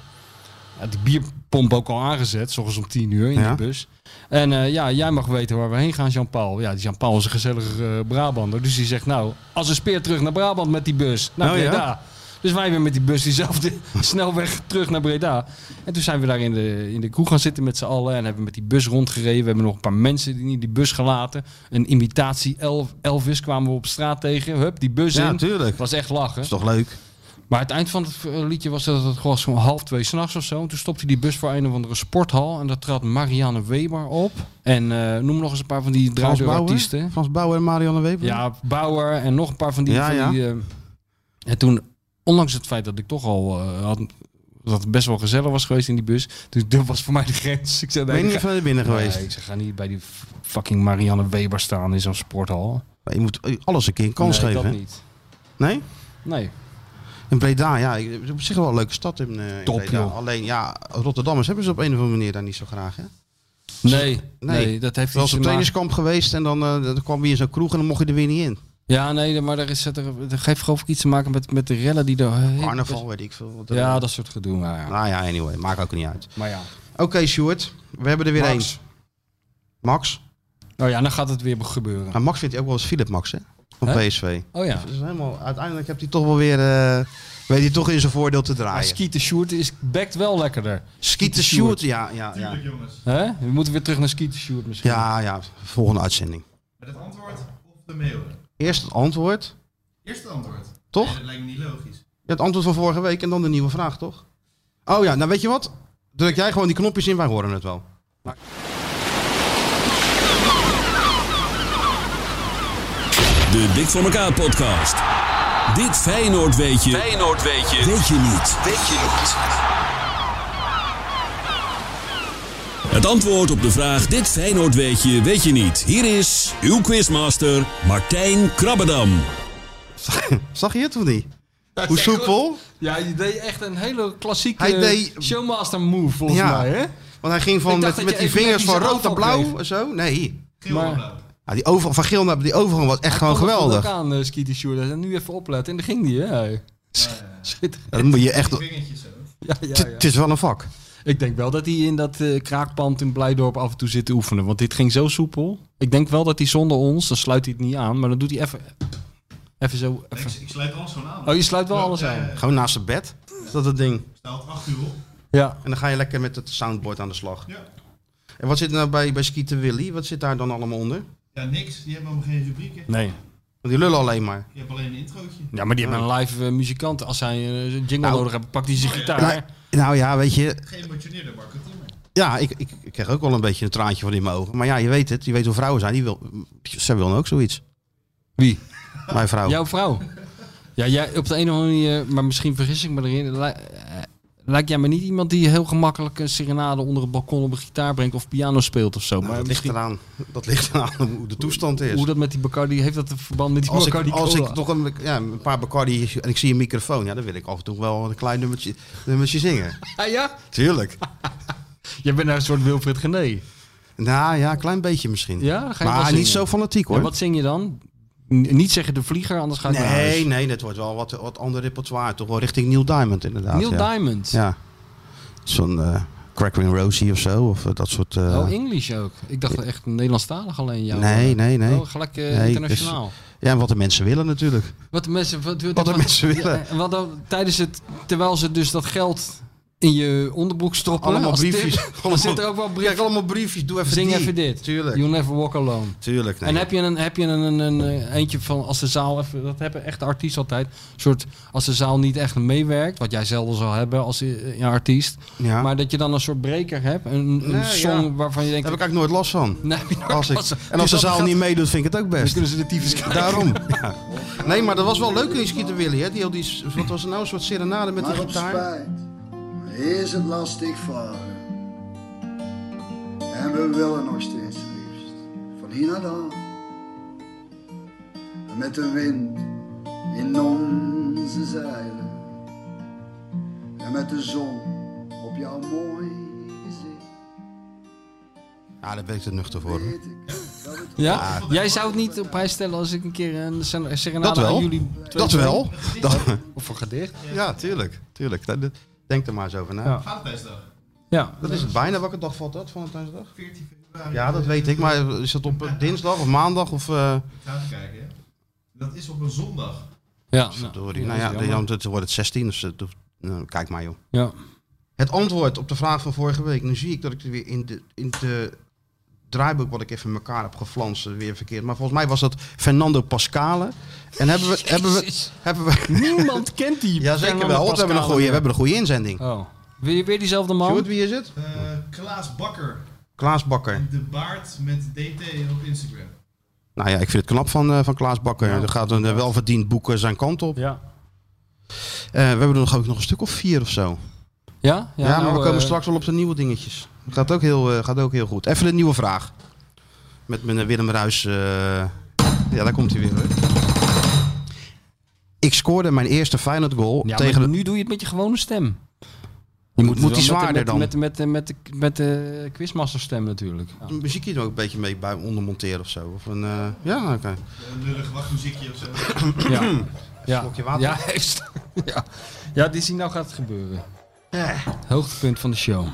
Ja, die bierpomp ook al aangezet, s'ochtends om tien uur in
Ja.
die bus. En eh, ja, jij mag weten waar we heen gaan, Jean-Paul. Ja, die Jean-Paul is een gezellige eh, Brabander. Dus die zegt, nou, als een speer terug naar Brabant met die bus. Nou, Naar
Oh, ja?
Breda. Dus wij weer met die bus diezelfde snelweg terug naar Breda. En toen zijn we daar in de, in de kroeg gaan zitten met z'n allen. En hebben we met die bus rondgereden. We hebben nog een paar mensen die in die bus gelaten. Een imitatie El- Elvis kwamen we op straat tegen. Hup, die bus
Ja,
in.
tuurlijk.
Het was echt lachen.
is toch leuk?
Maar het eind van het eh, liedje was dat het gewoon zo'n half twee s'nachts of zo. En toen stopte die bus voor een of andere sporthal. En daar trad Marianne Weber op. En eh, noem nog eens een paar van die
Frans
draaideur-artiesten.
Bauer, Frans Bauer en Marianne Weber?
Ja, Bauer en nog een paar van die.
Ja,
van
ja.
die eh, en toen, ondanks het feit dat ik toch al eh, had, dat het best wel gezellig was geweest in die bus. Dus dat was voor mij de grens. Ik zei,
Ben je
ik
niet
ga-
van binnen geweest?
Nee, ik zei, ga niet bij die f- fucking Marianne Weber staan in zo'n sporthal.
Maar Je moet eh, alles een keer een kans
nee,
geven.
dat
hè?
niet.
Nee?
Nee.
In Breda, ja. ik- Op zich wel een leuke stad in, eh in
Top,
Breda.
joh.
Alleen, ja, Rotterdammers hebben ze op een of andere manier daar niet zo graag, hè?
Nee, nee,
Dus- Nee.
dat heeft
Wel
iets
eens
te
op
maken...
trainingskamp geweest en dan, eh, dan kwam weer zo'n kroeg en dan mocht je er weer niet in.
Ja, nee, maar daar is, het- er, dat heeft geloof ik iets te maken met, met de rellen die er...
Carnaval, weet ik veel. Wat er-
Ja, dat soort gedoe. Maar ja.
Nou ja, anyway, maakt ook niet uit.
Maar ja.
Oké, Sjoerd, we hebben er weer
Max.
eens. Max?
Oh ja, dan gaat het weer gebeuren.
Nou, Max vindt hij ook wel eens Philip Max, hè? Van
Hè?
PSV.
Oh ja.
Dus helemaal, uiteindelijk heeft hij toch wel weer, eh, weet hij toch in zijn voordeel te
Maar
draaien.
Skeeter Sjoerd is bekt wel lekkerder.
Schieten Sjoerd, ja, ja, ja.
Tuurlijk, jongens.
Hè? We moeten weer terug naar Skeeter Sjoerd misschien.
Ja, ja, volgende uitzending.
Met het antwoord of de mailen?
Eerst het antwoord,
Eerst het antwoord.
toch?
Nee, dat lijkt me niet logisch.
Ja, Het antwoord van vorige week en dan de nieuwe vraag, toch? Oh ja, nou weet je wat? Druk jij gewoon die knopjes in, wij horen het wel.
De Dik voor elkaar podcast. Dit Feyenoord weet je. Feyenoord weet je. Weet je niet. Weet je niet.
Het antwoord op de vraag Dit Feyenoord weet je, weet je niet. Hier is uw quizmaster Martijn Krabbedam.
Zag je het of niet?
Ja,
Hoe
kijk,
soepel?
Ja, je deed echt een hele klassieke
Hij deed-
showmaster move volgens
Ja,
mij. Hè?
Want hij ging van
Ik dacht
met,
dat
met die
je even
vingers
net die
van rood naar
aanval
blauw
kreeg.
en zo. Nee.
Maar-
Ja, Nou, die overgang van geel naar die overgang was echt gewoon
Kom er goed
Oh, geweldig.
ook aan, eh, Skeeter Sjoerd. En nu even opletten. En daar ging die, hè? hij. Schitterend.
Ja, dan moet je echt.
Ja, ja,
Het
ja.
het is wel een vak.
Ik denk wel dat hij in dat eh, kraakpand in Blijdorp af en toe zit te oefenen. Want dit ging zo soepel. Ik denk wel dat hij zonder ons, dan sluit hij het niet aan. Maar dan doet hij even... Even zo...
Ik,
Even.
ik sluit alles gewoon aan.
Oh, je sluit wel
Ja,
alles
ja, ja.
aan.
Gewoon naast het bed. Is dat het ding?
Ik sta op 8 uur op.
Ja.
En dan ga je lekker met het soundboard aan de slag.
Ja.
En wat zit er nou bij, bij Skeeter Willy? Wat zit daar dan allemaal onder?
Ja, niks. Die hebben allemaal geen rubrieken.
Nee.
Want die lullen alleen maar.
Je hebt alleen een introotje.
Ja, maar die hebben een live eh, muzikant. Als zij eh, een jingle
Nou.
nodig hebben, pakt hij zijn gitaar.
Nou, nou ja, weet je.
Geëmotioneerde Marco Timmer.
Ja, ik, ik, ik kreeg ook wel een beetje een traantje van in mijn ogen. Maar ja, je weet het. Je weet hoe vrouwen zijn. Die wil, zij willen ook zoiets.
Wie?
Mijn vrouw.
Jouw vrouw. Ja, jij op de een of andere manier, maar misschien vergis ik me erin. li- eh, Lijkt jij me niet iemand die heel gemakkelijk een serenade onder het balkon op een gitaar brengt of piano speelt of zo?
Nou,
maar
dat, ligt
misschien-
eraan, dat ligt eraan hoe de toestand is.
hoe dat met die Bacardi, heeft dat een verband met die
als
Bacardi
ik, als
Cola?
ik nog een, ja, een paar Bacardi en ik zie een microfoon, ja, dan wil ik af en toe wel een klein nummertje, nummertje zingen.
Ah ja?
Tuurlijk.
Jij bent nou een soort Wilfred Gené.
Nou ja, een klein beetje misschien.
Ja, dan ga je wel
maar
zingen.
niet zo fanatiek hoor.
Ja, wat zing je dan? N- niet zeggen de vlieger, anders ga ik naar huis.
nee, nee, dat wordt wel wat, wat ander repertoire. Toch wel richting Neil Diamond inderdaad.
Neil
ja.
Diamond.
Ja. Zo'n eh, Crackling Rosie of zo, of eh, dat soort... eh,
Oh, English ook. Ik dacht echt Nederlandstalig alleen jou.
Nee, nee, nee.
Oh, gelijk eh,
Nee, dus-
internationaal.
ja, en wat de mensen willen natuurlijk.
Wat de mensen, wat, wat,
Wat de mensen willen.
Ja, en wat dan, tijdens het, terwijl ze dus dat geld in je onderbroek stoppen.
Allemaal
als tip,
briefjes.
Dan zit er ook wel
Kijk,
briefjes.
allemaal briefjes, doe even
Zing
die.
even dit.
Tuurlijk.
You'll never walk alone.
Tuurlijk, nee.
en heb je een, heb je een, een, een, eh, eentje van als de zaal even, dat hebben echt artiesten altijd, een soort als de zaal niet echt meewerkt, wat jij zelden zal hebben als eh, een artiest,
Ja.
maar dat je dan een soort breker hebt, een, een
Nee,
song
ja.
waarvan je denkt,
Daar heb ik eigenlijk nooit last van.
nee, heb je nooit
Als ik,
last van.
en als
Dus
de
dat
zaal
gaat-
niet meedoet, vind ik het ook
dan
best.
kunnen ze de tyfus krijgen.
Daarom. Ja. Nee, maar dat was wel leuk in Schieten Willy. Hè? Die, had die, wat was het nou? Een soort serenade met die
Maar op
gitaar.
spijt is het lastig varen. En we willen nog steeds het liefst van hier naar daar. En Met de wind in onze zeilen. En met de zon op jouw mooi gezicht.
Ja, daar ben ik te nuchter voor. hoor.
Ja? Jij zou het niet op prijs stellen als ik een keer een sen-
Dat
serenade aan
wel.
jullie...
Dat wel. Dat-
Of een gedicht.
ja, tuurlijk. tuurlijk. Dat- dat- Denk er maar eens over na.
Ja.
Valentijnsdag.
Ja.
Dat is het bijna. Welke dag valt dat? Valentijnsdag?
14 februari.
Ja, dat weet ik. Maar is dat op eh, dinsdag of maandag? Of, eh
Ik ga even kijken. hè. Dat is op een zondag.
Ja.
sorry. Nou ja, dan dan wordt het 16. Dus, eh, dat- nou, kijk maar joh.
Ja.
Het antwoord op de vraag van vorige week. Nu zie ik dat ik er weer in de, in de draaiboek wat ik even in elkaar heb geflanst eh, weer verkeerd. Maar volgens mij was dat Fernando Pascale. En hebben we... Hebben we,
Jezus.
hebben we
Niemand kent die.
ja, zeker wel. want We hebben, een goede, we hebben een goede inzending.
Oh. Wil je weer diezelfde man?
Sjoerd, wie is het?
Eh, Klaas Bakker.
Klaas Bakker.
De baard met DT op Instagram.
Nou ja, ik vind het knap van, eh, van Klaas Bakker. Er gaat een eh, welverdiend boek eh, zijn kant op.
Ja.
Eh, we hebben er nog, ook nog een stuk of vier of zo.
Ja?
Ja, maar
nou,
we komen
eh,
straks wel op de nieuwe dingetjes. Gaat ook heel, eh, gaat ook heel goed. Even een nieuwe vraag. Met mijn eh, Willem Ruis. eh, Ja, daar komt hij weer. hoor. Ik scoorde mijn eerste Feyenoord goal
Ja,
tegen...
maar
de-
nu doe je het met je gewone stem.
Moet-
het
moet
wel
die
met de-
zwaarder
met,
dan?
Met, met, met, met, de- met de quizmaster stem natuurlijk. Ja.
Een muziekje er ook een beetje mee bij ondermonteren of zo. Of een, eh, Ja, oké.
Een lullig wachtmuziekje of zo.
Ja. Ja.
Slokje water.
Ja, heeft- ja. ja, dit zien nou gaat het gebeuren.
Eh.
Hoogtepunt van de show.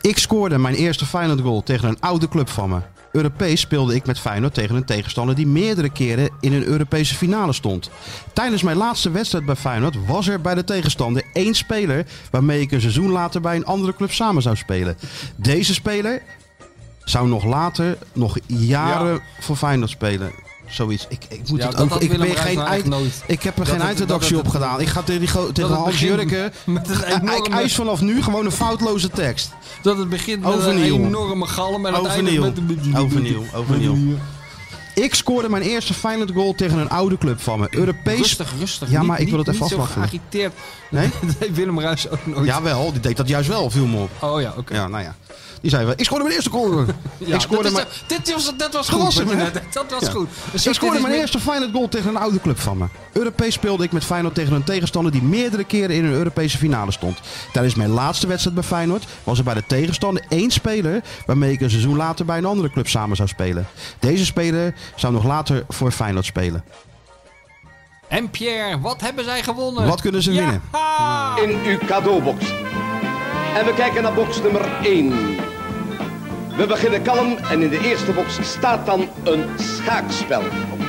Ik scoorde mijn eerste Feyenoord goal tegen een oude club van me. Europees speelde ik met Feyenoord tegen een tegenstander die meerdere keren in een Europese finale stond. Tijdens mijn laatste wedstrijd bij Feyenoord was er bij de tegenstander één speler waarmee ik een seizoen later bij een andere club samen zou spelen. Deze speler zou nog later, nog jaren voor Feyenoord spelen. Zoiets. Ik, ik moet
Ja,
het
dat
ook.
had
Ik,
Willem
ben
Ruijs
geen
nou
eind,
eigenlijk nooit.
ik heb er
Dat
geen
het-
eindredactie
dat
op
het-
gedaan. Ik ga tegen, die, go- tegen
het
Hans
begin
Jurken.
met een enorme-
Ik eis vanaf nu gewoon een foutloze tekst.
Dat het begint met
Overnieuw.
een enorme galm en het eindigt
Overnieuw.
met een...
Overnieuw, overnieuw. Ik scoorde mijn eerste Feyenoord goal tegen een oude club van me. Europees.
Rustig, rustig.
Ja,
Niet-
maar ik wil
niet-
het even
niet zo
afwachten.
geagiteerd.
Nee?
Dat deed Willem Ruijs ook nooit.
Jawel, die deed dat juist wel, viel me op.
Oh ja, oké.
Ja, nou ja. Die zei wel, ik scoorde mijn eerste goal.
Ja,
ik scoorde
dat, is
mijn...
de- dit was, dat was
Dat
goed.
was hem,
wat je
hè?
net- Dat was
Ja.
goed. Dus
ik
dit
scoorde
is
mijn
meer-
eerste Feyenoord goal tegen een oude club van me. Europees speelde ik met Feyenoord tegen een tegenstander die meerdere keren in een Europese finale stond. Tijdens mijn laatste wedstrijd bij Feyenoord was er bij de tegenstander één speler waarmee ik een seizoen later bij een andere club samen zou spelen. Deze speler zou nog later voor Feyenoord spelen.
En Pierre, wat hebben zij gewonnen?
Wat kunnen ze
Oh Ja.
winnen?
in uw cadeaubox. En we kijken naar box nummer 1. We beginnen kalm en in de eerste box staat dan een schaakspel.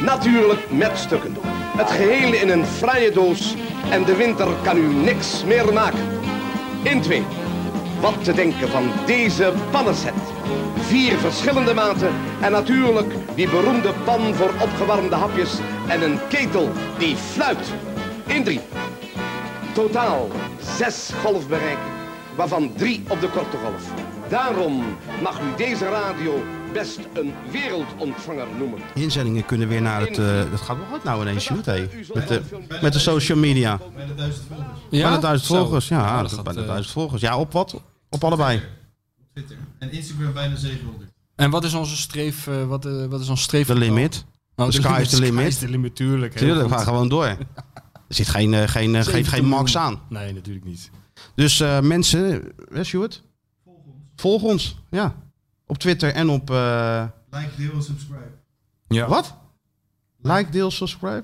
Natuurlijk met stukken. Het geheel in een fraaie doos en de winter kan u niks meer maken. In 2. Wat te denken van deze pannenset. Vier verschillende maten en natuurlijk die beroemde pan voor opgewarmde hapjes en een ketel die fluit. In 3. Totaal zes golfbereiken, waarvan drie op de korte golf. Daarom mag u deze radio best een wereldontvanger noemen.
Inzendingen kunnen weer naar het... eh, dat gaat wel goed nou ineens, Sjoerd, hé. Met de, met de social media.
Ja?
Bijna duizend
Zo.
volgers, ja.
Nou, dat
dat
gaat,
bijna
eh,
duizend volgers. Ja, op wat? Op allebei.
Twitter. En Instagram bijna 700.
En wat is onze streef? eh, wat, eh, wat is ons streef?
De limit.
Oh,
de
de
sky is de
sky
limit.
is the limit, tuurlijk, heel
Tuurlijk, we
goed.
gaan gewoon door. Er zit geen, eh, geen, eh, geen, geen max aan.
Nee, natuurlijk niet.
Dus eh, mensen, hè Sjoerd? Volg ons. ja. Op Twitter en op... eh,
Like, deel en subscribe.
Ja.
Wat? Like, deel, subscribe?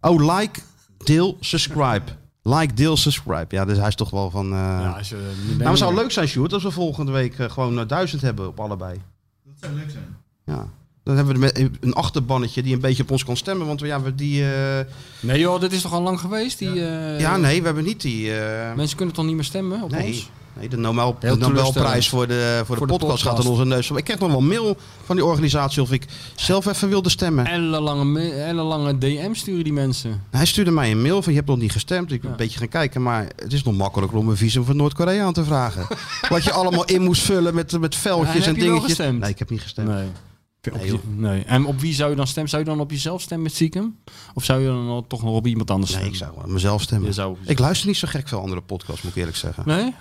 Oh, like, deel, subscribe. Like, deel, subscribe. Ja, dus hij is toch wel van... eh,
als je-
nou, het zou leuk zijn, Sjoerd, als we volgende week eh, gewoon eh, duizend hebben op allebei.
Dat zou leuk zijn.
Ja. Dan hebben we met- eh, een achterbannetje die een beetje op ons kan stemmen. Want we, ja, we die... eh,
Nee joh, dit is toch al lang geweest? Die, eh,
ja, nee, we hebben niet die... eh,
Mensen kunnen toch niet meer stemmen op
nee.
ons?
Nee, de Nobel, de
Heel
Nobelprijs
teleurstellend.
voor de, eh, voor de,
Voor de
podcast, gaat aan
podcast.
onze neus. Ik kreeg nog wel mail van die organisatie of ik zelf even wilde stemmen.
Ellenlange, me- ellenlange DM sturen die mensen.
Hij stuurde mij een mail van je hebt nog niet gestemd. Ik ben een beetje gaan kijken, maar het is nog makkelijker om een visum voor Noord-Korea aan te vragen. Wat je allemaal in moest vullen met, met
en
veldjes en,
heb je wel
dingetjes.
gestemd?
Nee, ik heb niet gestemd.
Nee.
Nee, joh.
Nee. En op wie zou je dan stemmen? Zou je dan op jezelf stemmen met stiekem? Of zou je dan al- toch nog op iemand anders
Nee,
stemmen?
ik zou op mezelf stemmen. Ik luister niet zo gek veel andere podcasts, moet ik eerlijk zeggen.
Nee?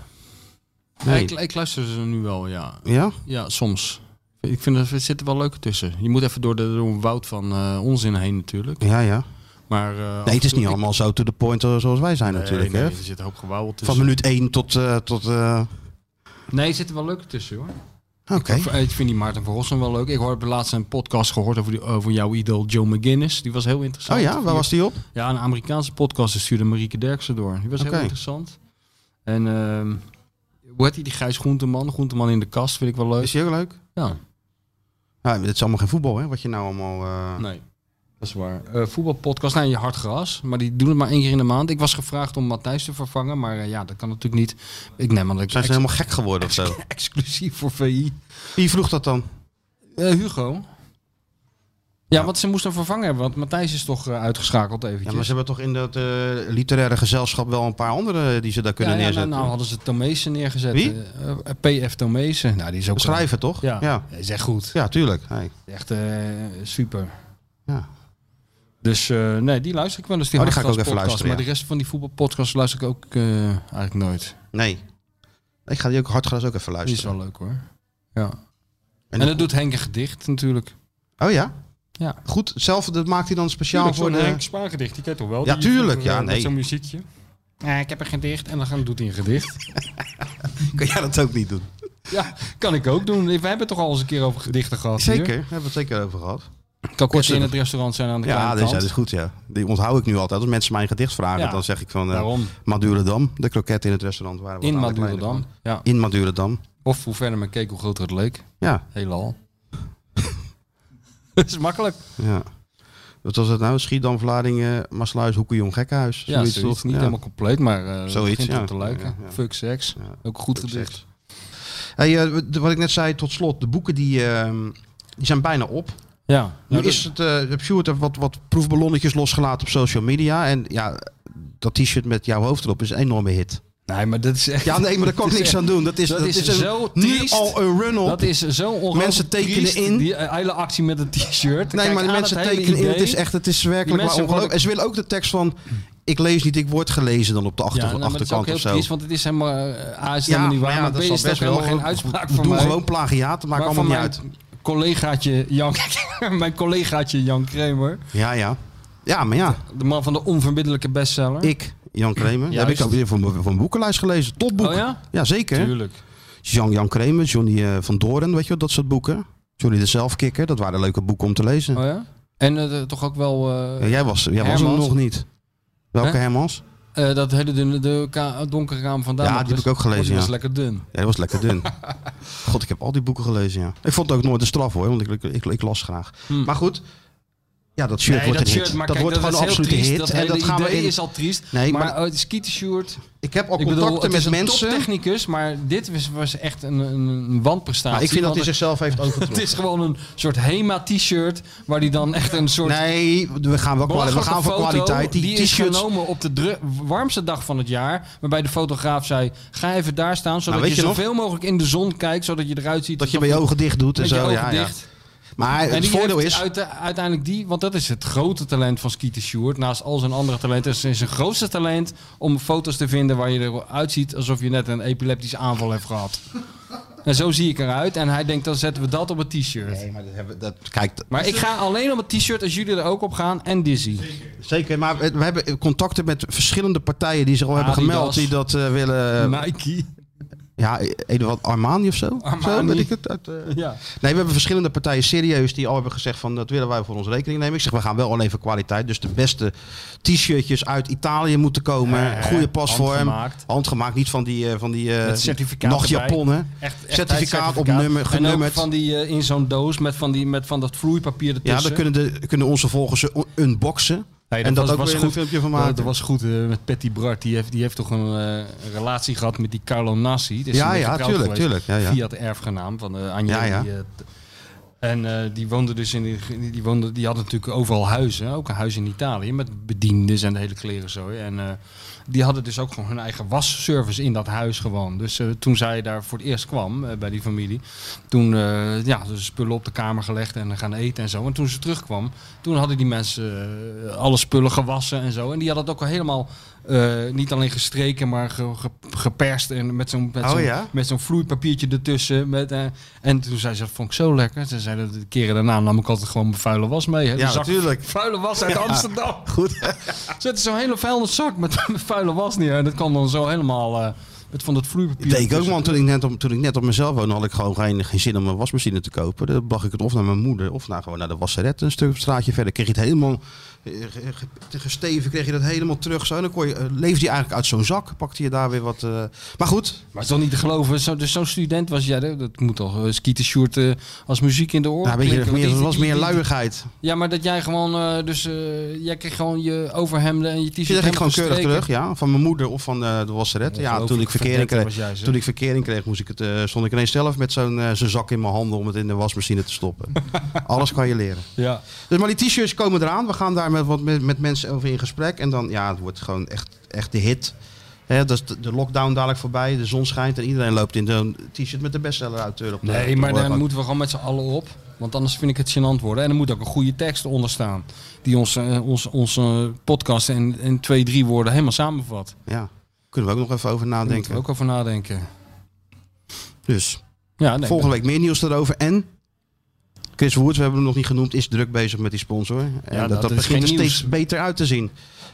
Nee.
Ik, ik luister ze nu wel, ja.
Ja?
Ja, soms. Ik vind dat er zitten wel leuke tussen. Je moet even door, de, door een woud van eh, onzin heen natuurlijk.
Ja, ja.
Maar, eh, af
Nee,
en
het is
toe-
niet allemaal zo to the point eh, zoals wij zijn
Nee,
natuurlijk.
nee,
hè?
er zit een hoop gewauwel tussen.
Van minuut 1 tot... eh, tot eh,
Nee, er zitten wel leuke tussen hoor.
Oké.
Of, eh, Ik vind die Maarten van Rossum wel leuk. Ik hoorde laatst een podcast gehoord over, die, over jouw idool Joe McGinnis. Die was heel interessant.
Oh ja? Waar was die op?
Ja, een Amerikaanse podcast. Die stuurde Marieke Derksen door. Die was
Oké.
heel interessant. En ehm hoe heet die, die Gijs Groenteman? Groenteman in de kast vind ik wel leuk. Is
die ook leuk?
Ja.
nou, het is allemaal geen voetbal, hè? Wat je nou allemaal... eh,
Nee. Dat is waar. Eh, voetbalpodcast, nou je hard gras, maar die doen het maar één keer in de maand. Ik was gevraagd om Matthijs te vervangen, maar eh, ja, dat kan natuurlijk niet. Ik neem aan dat ik
Zijn ze
ex-
helemaal gek geworden of zo?
Exclusief voor VI.
Wie vroeg dat dan?
Eh, Hugo. Ja, want ze moesten een vervanger hebben, want Matthijs is toch eh, uitgeschakeld eventjes.
Ja, maar ze hebben toch in dat eh, literaire gezelschap wel een paar andere eh, die ze daar kunnen
Ja, ja,
neerzetten?
Nou, nou hadden ze Tomezen neergezet.
Wie?
Eh, eh, PF Tomezen. Nou, die is ook...
Schrijven, toch?
Ja.
Ja.
Hij is echt goed.
Ja, tuurlijk. Hey.
Echt eh, super.
Ja.
Dus eh, nee, die luister ik wel eens. Die,
Oh, die ga ik ook even
Hartgras podcast,
luisteren,
Maar
ja.
de rest van die voetbalpodcasts luister ik ook eh, eigenlijk nooit.
Nee. Ik ga die ook hardgras ook even
Die is
luisteren.
wel leuk hoor. Ja. En,
En,
dat doet Henk een gedicht natuurlijk.
Oh ja?
Ja.
Goed, zelf, dat maakt hij dan speciaal
Tuurlijk, zo'n
voor de...
Henk Spaargedicht, die ken je toch wel?
eh, Ja,
Die-
tuurlijk.
eh,
Ja,
met
nee.
zo'n muziekje. Ja, ik heb een gedicht en dan gaan, doet hij een gedicht.
Kun jij dat ook niet doen?
ja, kan ik ook doen. We hebben het toch al eens een keer over gedichten gehad
Zeker,
hier.
daar hebben we het zeker over gehad.
Kan kort
Kortstuk.
in het restaurant zijn aan de
Ja,
kleine
dat is,
kant.
dat is goed, ja. Die onthoud ik nu altijd. Als mensen mij een gedicht vragen,
Ja,
dan zeg ik van... eh,
daarom.
Madurodam, de kroket in het restaurant. Waar we
In
aan de kleine
Madurodam,
kant-
ja.
In Madurodam.
Of hoe verder men keek, hoe groter het leek.
Ja.
Heelal. dat is makkelijk.
Ja. Wat was het nou? Schiedam, Vlaardingen, Maasluis, Hoekenjong, Gekkenhuis.
Ja, zoiets,
toch?
niet
Ja.
helemaal compleet, maar eh
Zoiets,
begint
ja.
op te lijken.
Ja, ja, ja.
Fuck seks. Ook een goed gedicht.
Hey, eh, de- wat ik net zei tot slot, de boeken die, ehm, die zijn bijna op.
Ja.
Nu
Nou, dat-
is het, eh heb Sjoerd er wat, wat proefballonnetjes losgelaten op social media. En ja, dat t-shirt met jouw hoofd erop is een enorme hit.
Nee, maar dat is echt...
Ja, nee, maar daar kan ik
dat is
niks
echt-
aan doen. Dat is, dat is een-
zo
nu
triest.
al een run-up.
Dat is zo ongelooflijk
Mensen tekenen
triest,
in.
Die eh, hele actie met een t-shirt.
Nee,
Kijk
maar de
aan
mensen
het hele
tekenen in.
idee.
Het is echt, het is
Die
werkelijk
mensen
waar ongelooflijk.
worden-
En ze willen ook de tekst van, ik lees niet, ik word gelezen dan op de achter,
nee, maar nou, dat is ook
achterkant
heel
of zo.
triest, want het is helemaal, eh, A is het helemaal niet waar,
maar
maar,
zal
B is dat
best wel
helemaal geen uitspraak
Doe
voor mij.
gewoon plagiaat, dat maakt
Maar
allemaal
van
niet uit.
mijn Collegaatje Jan, mijn collegaatje Jan Kramer,
Ja, ja. Ja, maar ja.
de man van de onverbiddelijke bestseller.
Ik, Jan Kramer. Dat heb
Juist.
ik ook weer van mijn van mijn boekenlijst gelezen. Topboek.
Oh ja?
Jazeker.
Tuurlijk.
Jan, Jan Kramer, Johnny eh, van Doren, weet je wel, dat soort boeken. Johnny de Zelfkikker, dat waren leuke boeken om te lezen.
Oh ja? En eh, toch ook wel... eh,
Ja, jij was, jij was hem
Hermans.
nog niet. Welke
Hè?
Hermans?
Eh, dat hele dunne de ka- donkere raam vandaan.
Ja, die heb ik ook gelezen.
Dat
ja.
is dus lekker dun.
Ja, die was lekker dun. God, ik heb al die boeken gelezen, ja. Ik vond het ook nooit een straf hoor, want ik, ik, ik, ik las graag. Maar goed, ja, dat shirt
Hmm. Nee,
wordt
dat
een
shirt,
hit.
maar
Dat
kijk,
wordt
dat
gewoon een
is heel
absolute
triest.
hit.
Dat
en dat
hele
gaan we
idee
in.
is al triest.
Nee,
Maar,
maar,
eh, het skitenshirt.
Ik heb al
Ik bedoel,
contacten
het is
met
een
mensen.
toptechnicus, maar dit was, was echt een, een, een wandprestatie.
Maar ik vind dat hij
Want
zichzelf heeft overtroffen.
Nou, Het is gewoon een soort HEMA-t-shirt, waar hij dan echt een soort...
Nee, we gaan wel kwali- we
belachelijke
gaan voor
foto,
kwaliteit. Die,
is
t-shirts.
genomen op de dru- warmste dag van het jaar, waarbij de fotograaf zei, ga even daar staan, zodat
Nou, weet
je,
je nog?
zoveel mogelijk in de zon kijkt, zodat je eruit ziet.
Dat je
alsof
bij je ogen dicht doet en
met je
zo.
ogen
Ja, ja.
dicht.
Maar
En
het
die
voordeel
heeft
is.
uite- uiteindelijk die, want dat is het grote talent van Skeeter Stewart. Naast al zijn andere talenten is zijn grootste talent om foto's te vinden waar je eruit ziet alsof je net een epileptische aanval hebt gehad. En zo zie ik eruit. En hij denkt, dan zetten we dat op een t-shirt. Nee,
maar dat hebben, dat, kijk,
maar ik ga alleen op een t-shirt als jullie er ook op gaan. En Dizzy.
Zeker, maar we we hebben contacten met verschillende partijen die zich al hebben
Adidas.
gemeld. Die dat eh, willen.
Nou. Nike.
Ja, een of wat Armani of zo. Zo,
Armani.
weet ik het. uit, eh.
Ja.
Nee, we hebben verschillende partijen serieus die al hebben gezegd van dat willen wij voor ons rekening nemen. Ik zeg, we gaan wel alleen voor kwaliteit. Dus de beste t-shirtjes uit Italië moeten komen.
Eh,
Goede pasvorm.
handgemaakt.
Handgemaakt, niet van die, eh, van die eh,
Met certificaat
nachtjapon,
erbij.
hè?
Echt, echt
certificaat op
certificaat.
nummer,
En ook
genummerd.
van die eh, in zo'n doos met, van die, met van dat vloeipapier
Ja,
ertussen.
daar kunnen, de, kunnen onze volgers eh, unboxen.
Nee,
en dat
was,
ook
was
weer
goed.
een filmpje van
Dat-
maken.
Dat was goed eh, met Patty Bart. Die heeft, die heeft toch een eh, relatie gehad met die Carlo Nassi. Dus
Ja,
die is
ja,
getrouwd
tuurlijk,
geweest.
tuurlijk, ja, ja.
Via het erfgenaam van eh Anjeli,
Ja, ja.
eh, t- en eh, die woonde dus in die, die, woonde, die had natuurlijk overal huizen, ook een huis in Italië met bediendes en de hele klerenzooi. En eh, die hadden dus ook gewoon hun eigen wasservice in dat huis gewoon. Dus eh, toen zij daar voor het eerst kwam eh, bij die familie, toen eh ja, dus spullen op de kamer gelegd en gaan eten en zo. En toen ze terugkwam, toen hadden die mensen eh, alle spullen gewassen en zo. En die hadden het ook al helemaal eh, niet alleen gestreken, maar ge- ge- geperst en met zo'n met
Oh
zo'n
ja?
met zo'n vloeipapiertje ertussen. Met, eh, en toen zei ze, dat vond ik zo lekker. Ze zei, dat de keren daarna nam ik altijd gewoon mijn vuile was mee. Hè. De
Ja,
zak
natuurlijk.
Vuile was uit
Ja,
Amsterdam.
Goed.
Zette zo'n hele vuile zak met, met vuile was neer. En dat kwam dan zo helemaal eh, met van dat vloeipapier.
Dat deed ik ook,
ertussen.
man. Toen ik, net op, toen ik net op mezelf woonde, had ik gewoon geen, geen zin om een wasmachine te kopen. Dan bracht ik het of naar mijn moeder of naar, gewoon naar de wasseret een stuk straatje verder. Kreeg je het helemaal eh, ge- ge- gesteven, kreeg je dat helemaal terug. Zo. En dan kon je, eh, leefde je eigenlijk uit zo'n zak, pakte je daar weer wat... eh, Maar goed,
Maar het is toch niet te geloven. Zo, dus zo'n student was jij. hè, Dat moet toch uh, skietershoort eh, als muziek in de oren
nou, weet je,
klinken, want
meer,
die-
het was
die-
meer
die-
luiigheid.
Ja, maar dat jij gewoon, eh, dus eh, jij kreeg gewoon je overhemden en je t-shirt.
Dus dat ging ik
helemaal
gewoon keurig
gestreken.
terug, ja. Van mijn moeder of van eh, de wasseret. Ja, toen ik
Ongelooflijk
verkering
verdette
kreeg,
was jij, zeg.
toen ik verkering kreeg moest ik het, eh, stond ik ineens zelf met zo'n eh, zo'n zak in mijn handen om het in de wasmachine te stoppen. Alles kan je leren.
Ja.
Dus maar die t-shirts komen eraan. We gaan daar met, wat, met, met mensen over in gesprek. En dan, ja, het wordt gewoon echt, echt de hit. Hè, dat is de, de lockdown dadelijk voorbij. De zon schijnt en iedereen loopt in zo'n t-shirt met de bestseller uit. eh, Op de- op
Nee,
de
maar
voorkant.
dan moeten we gewoon met z'n allen op. Want anders vind ik het gênant worden. En er moet ook een goede tekst onder staan. Die onze, eh, onze, onze podcast in, in twee, drie woorden helemaal samenvat.
Ja, kunnen we ook nog even over
Daar moeten
nadenken.
we ook over nadenken.
Dus,
Ja, nee,
volgende week meer nieuws daarover. En... Chris Woods, we hebben hem nog niet genoemd, is druk bezig met die sponsor. En dat, dat,
nou, dat is
begint er
geen
steeds
nieuws.
beter uit te zien.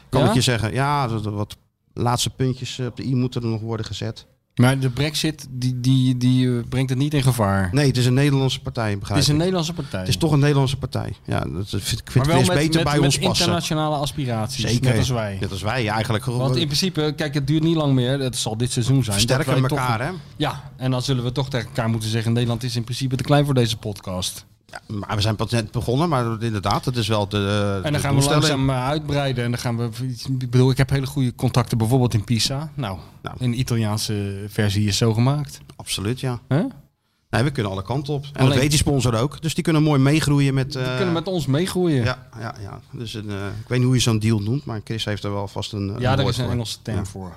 Kan
Ja?
ik je zeggen. Ja, dat- dat- wat laatste puntjes eh, op de i moeten er nog worden gezet.
Maar de brexit, die, die, die eh, brengt het niet in gevaar.
Nee, het is een Nederlandse partij,
het
begrijp
is een
ik.
Nederlandse partij.
Het is toch een Nederlandse partij. Ja, dat vind, ik vind
maar
het
wel
weer
met,
beter
met,
bij
met
ons passen.
internationale aspiraties.
Zeker.
Net als wij.
Net als wij eigenlijk.
Want in principe, kijk, het duurt niet lang meer. Het zal dit seizoen zijn.
Versterken
dat wij
elkaar,
toch-
hè?
Ja, en dan zullen we toch tegen elkaar moeten zeggen... Nederland is in principe te klein voor deze podcast.
Maar we zijn pas net begonnen, maar inderdaad, het is wel de
En dan gaan we langzaam eh, uitbreiden. En dan gaan we, ik bedoel, ik heb hele goede contacten bijvoorbeeld
Nou.
in Pisa. Nou, een Italiaanse versie is zo gemaakt.
Absoluut, ja.
Hè?
Nee, we kunnen alle kanten op. En dat
Alleen-
weet die sponsor ook. Dus die kunnen mooi meegroeien met... eh,
Die kunnen met ons meegroeien.
Ja, ja, ja. Dus een, eh, ik weet niet hoe je zo'n deal noemt, maar Chris heeft er wel vast een.
Ja, daar
woord
is een
voor.
Engelse term
Ja.
voor.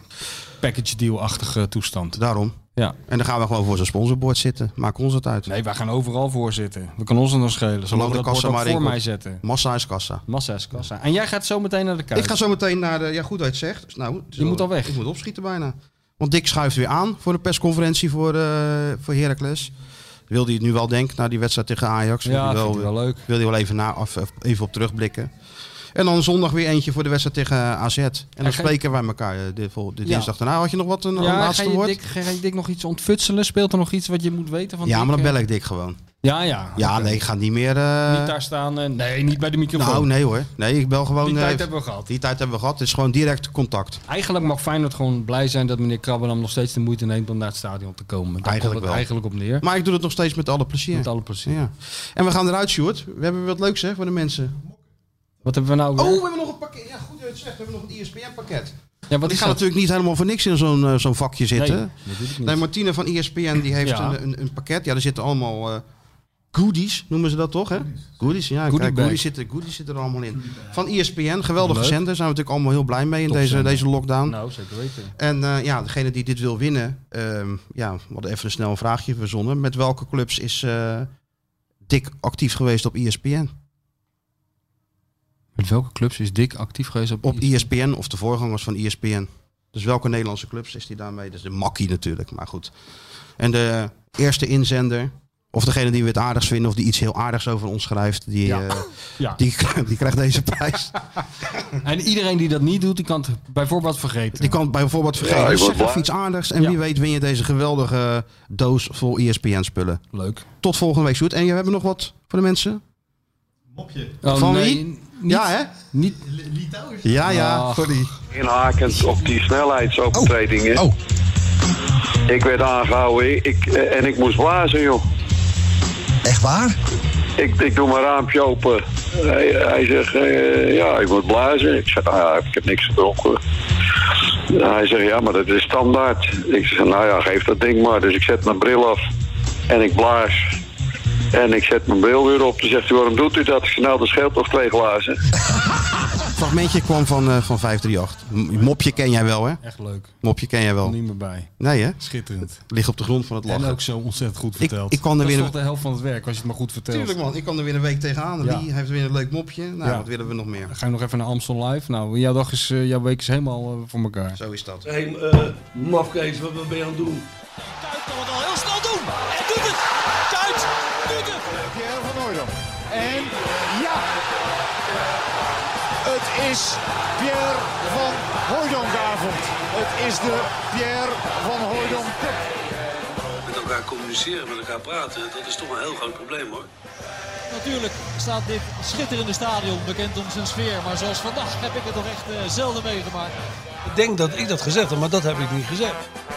Package deal-achtige toestand.
Daarom.
Ja.
En dan gaan we gewoon voor zo'n sponsorbord zitten. Maak ons het uit.
Nee, wij gaan overal voor zitten. We kunnen ons er nog schelen. Zolang we dat bord ook voor
in
mij
komt.
zetten.
Massa is kassa.
Massa is kassa. En jij gaat zo meteen naar de kuit.
Ik ga zo meteen naar de. Ja, goed dat je het zegt. Nou, het is
Je moet al weg.
Ik moet opschieten bijna. Want Dick schuift weer aan voor de persconferentie voor, eh voor Heracles. Wil hij het nu wel denken na die wedstrijd tegen Ajax?
Ja,
Wil hij
vindt hij wel leuk.
Wil hij wel even, na, af, af- even op terugblikken. En dan zondag weer eentje voor de wedstrijd tegen AZ. En dan
En ga-
spreken wij elkaar eh, de, vol- de
Ja.
dinsdag daarna. Had je nog wat een, een
ja, ga
laatste
je,
woord?
Dick, ga je Dick nog iets ontfutselen? Speelt er nog iets wat je moet weten van
ja,
Dick?
maar dan
Eh,
bel ik Dick gewoon.
Ja, ja.
Ja, nee, ik ga niet meer... eh,
niet daar staan. eh, nee, niet bij de microfoon.
nou, nee hoor. Nee, ik bel gewoon...
Die tijd
eh,
hebben we gehad.
Die tijd hebben we gehad. Het is gewoon direct contact.
Eigenlijk mag Feyenoord gewoon blij zijn dat meneer Krabbenam nog steeds de moeite neemt om naar het stadion te komen. Daar komt
Eigenlijk
het
wel.
eigenlijk op neer.
Maar ik doe het nog steeds met alle plezier.
Met alle plezier.
Ja. En we gaan eruit, Sjoerd. We hebben wat leuks hè, voor de mensen.
Wat hebben we
Oh,
nou weer?
we hebben nog een pakket. Ja, goed dat je het zegt. We hebben nog een E ESPN-pakket.
ja, wat
Die
is
gaat
dat?
natuurlijk niet helemaal voor niks in zo'n eh, zo'n vakje zitten.
Nee, natuurlijk niet.
Nee, Martine van E ESPN die heeft
Ja.
een, een, een pakket. Ja, daar zitten allemaal eh, goodies, noemen ze dat toch? Hè? Goodies, ja.
Goodie
kijk,
bag.
goodies, zitten, goodies zitten er allemaal in. Van E ESPN, geweldige
Leuk.
zender. Zijn we natuurlijk allemaal heel blij mee in
Top
deze,
zender.
deze lockdown.
Nou, zeker weten.
En eh, ja, degene die dit wil winnen, ehm, ja, we hadden even een snel een vraagje verzonnen. Met welke clubs is eh Dick actief geweest op E ESPN?
Met welke clubs is Dick actief geweest op,
Op E ESPN of de voorgangers van E ESPN? Dus welke Nederlandse clubs is die daarmee? Dat is de makkie natuurlijk, maar goed. En de eerste inzender, of degene die we het aardigst vinden, of die iets heel aardigs over ons schrijft, die,
Ja.
eh,
Ja.
die, die krijgt deze prijs.
En iedereen die dat niet doet, die kan het bijvoorbeeld vergeten.
Die kan bijvoorbeeld vergeten.
Ja, ik
Dus
word
zeg even
blij.
iets aardigs. En
Ja.
wie weet win je deze geweldige doos vol E ESPN-spullen.
Leuk.
Tot volgende week, Sjoerd. En je hebt nog wat voor de mensen?
Mopje.
Oh,
van
nee,
wie?
niet-
Ja, hè?
Niet.
Ja, ja,
Ach.
sorry.
Inhakend op die snelheidsovertredingen.
Oh.
Ik werd aangehouden ik, eh, en ik moest blazen, joh.
Echt waar?
Ik, ik doe mijn raampje open. Hij, hij zegt, eh, ja, ik moet blazen. Ik zeg, nou ja, ik heb niks gedronken. Hij zegt, ja, maar dat is standaard. Ik zeg, nou ja, geef dat ding maar. Dus ik zet mijn bril af en ik blaas. En ik zet mijn bril weer op. Dan zegt hij, waarom doet u dat? Ik zeg, nou, dat scheelt toch twee glazen.
Het fragmentje kwam van, eh, van 538. M- Mopje ken jij wel, hè?
Echt leuk.
Mopje ken jij wel.
Niet meer bij.
Nee, hè?
Schitterend.
Ligt op de grond van het
En
lachen.
ook zo ontzettend goed verteld.
ik kan er
dat
weer
is
een-
toch de helft van het werk, als je het maar goed vertelt.
Tuurlijk, man. Ik kan er weer een week tegenaan.
Ja.
Die heeft weer een leuk mopje. Nou,
Ja.
wat willen we nog meer?
Dan ga je nog even naar Amstel Live. Nou, jouw, dag is, eh, jouw week is helemaal eh, voor elkaar.
Zo is dat.
Hé, hey, eh, mafkees, wat wat ben je aan het doen?
Heel snel doen. En doet het. Kuit. Doet het.
Pierre van Hooydonk. En ja! Het is Pierre van Hooydonkavond. Het is de Pierre van Hooydonk Cup.
Met elkaar communiceren, met elkaar praten, dat is toch een heel groot probleem hoor.
Natuurlijk staat dit schitterende stadion bekend om zijn sfeer. Maar zoals vandaag heb ik het toch echt eh, zelden meegemaakt.
Ik denk dat ik dat gezegd heb, maar dat heb ik niet gezegd.